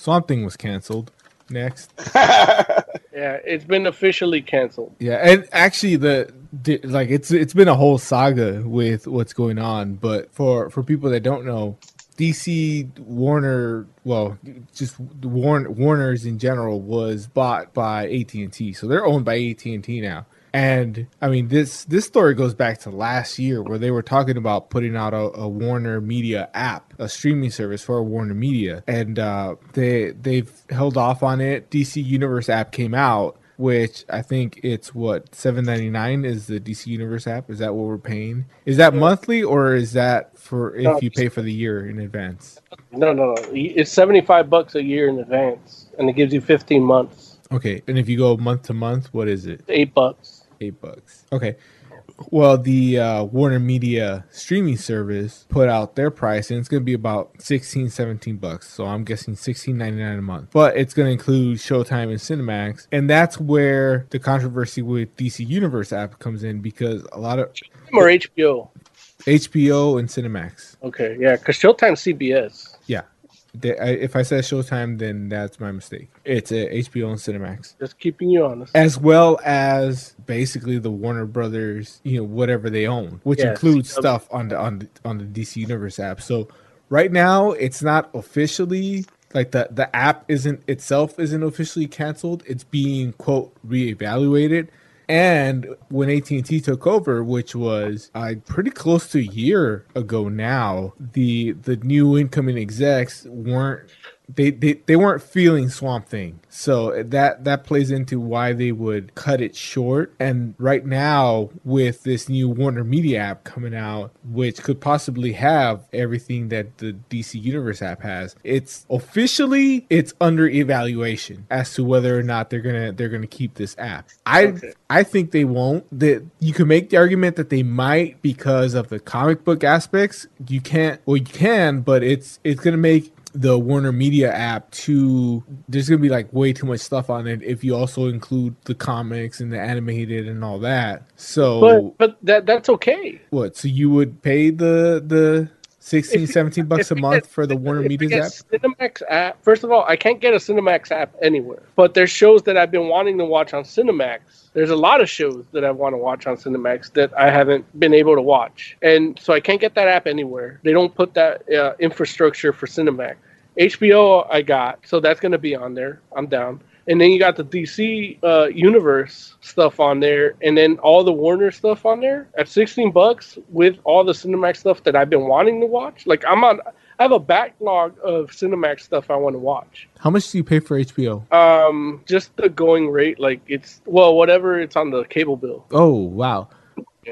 S4: Swamp Thing was canceled. Next,
S3: yeah. It's been officially canceled.
S4: yeah, and actually the di- like it's it's been a whole saga with what's going on. But for for people that don't know, DC Warner, well, just Warner Warner's in general was bought by AT and T, so they're owned by AT and T now. And I mean this this story goes back to last year where they were talking about putting out a, a Warner Media app, a streaming service for Warner Media, and uh, they they've held off on it. DC Universe app came out, which I think it's what seven ninety nine is the DC Universe app. Is that what we're paying? Is that monthly or is that for if you pay for the year in advance?
S3: No, no, no. It's seventy five bucks a year in advance, and it gives you fifteen months.
S4: Okay, and if you go month to month, what is it?
S3: Eight bucks.
S4: Eight bucks. Okay. Well, the uh, Warner Media streaming service put out their price, and it's going to be about 16, 17 bucks. So I'm guessing sixteen ninety nine a month. But it's going to include Showtime and Cinemax, and that's where the controversy with DC Universe app comes in because a lot of
S3: Or HBO.
S4: HBO and Cinemax.
S3: Okay, yeah, because Showtime CBS.
S4: Yeah, they, I, if I said Showtime, then that's my mistake. It's uh, a HBO and Cinemax.
S3: Just keeping you honest.
S4: as well as basically the Warner Brothers, you know, whatever they own, which
S3: Yes.
S4: includes stuff on the on the on the DC Universe app. So right now it's not officially like the the app isn't itself isn't officially canceled. It's being quote reevaluated. And when AT and T took over, which was uh, pretty close to a year ago now, the the new incoming execs weren't they, they they weren't feeling Swamp Thing, so that that plays into why they would cut it short. And right now, with this new Warner Media app coming out, which could possibly have everything that the DC Universe app has, it's officially it's under evaluation as to whether or not they're gonna they're gonna keep this app. I I think they won't. That you can make the argument that they might because of the comic book aspects. You can't. Well, you can, but it's it's gonna make the Warner Media app to there's gonna be like way too much stuff on it if you also include the comics and the animated and all that. So
S3: But but that that's okay.
S4: what? So you would pay the the 16, 17 bucks a month for the Warner
S3: If I
S4: Media
S3: get
S4: app?
S3: Cinemax app. First of all, I can't get a Cinemax app anywhere. But there's shows that I've been wanting to watch on Cinemax. There's a lot of shows that I want to watch on Cinemax that I haven't been able to watch, and so I can't get that app anywhere. They don't put that uh, infrastructure for Cinemax. HBO I got, so that's going to be on there. I'm down. And then you got the DC uh, Universe stuff on there, and then all the Warner stuff on there at 16 bucks with all the Cinemax stuff that I've been wanting to watch. Like I'm on, I have a backlog of Cinemax stuff I want to watch.
S4: How much do you pay for HBO?
S3: Um, just the going rate, like it's well, whatever it's on the cable bill.
S4: Oh wow.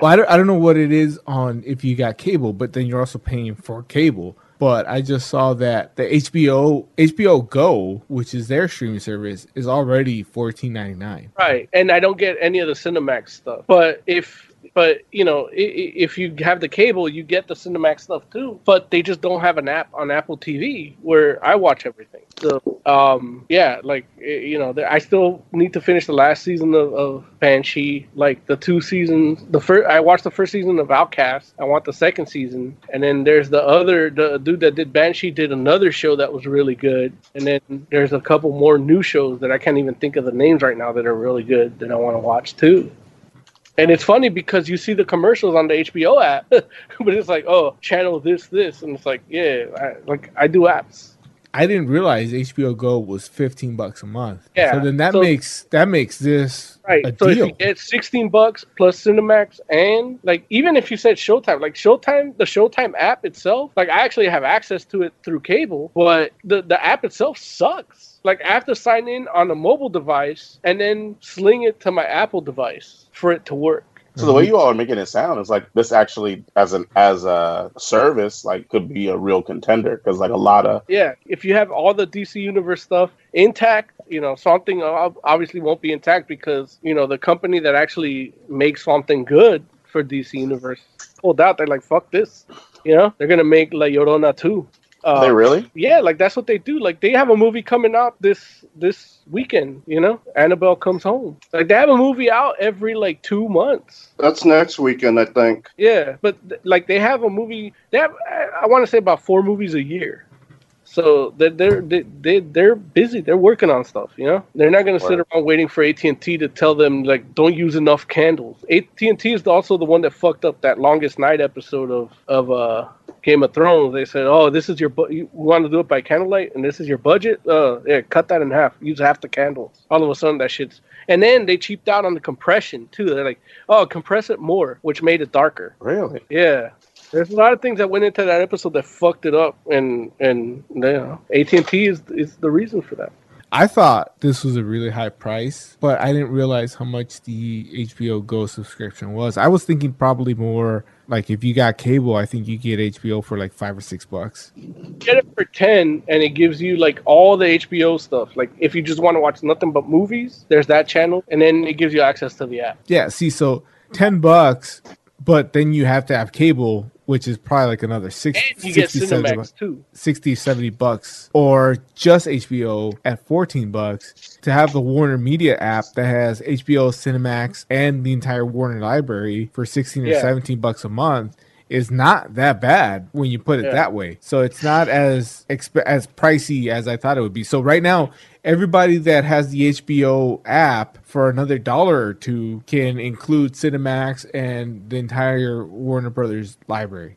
S4: Well, I don't, I don't know what it is on if you got cable, but then you're also paying for cable. But I just saw that the HBO HBO Go, which is their streaming service, is already fourteen ninety nine.
S3: Right, and I don't get any of the Cinemax stuff. But if but you know i- i- if you have the cable, you get the Cinemax stuff too. But they just don't have an app on Apple TV where I watch everything. So um, yeah, like i- you know, there- I still need to finish the last season of, of Banshee. Like the two seasons, the first I watched the first season of Outcast. I want the second season, and then there's the other the dude that did Banshee did another show that was really good, and then there's a couple more new shows that I can't even think of the names right now that are really good that I want to watch too. And it's funny because you see the commercials on the HBO app, <laughs> but it's like, oh, channel this, this, and it's like, yeah, I, like I do apps.
S4: I didn't realize HBO Go was fifteen bucks a month.
S3: Yeah,
S4: So then that
S3: so-
S4: makes that makes this
S3: Right.
S4: a
S3: so if
S4: deal.
S3: you get sixteen bucks plus Cinemax and like even if you said Showtime, like Showtime, the Showtime app itself, like I actually have access to it through cable, but the the app itself sucks. Like I have to sign in on a mobile device and then sling it to my Apple device for it to work.
S9: So the way
S4: Mm-hmm.
S9: you all are making it sound is like this actually as an as a service like could be a real contender because like a lot of
S3: Yeah, if you have all the DC Universe stuff intact, you know, something ob- obviously won't be intact because, you know, the company that actually makes something good for DC Universe pulled out. They're like, fuck this. You know, they're going to make La Llorona 2. Uh,
S4: Oh,
S9: They really?
S3: Yeah, like that's what they do. Like they have a movie coming out this this weekend, you know? Annabelle comes home. Like they have a movie out every like 2 months.
S10: That's next weekend, I think.
S3: Yeah, but th- like they have a movie. They have I, I want to say about four movies a year. So they're they're they- they they're busy. They're working on stuff. You know, they're not going to sit
S13: Right.
S3: around waiting for AT and T to tell them like don't use enough candles. AT and T is also the one that fucked up that longest night episode of of uh, Game of Thrones. They said, oh, this is your bu- you want to do it by candlelight, and this is your budget. Uh, yeah, cut that in half. Use half the candles. All of a sudden, that shit's and then they cheaped out on the compression too. They're like, oh, compress it more, which made it darker.
S9: Really?
S3: Yeah. There's a lot of things that went into that episode that fucked it up, and and you know, AT and T is is the reason for that.
S4: I thought this was a really high price, but I didn't realize how much the HBO Go subscription was. I was thinking probably more like if you got cable, I think you get HBO for like five or six bucks.
S3: Get it for ten, and it gives you like all the HBO stuff. Like if you just want to watch nothing but movies, there's that channel, and then it gives you access to the app.
S4: Yeah, see, so ten bucks, but then you have to have cable, which is probably like another six,
S3: And you get
S4: 60, 70
S3: Cinemax,
S4: bucks,
S3: too.
S4: 60, 70 bucks, or just HBO at fourteen bucks to have the Warner Media app that has HBO, Cinemax, and the entire Warner library for sixteen or
S14: Yeah.
S4: seventeen bucks a month. Is not that bad when you put it
S14: Yeah.
S4: that way. So it's not as exp- as pricey as I thought it would be. So right now, everybody that has the HBO app for another dollar or two can include Cinemax and the entire Warner Brothers library.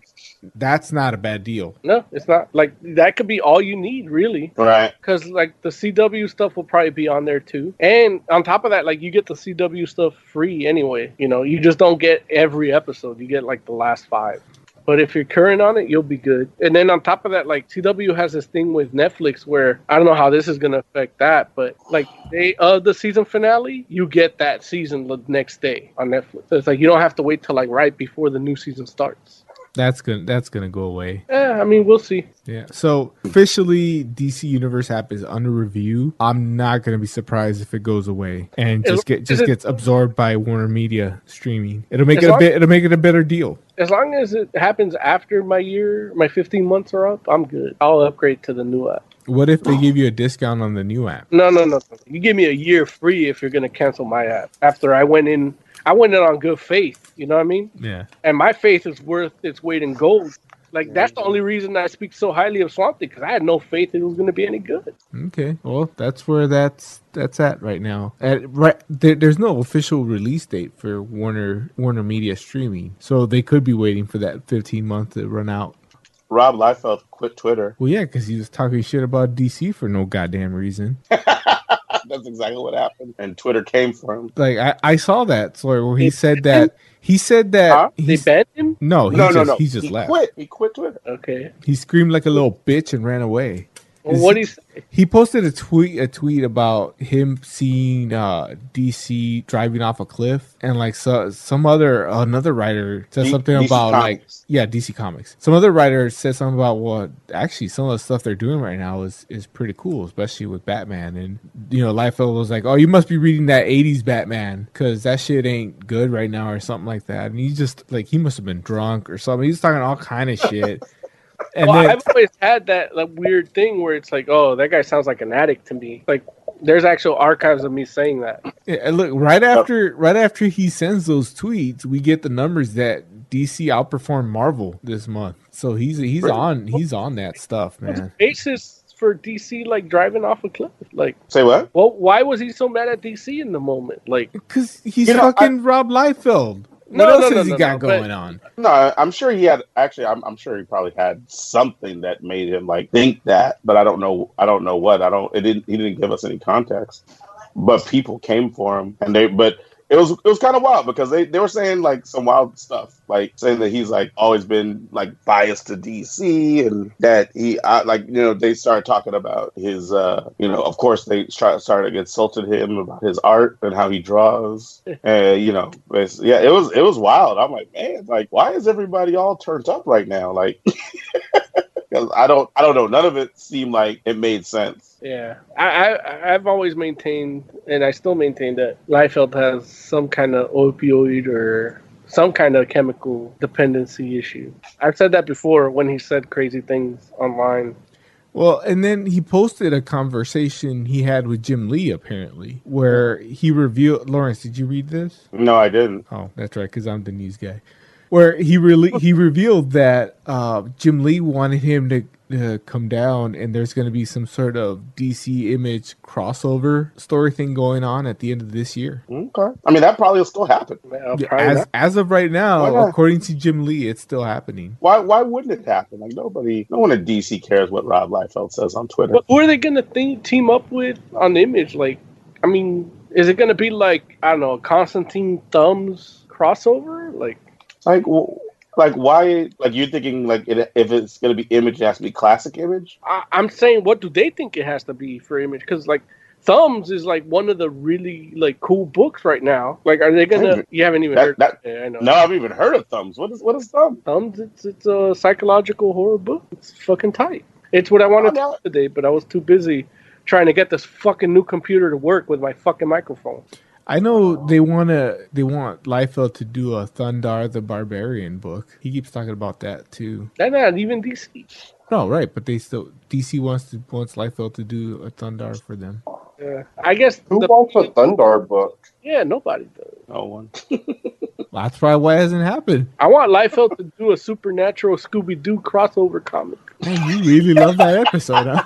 S4: that's not a bad deal.
S3: No, it's not like that could be all you need, really.
S9: Right.
S3: Because like the CW stuff will probably be on there too, and on top of that, like you get the CW stuff free anyway. You know, you just don't get every episode. You get like the last five. But if you're current on it, you'll be good. And then on top of that, like CW has this thing with Netflix where I don't know how this is going to affect that, but like they uh the season finale, you get that season the next day on Netflix. So it's like you don't have to wait till like right before the new season starts.
S4: That's gonna that's gonna go away.
S3: Yeah, I mean we'll see.
S4: Yeah. So officially, DC Universe app is under review. I'm not gonna be surprised if it goes away and
S3: As
S4: just get just
S3: it-
S4: gets absorbed by Warner Media streaming. It'll make
S3: As
S4: it a
S3: long-
S4: bit. It'll make it a better deal.
S3: As long as it happens after my year, my 15 months are up, I'm good. I'll upgrade to the new app.
S4: What if they give you a discount on the new app?
S3: No, no, no. no. You give me a year free if you're going to cancel my app. After I went in, I went in on good faith. You know what I mean?
S4: Yeah.
S3: and my faith is worth its weight in gold. Like that's the only reason I speak so highly of Swamp Thing because I had no faith it was going to be any good.
S4: Okay. Well, that's where that's that's at right now. At right there, there's no official release date for Warner Warner Media streaming, so they could be waiting for that 15 month to run out.
S9: Rob Liefeld quit Twitter. <laughs>
S4: Well, yeah, because he was talking shit about DC for no goddamn reason.
S9: That's exactly what happened. And Twitter came for him.
S4: Like I, I saw that story where he said that he said that
S3: they banned him.
S4: No, he
S9: no,
S4: just,
S9: no, no.
S4: He just
S9: he
S4: left.
S9: Quit. He quit Twitter.
S3: Okay.
S4: He screamed like a little bitch and ran away.
S3: Well,
S4: Is-
S3: what do you say?
S4: He posted a tweet a tweet about him seeing uh, DC driving off a cliff and like so, some other another writer said
S6: D-
S4: something
S6: DC
S4: about like
S6: Comics.
S4: yeah DC Comics. Some other writer said something about well actually some of the stuff they're doing right now is is pretty cool, especially with Batman and you know Liefeld was like oh you must be reading that '80s Batman because that shit ain't good right now or something like that and he just like he must have been drunk or something. He's talking all kind of shit. And
S3: well,
S4: then,
S3: I've always had that, that weird thing where it's like, oh, that guy sounds like an addict to me. Like there's actual archives of me saying that.
S4: Yeah, and look, right after right after he sends those tweets, we get the numbers that DC outperformed Marvel this month. So he's he's
S3: Right.
S4: on he's on that
S3: <laughs>
S4: stuff, man.
S3: Basis for DC like driving off a cliff. Like
S9: say what?
S3: Well, why was he so mad at DC in the moment? Like
S4: because he's fucking Rob Liefeld. What
S3: No,
S4: else
S3: no, no,
S4: has he
S3: no,
S4: got
S3: no, but-
S4: going on?
S9: No, I- I'm sure he had. Actually, I'm, I'm sure he probably had something that made him like think that, but I don't know. I don't know what. I don't. It didn't. He didn't give us any context. But people came for him, and they. But it was it was kind of wild because they they were saying like some wild stuff, like saying that he's like always been like biased to DC, and that he I, like you know they started talking about his uh you know of course they start, started insulted him about his art and how he draws, and you know it's, yeah it was it was wild. I'm like man like why is everybody all turned up right now like. <laughs> 'cause I don't, I don't know. None of it seemed like it made sense.
S3: Yeah, I, I I've always maintained, and I still maintain that Liefeld has some kind of opioid or some kind of chemical dependency issue. I've said that before when he said crazy things online.
S4: Well, and then he posted a conversation he had with Jim Lee apparently, where he revealed. Lawrence, did you read this?
S9: No, I didn't.
S4: Oh, that's right, because I'm the news guy. Where he really he revealed that uh, Jim Lee wanted him to uh, come down, and there's going to be some sort of DC image crossover story thing going on at the end of this year.
S9: Okay, I mean that probably will still happen.
S4: Yeah, as, as of right
S9: Why
S4: now,
S9: not?
S4: according to Jim Lee, it's still happening.
S9: Why why wouldn't it happen? Like nobody no one at DC cares what Rob Liefeld says on Twitter.
S3: But who are they gonna think, team up with on Image? Like, I mean, is it gonna be like I don't know Constantine Thumbs crossover? Like,
S9: Like w- like why like you're thinking like it, if it's gonna be image it has to be classic image?
S3: I, I'm saying, what do they think it has to be for image? Because like, Thumbs is like one of the really like cool books right now. Like, are they gonna? You haven't even
S9: That-
S3: heard.
S9: that-
S3: yeah, I know.
S9: No, I've even heard of Thumbs. What is what is Thumbs?
S3: Thumbs. It's it's a psychological horror book. It's fucking tight. It's what I wanted to do today, but I was too busy trying to get this fucking new computer to work with my fucking microphone.
S4: I know they want to they want Liefeld to do a Thundar the Barbarian book. He keeps talking about that too.
S3: That's not even DC.
S4: No, right, but they still DC wants to wants Liefeld to do a Thundar for them.
S3: Yeah. I guess
S10: who wants a Thundar book?
S3: Yeah, nobody does.
S9: No one.
S4: That's probably why it hasn't happened.
S3: I want Liefeld to do a supernatural Scooby Doo crossover comic.
S4: Man, you really love that episode, huh?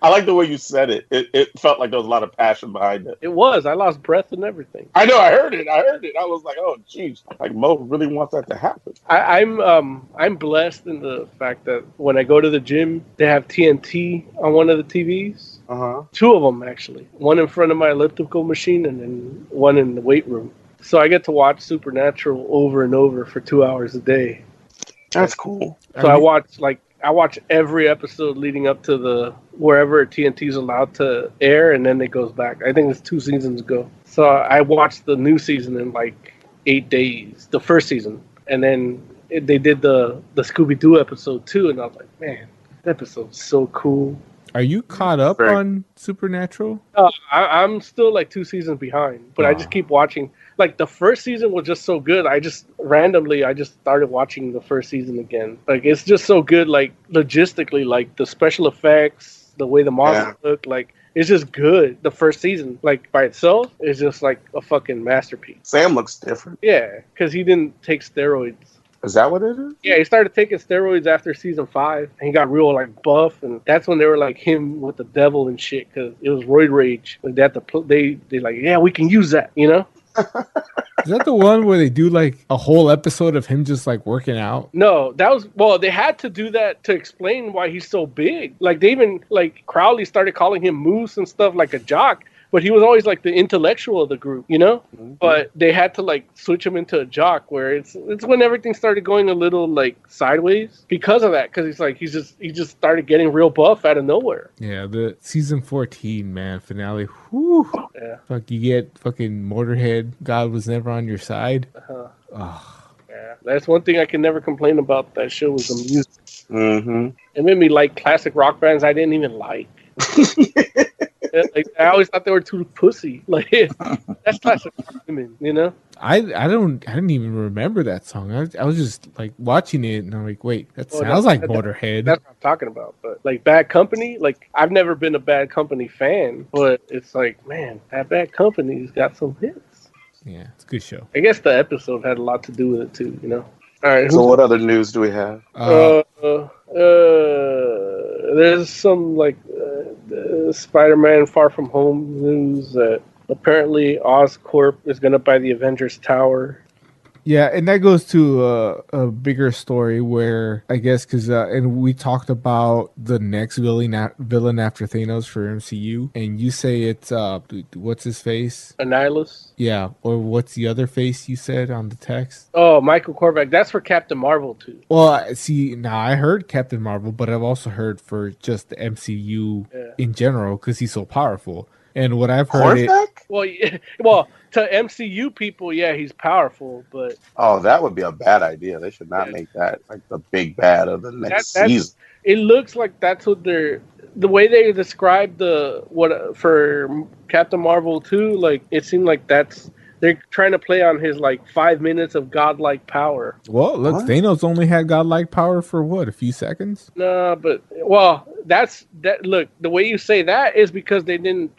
S11: I like the way you said it. it. It felt like there was a lot of passion behind it.
S3: It was. I lost breath and everything.
S11: I know. I heard it. I heard it. I was like, oh, jeez. Like Mo really wants that to happen.
S3: I, I'm um I'm blessed in the fact that when I go to the gym, they have TNT on one of the TVs.
S11: Uh huh.
S3: Two of them actually. One in front of my elliptical machine, and then one in the weight room. So I get to watch Supernatural over and over for two hours a day.
S11: That's cool.
S3: So I watch like I watch every episode leading up to the wherever TNT's allowed to air, and then it goes back. I think it's two seasons ago. So I watched the new season in like eight days, the first season, and then it, they did the the Scooby Doo episode too, and I was like, man, that episode's so cool.
S4: <laughs> Are you caught up
S3: Very-
S4: on Supernatural?
S3: Uh, I, I'm still like two seasons behind, but I just keep watching. Like the first season was just so good. I just randomly I just started watching the first season again. Like it's just so good. Like logistically, like the special effects, the way the monsters look, like it's just good. The first season, like by itself, is just like a fucking masterpiece.
S11: Sam looks different.
S3: Yeah, because he didn't take steroids.
S11: Is that what it is?
S3: Yeah, he started taking steroids after season five, and he got real like buff, and that's when they were like him with the devil and shit, because it was roid rage. Like, they had to pl- they they like yeah, we can use that, you know?
S4: Is that the one where they do like a whole episode of him just like working out?
S3: No, that was well, they had to do that to explain why he's so big. Like they even like Crowley started calling him Moose and stuff like a jock. But he was always like the intellectual of the group, you know. But they had to like switch him into a jock, where it's it's when everything started going a little like sideways because of that. Because he's like he's just he just started getting real buff out of nowhere.
S4: Yeah, the season fourteen man finale. Whew.
S3: Yeah.
S4: Fuck, you get fucking Motorhead. God was never on your side.
S3: Uh-huh.
S4: Ugh.
S3: Yeah, that's one thing I can never complain about. That show was the music.
S11: Mm-hmm.
S3: It made me like classic rock bands I didn't even like. like I always thought they were too pussy. <laughs> Like that's classic rock women, you know.
S4: I I don't I didn't even remember that song. I, I was just like watching it and I'm like, wait, that
S3: Well,
S4: sounds
S3: that-
S4: like
S3: Oh, that-
S4: Motorhead.
S3: That's what I'm talking about. But like Bad Company, like I've never been a Bad Company fan, but it's like man, that Bad Company's got some hits.
S4: yeah, it's a good show.
S3: I guess the episode had a lot to do with it too, you know. All right,
S11: So
S3: who's-
S11: what other news do we have?
S3: uh, uh, there's some like uh, uh, Spider-Man Far From Home news that apparently Oscorp is going to buy the Avengers Tower.
S4: Yeah, and that goes to a, a bigger story where I guess because uh, and we talked about the next villain a- villain after Thanos for MCU, and you say it's uh what's his face?
S3: Annihilus.
S4: Yeah, or what's the other face you said on the text?
S3: Oh, Michael Korvac. That's for Captain Marvel too.
S4: Well, I- see, now I heard Captain Marvel, but I've also heard for just the MCU
S3: Yeah.
S4: in general because he's so powerful. And what I've heard, it,
S3: Well, <laughs> yeah, well, to MCU people, yeah, he's powerful, but
S11: Oh, that would be a bad idea. They should not make that like the big bad of the next
S3: That- that's-
S11: season.
S3: it looks like that's what they're the way they described the what for Captain Marvel 2 like it seemed like that's they're trying to play on his like 5 minutes of godlike power.
S4: well, look,
S3: What?
S4: Thanos only had godlike power for what a few seconds.
S3: No, but well, that's that look, the way you say that is because they didn't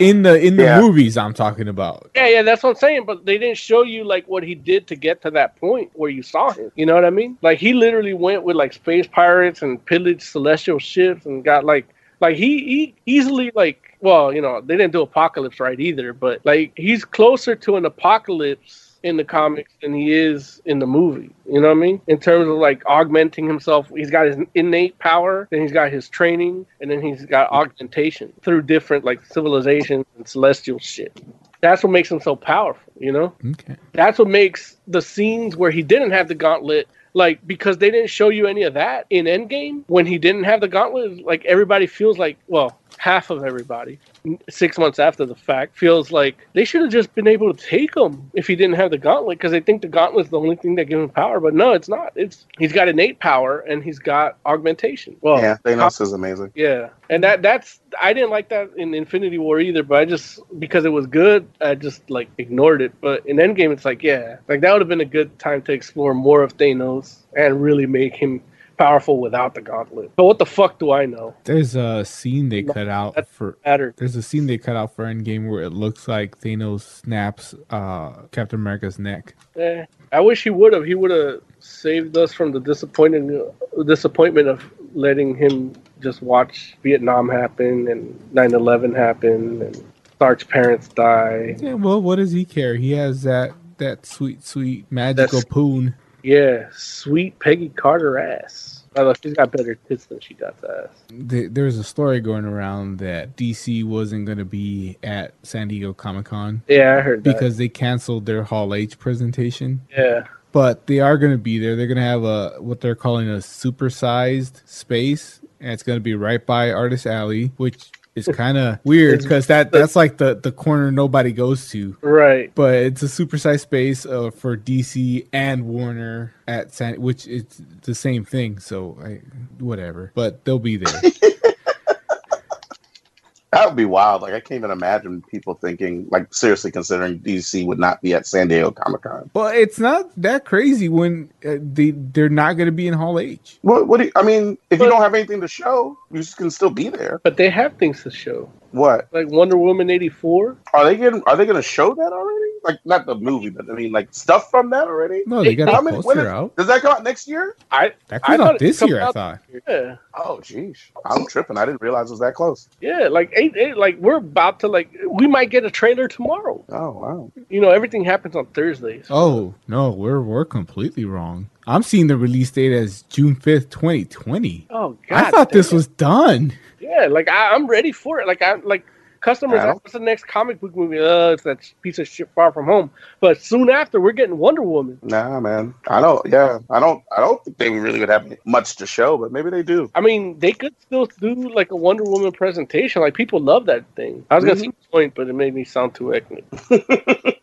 S4: in the in the
S3: Yeah.
S4: movies I'm talking about.
S3: Yeah, yeah, that's what I'm saying, but they didn't show you like what he did to get to that point where you saw him. You know what I mean? Like he literally went with like space pirates and pillaged celestial ships and got like like he he easily like well, you know, they didn't do apocalypse right either, but like he's closer to an apocalypse in the comics than he is in the movie. You know what I mean? In terms of like augmenting himself, he's got his innate power, then he's got his training, and then he's got augmentation through different like civilizations and celestial shit. That's what makes him so powerful, you know?
S4: Okay.
S3: That's what makes the scenes where he didn't have the gauntlet like because they didn't show you any of that in Endgame when he didn't have the gauntlet, like everybody feels like well, half of everybody n- six months after the fact feels like they should have just been able to take him if he didn't have the gauntlet because they think the gauntlet's the only thing that gives him power, but no, it's not. It's he's got innate power and he's got augmentation. Well,
S11: yeah, Thanos is amazing.
S3: yeah, and that that's I didn't like that in Infinity War either, but I just because it was good, I just like ignored it. But in Endgame, it's like yeah, like that would have been a good time to explore more of Thanos and really make him powerful without the gauntlet. But what the fuck do I know?
S4: There's a scene they cut out for
S3: matter.
S4: There's a scene they cut out for Endgame where it looks like Thanos snaps uh Captain America's neck.
S3: Eh, I wish he would have. He would have saved us from the disappointing disappointment of letting him just watch Vietnam happen and 9/11 happen and Sark's parents die.
S4: Yeah, well, what does he care? He has that that sweet, sweet magical poon.
S3: Yeah, sweet Peggy Carter ass. Although she's got better tits than she got ass.
S4: Th- There was a story going around that DC wasn't going to be at San Diego Comic Con.
S3: Yeah, I heard that.
S4: because they canceled their Hall H presentation.
S3: Yeah.
S4: But they are going to be there. They're going to have a what they're calling a supersized space, and it's going to be right by Artist Alley, which
S9: <laughs>
S4: is kind of weird because that that's like the the corner nobody goes to.
S3: Right.
S4: But it's a supersized space uh, for DC and Warner at San, which it's the same thing. So I, whatever. But they'll be
S9: <laughs>
S4: there.
S9: That would be wild. Like I can't even imagine people thinking, like seriously considering DC would not be at San Diego Comic Con.
S4: Well, it's not that crazy when uh, they they're not going to be in Hall H.
S9: What? What? Do you, I mean, if you don't have anything to show, you s- can still be there.
S3: But they have things to show.
S9: What?
S3: Like Wonder Woman '84.
S9: Are they getting? Are they going to show that already? Like not the movie, but I mean, like stuff from that already.
S4: No, they got
S9: How
S4: a
S9: many-
S4: poster
S9: when is-
S4: out.
S9: Does that come out next year?
S3: I
S4: That
S9: I
S4: came
S9: thought
S4: out
S9: it
S4: this
S9: come
S4: year, I
S9: out-
S4: thought.
S3: Yeah.
S9: Oh, jeez, I'm tripping. I didn't realize it was that close.
S3: Yeah, like eight, eight, like we're about to like we might get a trailer tomorrow.
S9: Oh wow!
S3: You know everything happens on Thursdays.
S4: Oh no, we're we're completely wrong. I'm seeing the release date as June fifth, twenty twenty.
S3: Oh God!
S4: I thought this
S3: damn.
S4: was done.
S3: yeah. Like I, I'm ready for it. Like I like customers.
S4: I don't-
S3: Ask, What's the next comic book movie? Uh, it's that piece of shit Far From Home. But soon after, we're getting Wonder Woman.
S9: Nah, man. I don't. Yeah, I don't. I don't think they really would have much to show, but maybe they do.
S3: I mean, they could still do like a Wonder Woman presentation. Like people love that thing. I was gonna
S9: Mhm.
S3: say point, but it made me sound too ignorant. <laughs>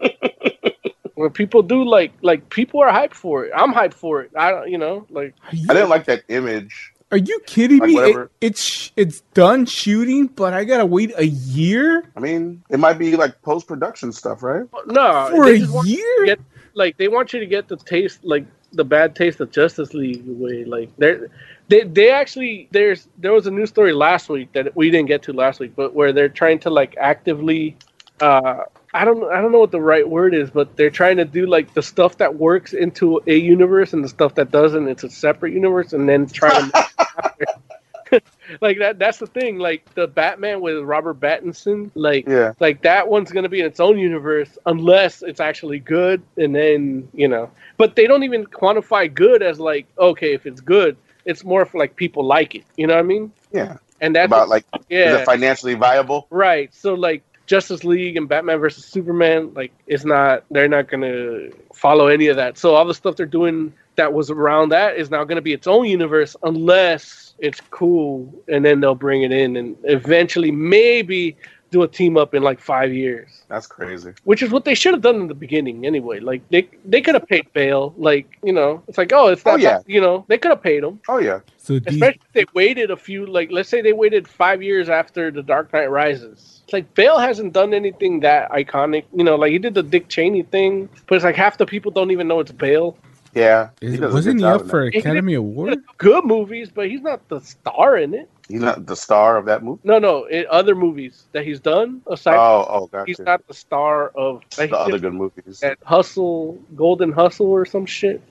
S3: Where people do like like people are hyped for it. I'm hyped for it. I don't, you know, like
S9: I didn't like that image.
S4: Are you kidding
S9: Like,
S4: me? It-
S9: whatever.
S4: it's sh- it's done shooting, but I gotta wait a year
S9: I mean, it might be like post production stuff, right?
S3: No,
S4: for
S3: Uh, they
S4: a
S3: just want you
S4: year.
S3: to get like they want you to get the taste like the bad taste of Justice League away. Like they're they they actually there's there was a news story last week that we didn't get to last week, but where they're trying to like actively uh I don't I don't know what the right word is, but they're trying to do like the stuff that works into a universe and the stuff that doesn't it's a separate universe and then try to <laughs> like that that's the thing like the Batman with Robert Pattinson like
S9: Yeah.
S3: like that one's going to be in its own universe unless it's actually good and then you know but they don't even quantify good as like okay if it's good it's more for like people like it you know what i mean
S9: Yeah.
S3: and that's
S9: About like, is
S3: yeah.
S9: it financially viable?
S3: right so like justice league and batman versus superman like it's not they're not going to follow any of that so all the stuff they're doing that was around that is now going to be its own universe unless it's cool and then they'll bring it in and eventually maybe do a team up in like five years
S9: That's crazy.
S3: which is what they should have done in the beginning anyway. Like they they could have paid bail. Like you know, it's like oh, it's
S9: Oh,
S3: not.
S9: yeah.
S3: You know, they could have paid them.
S9: Oh yeah.
S4: So D-
S3: Especially if they waited a few. Like let's say they waited five years after the Dark Knight Rises. It's like Bale hasn't done anything that iconic. You know, like he did the Dick Cheney thing, but it's like half the people don't even know it's Bale.
S9: Yeah.
S4: is-
S9: does a
S4: wasn't
S9: good
S4: he
S9: job
S4: up
S9: in
S4: for
S3: that.
S4: Academy
S3: He
S4: Award?
S3: did Good movies, but he's not the star in it.
S9: He's not the star of that movie.
S3: No, no, in other movies that he's done aside,
S9: Oh, oh, gotcha.
S3: he's not the star of. Like,
S9: the
S3: he did
S9: other good movies.
S3: that hustle, golden hustle or some shit,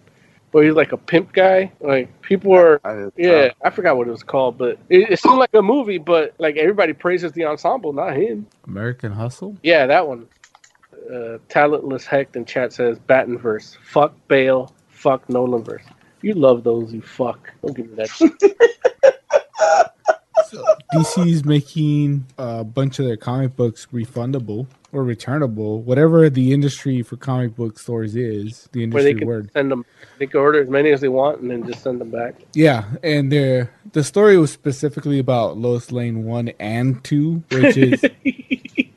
S3: where he's like a pimp guy. Like people are,
S9: I uh, didn't-
S3: yeah, I forgot what it was called, but it, it seemed like a movie. But like everybody praises the ensemble, not him.
S4: American Hustle.
S3: Yeah, that one. Uh, talentless heck in chat says Batten verse. Fuck Bale. Fuck Nolan verse. You love those, you fuck. Don't give me that. shit.
S4: DC's making a bunch of their comic books refundable or returnable, whatever the industry for comic book stores is. The
S3: Where they
S4: industry
S3: can
S4: word.
S3: send them, they can order as many as they want and then just send them back.
S4: Yeah, and the the story was specifically about Lois Lane one and two, which
S9: <laughs>
S4: is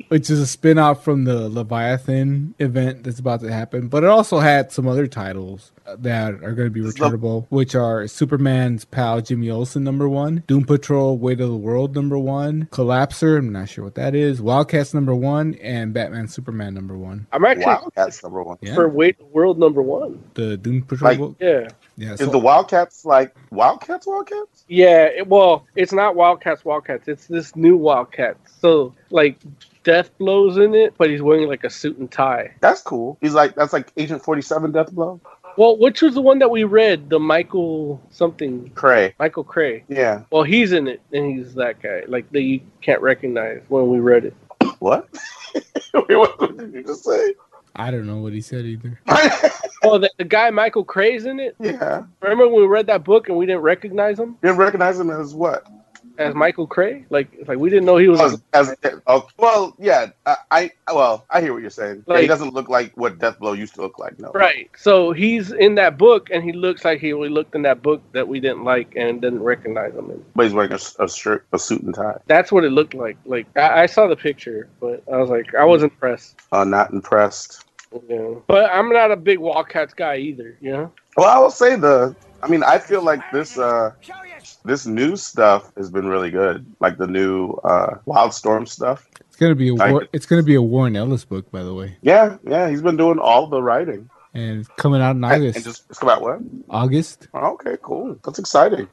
S4: which is a spin off from the Leviathan event that's about to happen. But it also had some other titles that are going to be returnable, which are Superman's pal Jimmy Olsen number one, Doom Patrol Weight of the World number one, Collapser. I'm not sure what that is. Wildcats number one, and Batman Superman number one.
S3: I'm actually
S9: Wildcats number one.
S4: Yeah,
S3: for wait world number one.
S4: the Doom Patrol
S9: Like-
S4: book.
S3: Yeah.
S4: Yeah,
S9: Is
S4: so-
S9: the Wildcats like Wildcats? Wildcats?
S3: Yeah, it, well, it's not Wildcats, Wildcats. It's this new Wildcats. So like, Death blows in it, but he's wearing like a suit and tie.
S9: That's cool. He's like that's like Agent Forty Seven Deathblow.
S3: Well, which was the one that we read? The Michael something
S9: Cray.
S3: Michael Cray.
S9: Yeah.
S3: Well, he's in it, and he's that guy. Like that you can't recognize when we read it.
S9: What? <laughs> what did you just say? <laughs>
S4: I don't know what he said either.
S3: Oh, the, the guy Michael Cray's in it.
S9: Yeah.
S3: Remember when we read that book and we didn't recognize him
S9: Didn't recognize him as what?
S3: as Michael Cray? Like, like we didn't know he was.
S9: As, as, oh, well, yeah. I, I well, I hear what you're saying. Yeah, he
S3: Like-
S9: doesn't look like what Death Blow used to look like. No.
S3: Right. So he's in that book, and he looks like he we looked in that book that we didn't like and didn't recognize him. In.
S9: But he's wearing a, s- a shirt, a suit and tie.
S3: That's what it looked like. Like I, I saw the picture, but I was like, I was impressed.
S9: Uh, not impressed.
S3: You know? But I'm not a big Wildcats guy either. You know.
S9: Well, I will say the. I mean, I feel like this uh, this new stuff has been really good. Like the new uh, Wildstorm stuff.
S4: It's gonna be a
S9: I-
S4: War- it's gonna be a Warren Ellis book, by the way,
S9: Yeah, yeah. He's been doing all the writing.
S4: and it's coming out in
S9: And-
S4: August.
S9: And just it's about what? Oh,
S4: August.
S9: Okay, cool. That's exciting.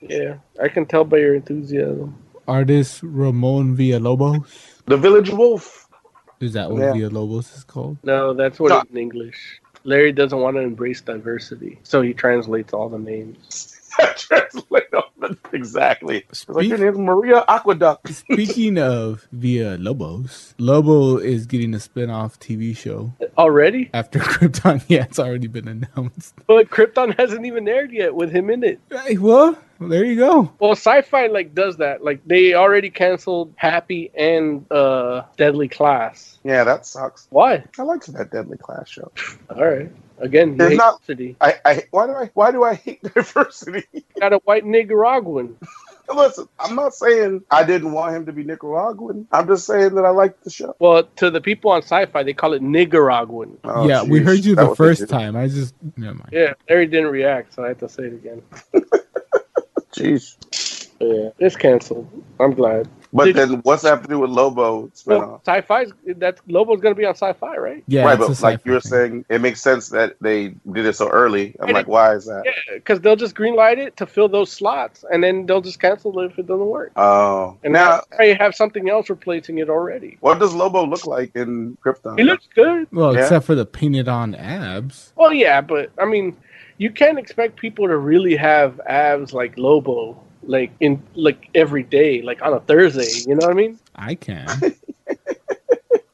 S3: Yeah, I can tell by your enthusiasm.
S4: Artist Ramon Villalobos.
S9: The Village Wolf. <laughs>
S4: Is that what
S3: Yeah.
S4: Villalobos is called?
S3: No, that's what it's in English. Larry doesn't want to embrace diversity, so he translates all the names.
S9: Translate all the- exactly. It's like
S4: Speak-
S9: your name's Maria Aqueduct.
S4: Speaking of Villalobos, Lobo is getting a spin-off TV show
S3: Already?
S4: after <laughs> Krypton. Yeah, it's already been announced.
S3: But Krypton <laughs> hasn't even aired yet with him in it.
S4: Hey, well, there you go.
S3: Well, sci-fi like does that. Like they already canceled Happy and uh Deadly Class.
S9: Yeah, that sucks.
S3: Why?
S9: I liked that Deadly Class show.
S3: All right. Again, you
S9: It's
S3: hate
S9: not-
S3: diversity.
S9: I, I why do I why do I hate <laughs> diversity?
S3: Got a white Nicaraguan.
S9: Listen, I'm not saying I didn't want him to be Nicaraguan. I'm just saying that I liked the show.
S3: Well, to the people on sci-fi, they call it Nicaraguan.
S9: Oh,
S4: yeah, we
S9: jeez.
S4: heard you
S9: That
S4: the
S9: what they
S4: first
S9: did.
S4: time. I just never mind.
S3: Yeah, Larry didn't react, so I have to say it again.
S9: Jeez.
S3: Yeah, it's canceled. I'm glad.
S9: But
S3: Did-
S9: then what's that have to do with Lobo
S3: Well,
S9: spinoff?
S3: sci-fi's that's Lobo's gonna be on sci-fi, right?
S4: Yeah,
S9: right,
S4: it's a
S9: but like
S4: sci-fi
S9: you were
S4: thing.
S9: saying, it makes sense that they did it so early. I'm
S3: And
S9: like,
S3: it-
S9: why is that?
S3: Yeah, because they'll just greenlight it to fill those slots, and then they'll just cancel it if it doesn't work.
S9: Oh,
S3: And
S9: now
S3: now they have something else replacing it already.
S9: what does Lobo look like in Krypton?
S3: He looks good.
S4: Well,
S9: Yeah.
S4: except for the painted on abs.
S3: Well, yeah, but I mean, you can't expect people to really have abs like Lobo, like in like every day, like on a Thursday. You know what I mean?
S4: I can.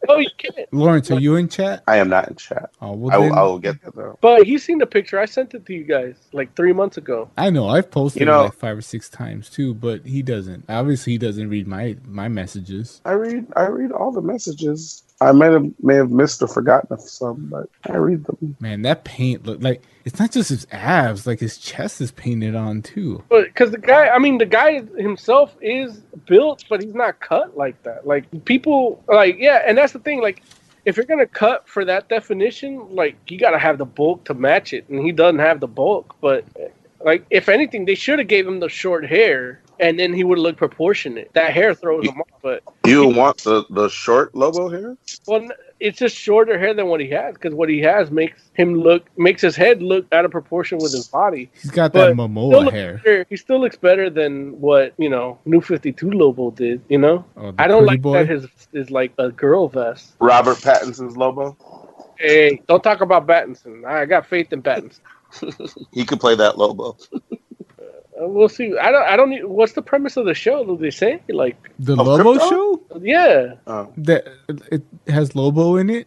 S3: Oh, you can't.
S4: Lawrence, are you in chat?
S9: I am not in chat.
S4: Oh, well,
S9: I will,
S4: then-
S9: I will get that though.
S3: But he's seen the picture. I sent it to you guys like three months ago.
S4: I know I've posted
S9: You know-
S4: it like five or six times too, but he doesn't. Obviously, he doesn't read my my messages.
S9: I read I read all the messages. I may have may have missed or forgotten some, but I read them.
S4: Man, that paint look like it's not just his abs; like his chest is painted on too.
S3: But because the guy, I mean, the guy himself is built, but he's not cut like that. Like people, like yeah, and that's the thing. Like if you're gonna cut for that definition, like you gotta have the bulk to match it, and he doesn't have the bulk. But like if anything, they should have gave him the short hair, and then he would look proportionate. That hair throws him off. But
S9: You want the, the short Lobo hair?
S3: well, n- it's just shorter hair than what he has, because what he has makes him look makes his head look out of proportion with his body.
S4: He's got that
S3: But still
S4: Momoa
S3: looks
S4: hair.
S3: better- he still looks better than what you know New Fifty Two Lobo did. You know,
S4: Oh, the
S3: I don't
S4: pretty
S3: like
S4: boy.
S3: that his is like a girl vest.
S9: Robert Pattinson's Lobo.
S3: Hey, don't talk about Pattinson. I got faith in Pattinson.
S9: He could play that Lobo.
S3: Uh, we'll see. I don't. I don't. Need, what's the premise of the show? Do they say like?
S4: The
S9: Of
S4: Lobo
S9: Krypton?
S4: show
S3: Yeah,
S9: Oh.
S4: that it has Lobo in it.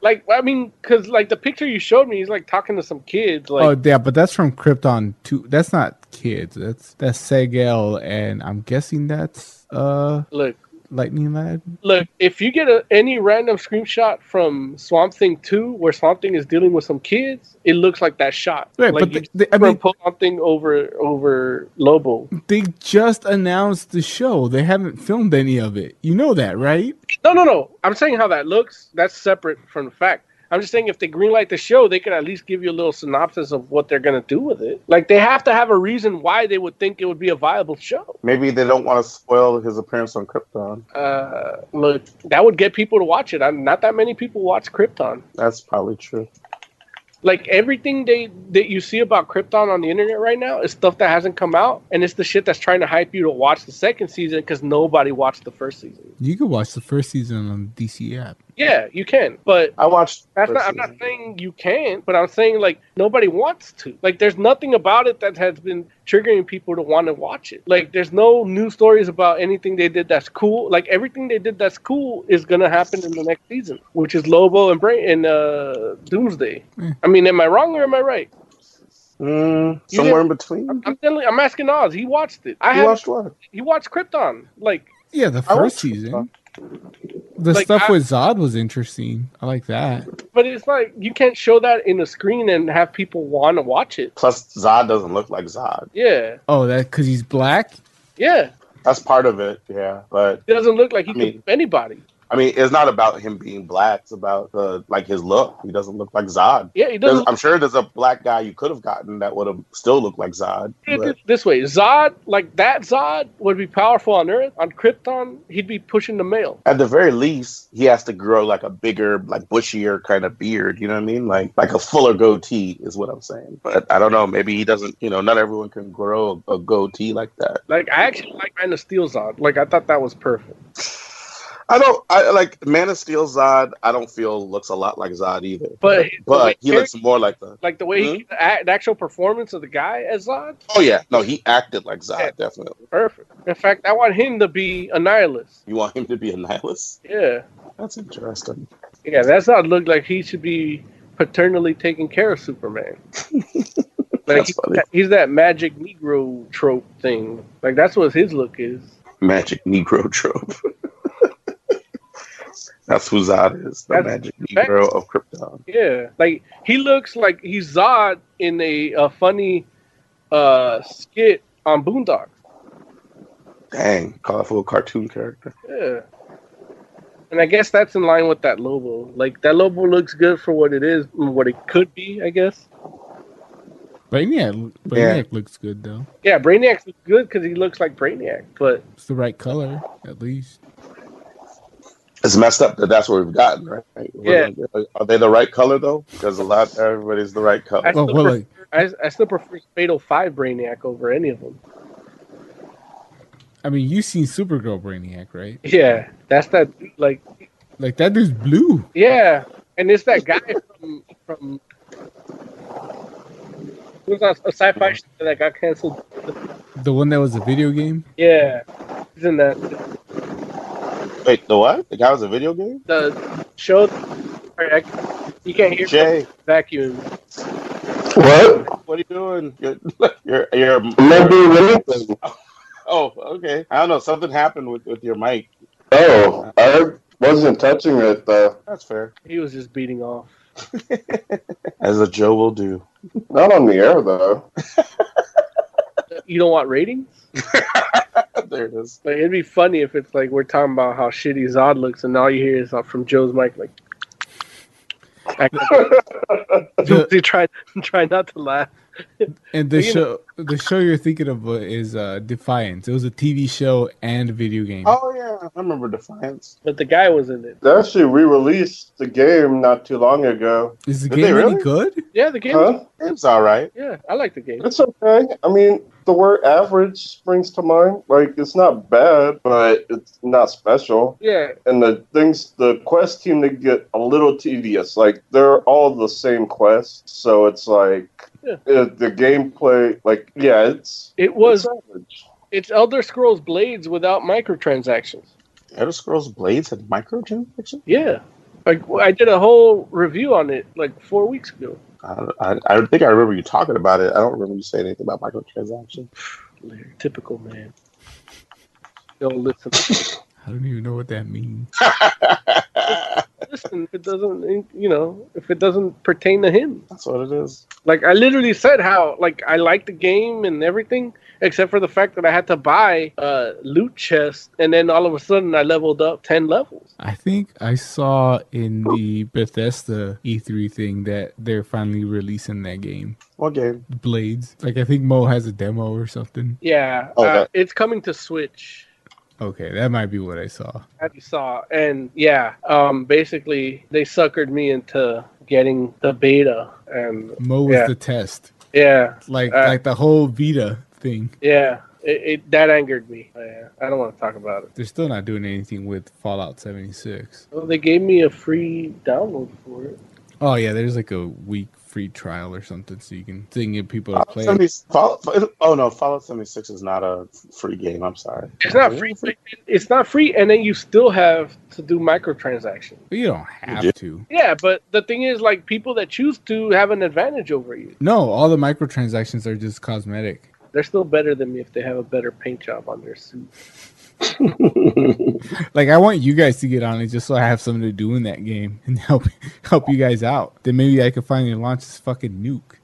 S3: like I mean, because like the picture you showed me, he's like talking to some kids. Like,
S4: oh yeah, but that's from Krypton two. That's not kids. That's that's Segel, and I'm guessing that's uh
S3: look,
S4: Lightning Lad.
S3: look. If you get a, any random screenshot from Swamp Thing Two, where Swamp Thing is dealing with some kids, it looks like that shot.
S4: Right,
S3: like
S4: but
S3: you
S4: the- the- I mean-
S3: put something over over Lobo.
S4: They just announced the show. They haven't filmed any of it. You know that, right?
S3: No, no, no. I'm saying how that looks. That's separate from the fact. I'm just saying if they greenlight the show, they could at least give you a little synopsis of what they're gonna do with it. Like they have to have a reason why they would think it would be a viable show.
S9: Maybe they don't want to spoil his appearance on Krypton.
S3: Uh, look, that would get people to watch it. i not that many people watch Krypton.
S9: That's probably true.
S3: Like everything they that you see about Krypton on the internet right now is stuff that hasn't come out, and it's the shit that's trying to hype you to watch the second season because nobody watched the first season.
S4: You could watch the first season on the DC app.
S3: Yeah, you can, but
S9: I watched.
S3: That's not, I'm not saying you can, but I'm saying like nobody wants to. Like, there's nothing about it that has been triggering people to want to watch it. Like, there's no news stories about anything they did that's cool. Like, everything they did that's cool is gonna happen in the next season, which is Lobo and Brain and uh, Doomsday. I mean, am I wrong or am I right?
S9: Mm,
S3: You
S9: somewhere in
S3: didn't-
S9: between.
S3: I'm, I'm, telling, I'm asking Oz. He watched it. I
S9: He
S3: haven't-
S9: watched what?
S3: He watched Krypton. Like,
S4: Yeah, the
S3: I
S4: first
S3: watched
S4: season. The
S3: Like,
S4: stuff
S3: I-
S4: with Zod was interesting. I like that.
S3: but it's like you can't show that in a screen and have people want to watch it.
S9: Plus, Zod doesn't look like Zod.
S3: Yeah,
S4: Oh, that because he's black.
S3: yeah.
S9: That's part of it. Yeah, but
S3: It doesn't look like he
S9: I
S3: can
S9: mean-
S3: beat anybody.
S9: I mean, it's not about him being black. It's about the like his look. He doesn't look like Zod.
S3: Yeah, he
S9: There's-
S3: doesn't.
S9: I'm sure there's a black guy you could have gotten that would have still looked like Zod.
S3: Put it
S9: but-
S3: thi- this way, Zod, like that Zod, would be powerful on Earth. On Krypton, he'd be pushing the mail.
S9: at the very least, he has to grow like a bigger, like bushier kind of beard. You know what I mean? Like like a fuller goatee is what I'm saying. But I don't know. Maybe he doesn't. You know, not everyone can grow a, a goatee like that.
S3: Like I actually like Man of Steel Zod. Like I thought that was perfect.
S9: I don't. I like Man of Steel Zod. I don't feel looks a lot like Zod either.
S3: But
S9: But he looks Hmm? more like the.
S3: like the way he, the act- the actual performance of the guy as Zod,
S9: Oh yeah, no, he acted like Zod. Definitely.
S3: perfect. In fact, I want him to be a nihilist.
S9: You want him to be a nihilist?
S3: Yeah,
S9: That's interesting.
S3: yeah. That Zod looked like he should be paternally taking care of
S9: <laughs>
S3: Superman. Like
S9: That's
S3: he's
S9: funny.
S3: that, he's that magic Negro trope thing. Like that's what his look is.
S9: Magic Negro trope. <laughs> That's who Zod is, the
S3: That's-
S9: magic Negro of Krypton.
S3: Yeah, like he looks like he's Zod in a, uh funny uh, skit on Boondocks.
S9: Dang, colorful cartoon character.
S3: Yeah, and I guess that's in line with that Lobo. Like that Lobo looks good for what it is, and what it could be, I guess.
S4: Brainiac, Brainiac looks good though.
S3: Yeah, Brainiac's good because he looks like Brainiac, but
S4: It's the right color at least.
S9: It's messed up that that's what we've gotten, right?
S3: Yeah.
S9: Are they the right color though? Because a lot, everybody's the right color.
S3: I still,
S4: well,
S3: prefer, I, I still prefer Fatal Five Brainiac over any of them.
S4: I mean, you've seen Supergirl Brainiac, right?
S3: Yeah, that's that. Like,
S4: Like that dude's blue.
S3: yeah, and it's that guy from from. Who's on a sci-fi show that got canceled?
S4: The one that was a video game.
S3: Yeah, he's in that
S9: Wait, the what? The guy was a video game.
S3: the show. Sorry, I, you can't hear
S9: Jay,
S3: vacuum.
S10: What?
S9: what are you doing? You're, <laughs> you're, you're,
S10: I'm not doing anything.
S9: oh, okay. I don't know. Something happened with, with your mic.
S10: Oh, I wasn't touching it though.
S9: That's fair. <laughs>
S3: He was just beating off.
S9: As a Joe will do.
S10: Not on the air though.
S3: You don't want ratings?
S9: there it is.
S3: Like it'd be funny if it's like we're talking about how shitty Zod looks, and all you hear is uh, from Joe's mic, like. <laughs> They try try not to laugh.
S4: And the
S3: Well, you
S4: show, the show you're thinking of uh, is uh, Defiance. It was a TV show and a video game.
S9: Oh yeah, I remember Defiance.
S3: But the guy was in it.
S10: They actually re-released the game not too long ago.
S4: Is the
S9: Did they
S4: game
S9: really?
S4: any good?
S3: Yeah, the game.
S10: Huh?
S9: It's all right.
S3: Yeah, I like the game.
S10: It's okay. I mean, the word average springs to mind. Like, it's not bad, but it's not special.
S3: Yeah,
S10: And the things, the quests seem to get a little tedious. Like, they're all the same quests. So it's like,
S3: Yeah.
S10: uh, the gameplay, like, yeah, it's,
S3: it was.
S10: it's average.
S3: It's Elder Scrolls Blades without microtransactions.
S9: Elder Scrolls Blades had microtransactions.
S3: Yeah, like I did a whole review on it like four weeks ago.
S9: I, I, I think I remember you talking about it. I don't remember you saying anything about microtransactions.
S3: Typical man. Don't listen.
S4: I don't even know what that means.
S3: listen if it doesn't you know if it doesn't pertain to him
S9: That's what it is.
S3: like i literally said how like i like the game and everything except for the fact that i had to buy uh loot chest and then all of a sudden i leveled up 10 levels
S4: I think I saw in the Bethesda E3 thing that they're finally releasing that game,
S9: What game?
S4: Blades. Like I think Mo has a demo or something.
S3: yeah
S9: Oh,
S3: uh,
S9: that-
S3: it's coming to switch
S4: Okay, that might be what I saw.
S3: as you saw and yeah um basically they suckered me into getting the beta and
S4: Mo was
S3: Yeah.
S4: the test,
S3: yeah
S4: like
S3: Uh,
S4: like the whole Vita thing.
S3: yeah it, it that angered me. I, I don't want to talk about it.
S4: They're still not doing anything with Fallout 76.
S3: Well, they gave me a free download for it.
S4: Oh yeah, there's like a week free trial or something, so you can thing get people to
S3: Uh,
S11: Fallout
S4: play.
S11: 70
S4: it.
S11: Fallout- oh no, Fallout 76 is not a free game. I'm sorry.
S3: It's not free. but It's not free, and then you still have to do microtransactions.
S4: You don't have to.
S3: Yeah, but the thing is, like people that choose to have an advantage over you.
S4: No, all the microtransactions are just cosmetic.
S3: They're still better than me if they have a better paint job on their suit.
S4: Like I want you guys to get on it just so I have something to do in that game and <laughs> help help you guys out. Then maybe I could finally launch this fucking nuke.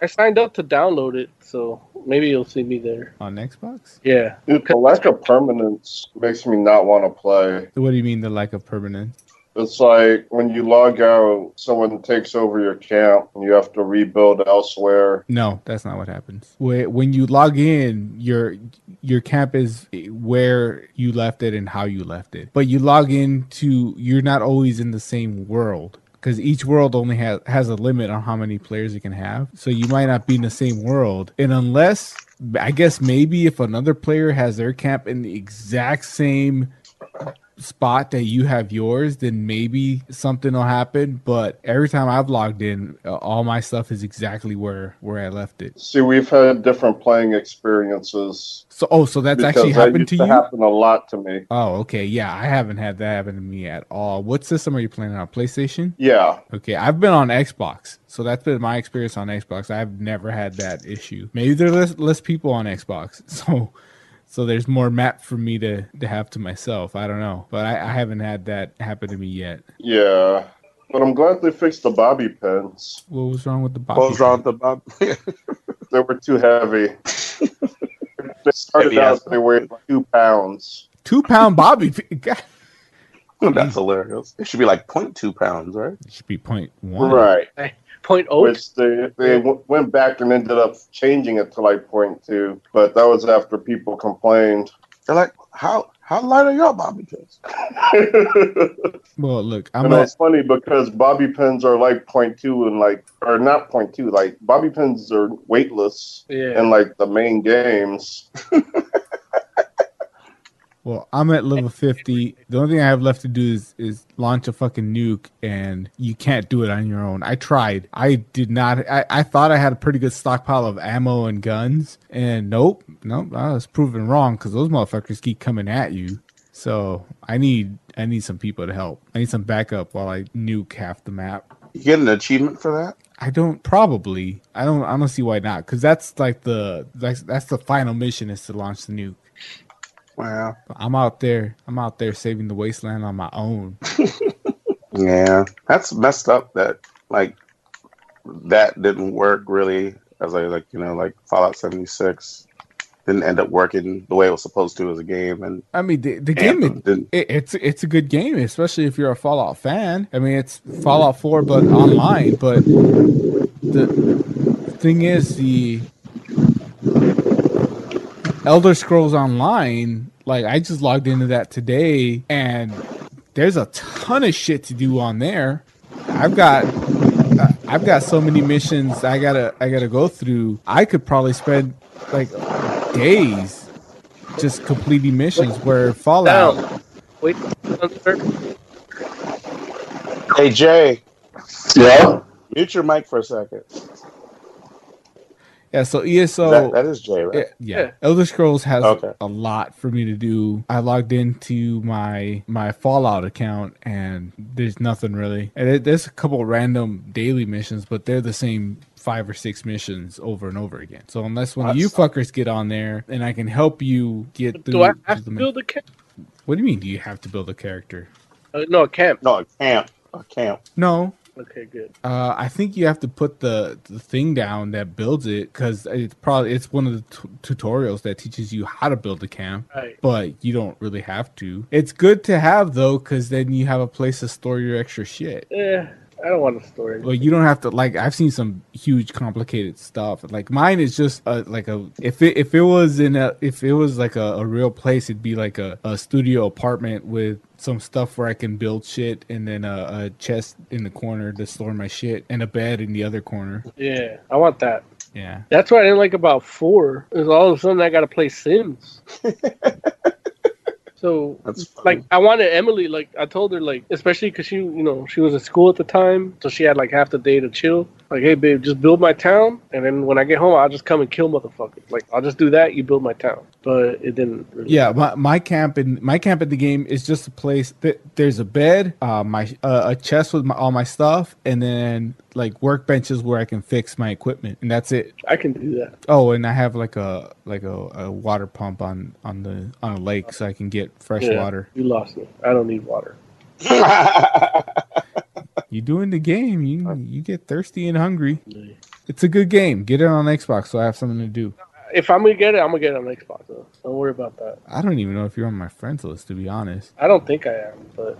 S3: I signed up to download it, so maybe you'll see me there
S4: on Xbox.
S3: Yeah,
S10: Dude, the lack of permanence makes me not want to play.
S4: What do you mean the lack of permanence?
S10: It's like when you log out, someone takes over your camp, and you have to rebuild elsewhere.
S4: No, that's not what happens. Wh- When you log in, your your camp is where you left it and how you left it. But you log in to you're not always in the same world because each world only has has a limit on how many players you can have. So you might not be in the same world, and unless I guess maybe if another player has their camp in the exact same spot that you have yours, then maybe something will happen. But every time I've logged in, uh, all my stuff is exactly where where I left it.
S10: See, we've had different playing experiences.
S4: So, oh, so that's
S10: because
S4: actually
S10: that
S4: happened
S10: used
S4: to
S10: to
S4: you?
S10: happen a lot to me.
S4: Oh, okay. Yeah, I haven't had that happen to me at all. What system are you playing on? PlayStation?
S10: Yeah.
S4: Okay, I've been on Xbox, so that's been my experience on Xbox. I've never had that issue. Maybe there are less, less people on Xbox, <laughs> so so there's more map for me to to have to myself. I don't know, but I, I haven't had that happen to me yet.
S10: Yeah. But I'm glad they fixed the bobby pins.
S4: What was wrong with the box?
S10: What was
S11: wrong with
S9: <laughs>
S11: the bob?
S10: they were
S3: <laughs>
S10: too heavy. they started
S11: Heavy
S10: out
S11: ass.
S10: they weighed like two pounds.
S4: Two pound Bobby. pin- <laughs> God,
S11: That's hilarious. It should be like 0.2 pounds, right? It
S4: should be point
S10: Right.
S3: Point oh.
S10: Which they they w- went back and ended up changing it to like point two, but that was after people complained. <laughs>
S11: They're like, how how light are your bobby pins?
S4: Well, look, I'm
S10: and
S4: not.
S10: it's funny because bobby pins are like point two and like or not point two, like bobby pins are weightless
S3: Yeah.
S10: in like the main games.
S4: Well, I'm at level 50. The only thing I have left to do is, is launch a fucking nuke, and you can't do it on your own. I tried. I did not. I, I thought I had a pretty good stockpile of ammo and guns, and nope, nope. I was proven wrong because those motherfuckers keep coming at you. So I need I need some people to help. I need some backup while I nuke half the map.
S11: You get an achievement for that?
S4: I don't probably. I don't. I don't see why not. Because that's like the that's that's the final mission is to launch the nuke.
S11: Wow.
S4: I'm out there. I'm out there saving the wasteland on my own.
S11: Yeah, that's messed up. That like that didn't work really. As I like, you know, like Fallout seventy six didn't end up working the way it was supposed to as a game, and
S4: I mean, the, the
S11: Anthem
S4: game it,
S11: didn't.
S4: it, it's it's a good game, especially if you're a Fallout fan. I mean, it's Fallout Four, but online. But the thing is, the Elder Scrolls Online. Like, I just logged into that today, and there's a ton of shit to do on there. I've got I- I've got so many missions I gotta I gotta go through. I could probably spend like days just completing missions where Fallout.
S3: Wait, unsert.
S11: hey Jay,
S10: yeah,
S11: mute your mic for a second.
S4: Yeah, so ESO
S11: that, that is Jay, right?
S4: Yeah, yeah. Elder Scrolls has
S11: Okay.
S4: a lot for me to do. I logged into my my Fallout account and there's nothing really. And it, there's a couple random daily missions, but they're the same five or six missions over and over again. So unless one of you fuckers get on there and I can help you get through
S3: Do I have
S4: the
S3: to
S4: ma-
S3: build a camp?
S4: What do you mean do you have to build a character?
S3: Uh, no, a camp.
S11: No, a camp. A camp.
S4: No,
S3: Okay, good.
S4: Uh, I think you have to put the, the thing down that builds it because it's probably it's one of the t- tutorials that teaches you how to build a camp,
S3: Right.
S4: but you don't really have to. It's good to have though because then you have a place to store your extra shit.
S3: Yeah, eh, I don't want to store it.
S4: Well, you don't have to like. I've seen some huge, complicated stuff. Like mine is just a, like a if it if it was in a if it was like a, a real place, it'd be like a, a studio apartment with some stuff where I can build shit, and then a, a chest in the corner to store my shit, and a bed in the other corner.
S3: Yeah, I want that.
S4: Yeah.
S3: That's what I didn't like about four. Is all of a sudden I got to play Sims. so like I wanted Emily. Like I told her, like especially because she, you know, she was in school at the time, so she had like half the day to chill. Like, hey babe, just build my town, and then when I get home, I'll just come and kill motherfuckers. Like I'll just do that. You build my town, but it didn't. Really
S4: Yeah, my, my camp in my camp at the game is just a place that there's a bed, uh, my uh, a chest with my, all my stuff, and then like workbenches where I can fix my equipment, and that's it.
S3: I can do that.
S4: Oh, and I have like a like a, a water pump on on the on a lake, so I can get fresh
S3: Yeah,
S4: water.
S3: You lost me. I don't need water.
S11: <laughs>
S4: You doing the game? You you get thirsty and hungry. It's a good game. Get it on Xbox, so I have something to do.
S3: If I'm gonna get it, I'm gonna get it on Xbox. Though. Don't worry about that.
S4: I don't even know if you're on my friends list, to be honest.
S3: I don't think I am, but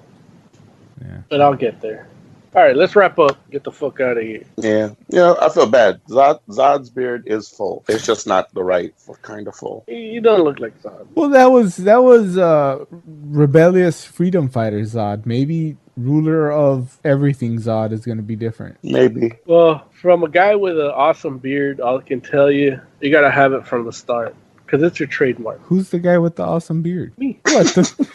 S4: Yeah.
S3: but I'll get there. All right, let's wrap up. Get the fuck out of here.
S9: Yeah, yeah. I feel bad. Zod, Zod's beard is full. It's just not the right f- kind of full.
S3: You don't look like Zod.
S4: Well, that was that was uh, rebellious freedom fighter Zod. Maybe ruler of everything Zod is going to be different.
S9: Maybe.
S3: Well, from a guy with an awesome beard, all I can tell you, you gotta have it from the start because it's your trademark.
S4: Who's the guy with the awesome beard? Me. What? The,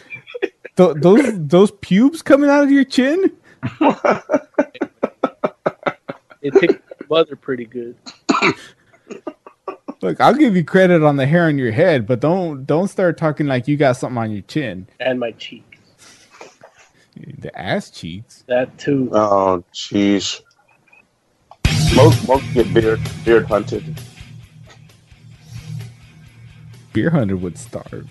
S4: th- those those pubes coming out of your chin?
S3: It takes your <laughs> mother pretty good.
S4: Look, I'll give you credit on the hair on your head, but don't don't start talking like you got something on your chin.
S3: And my cheeks.
S4: The ass cheeks.
S3: That too.
S9: Oh, jeez. Most most get beard beard hunted.
S4: Beer hunter would starve.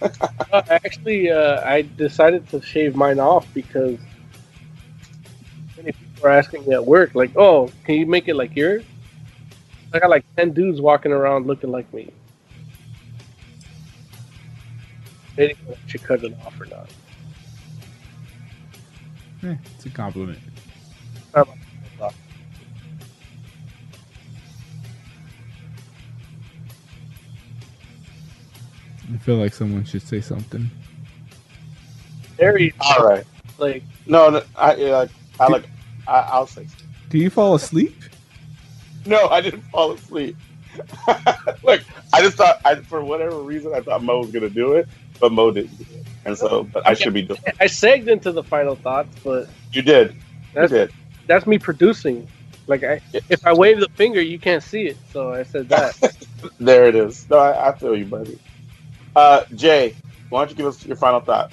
S3: Uh, actually, uh, I decided to shave mine off because many people are asking me at work, like, "Oh, can you make it like yours?" I got like ten dudes walking around looking like me. They didn't know if she cut it off or not.
S4: Eh, it's a compliment. I feel like someone should say something.
S3: Very
S9: All right.
S3: Like
S9: no, no I yeah, like I like I, I'll say
S4: Do you fall asleep?
S9: no. I didn't fall asleep. <laughs> Look, I just thought I, for whatever reason I thought Mo was gonna do it, but Mo didn't do it, and so but I should be doing. it.
S3: I segged into the final thoughts, but
S9: You did.
S3: that's
S9: did.
S3: that's me producing. Like, I, if I wave the finger, you can't see it, so I said that.
S9: <laughs> There it is. No, I, I feel you, buddy. Uh, Jay, why don't you give us your final thought?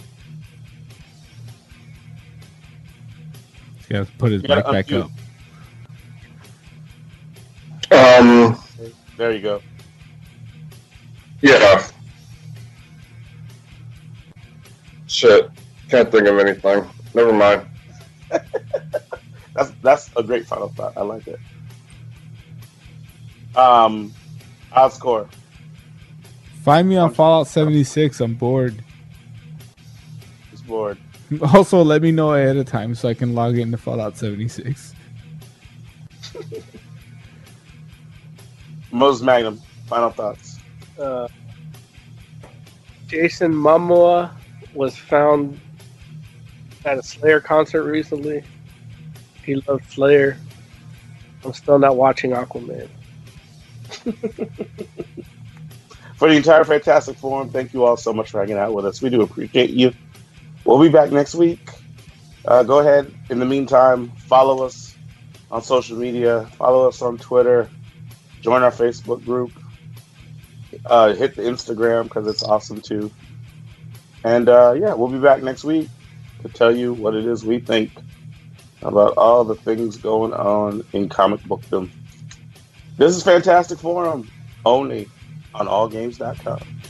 S4: He's got to put his
S9: You gotta
S4: mic back
S9: unmute.
S4: up.
S10: Um,
S9: There you go.
S10: yeah. Shit. Can't think of anything. Never mind.
S9: That's that's a great final thought. I like it. Um, Oscore.
S4: Find me on Fallout 76. I'm bored. <laughs>
S9: is bored.
S4: Also, let me know ahead of time so I can log into Fallout 76.
S9: Mos Magnum. Final thoughts.
S3: Uh, Jason Momoa was found at a Slayer concert recently. He loved Slayer. I'm still not watching Aquaman.
S9: For the entire Fantastic Forum, thank you all so much for hanging out with us. We do appreciate you. We'll be back next week. Uh, go ahead. In the meantime, follow us on social media. Follow us on Twitter. Join our Facebook group. Uh, hit the Instagram because it's awesome too. And uh, yeah, we'll be back next week to tell you what it is we think about all the things going on in comic bookdom. This is Fantastic Forum only on allgames.com.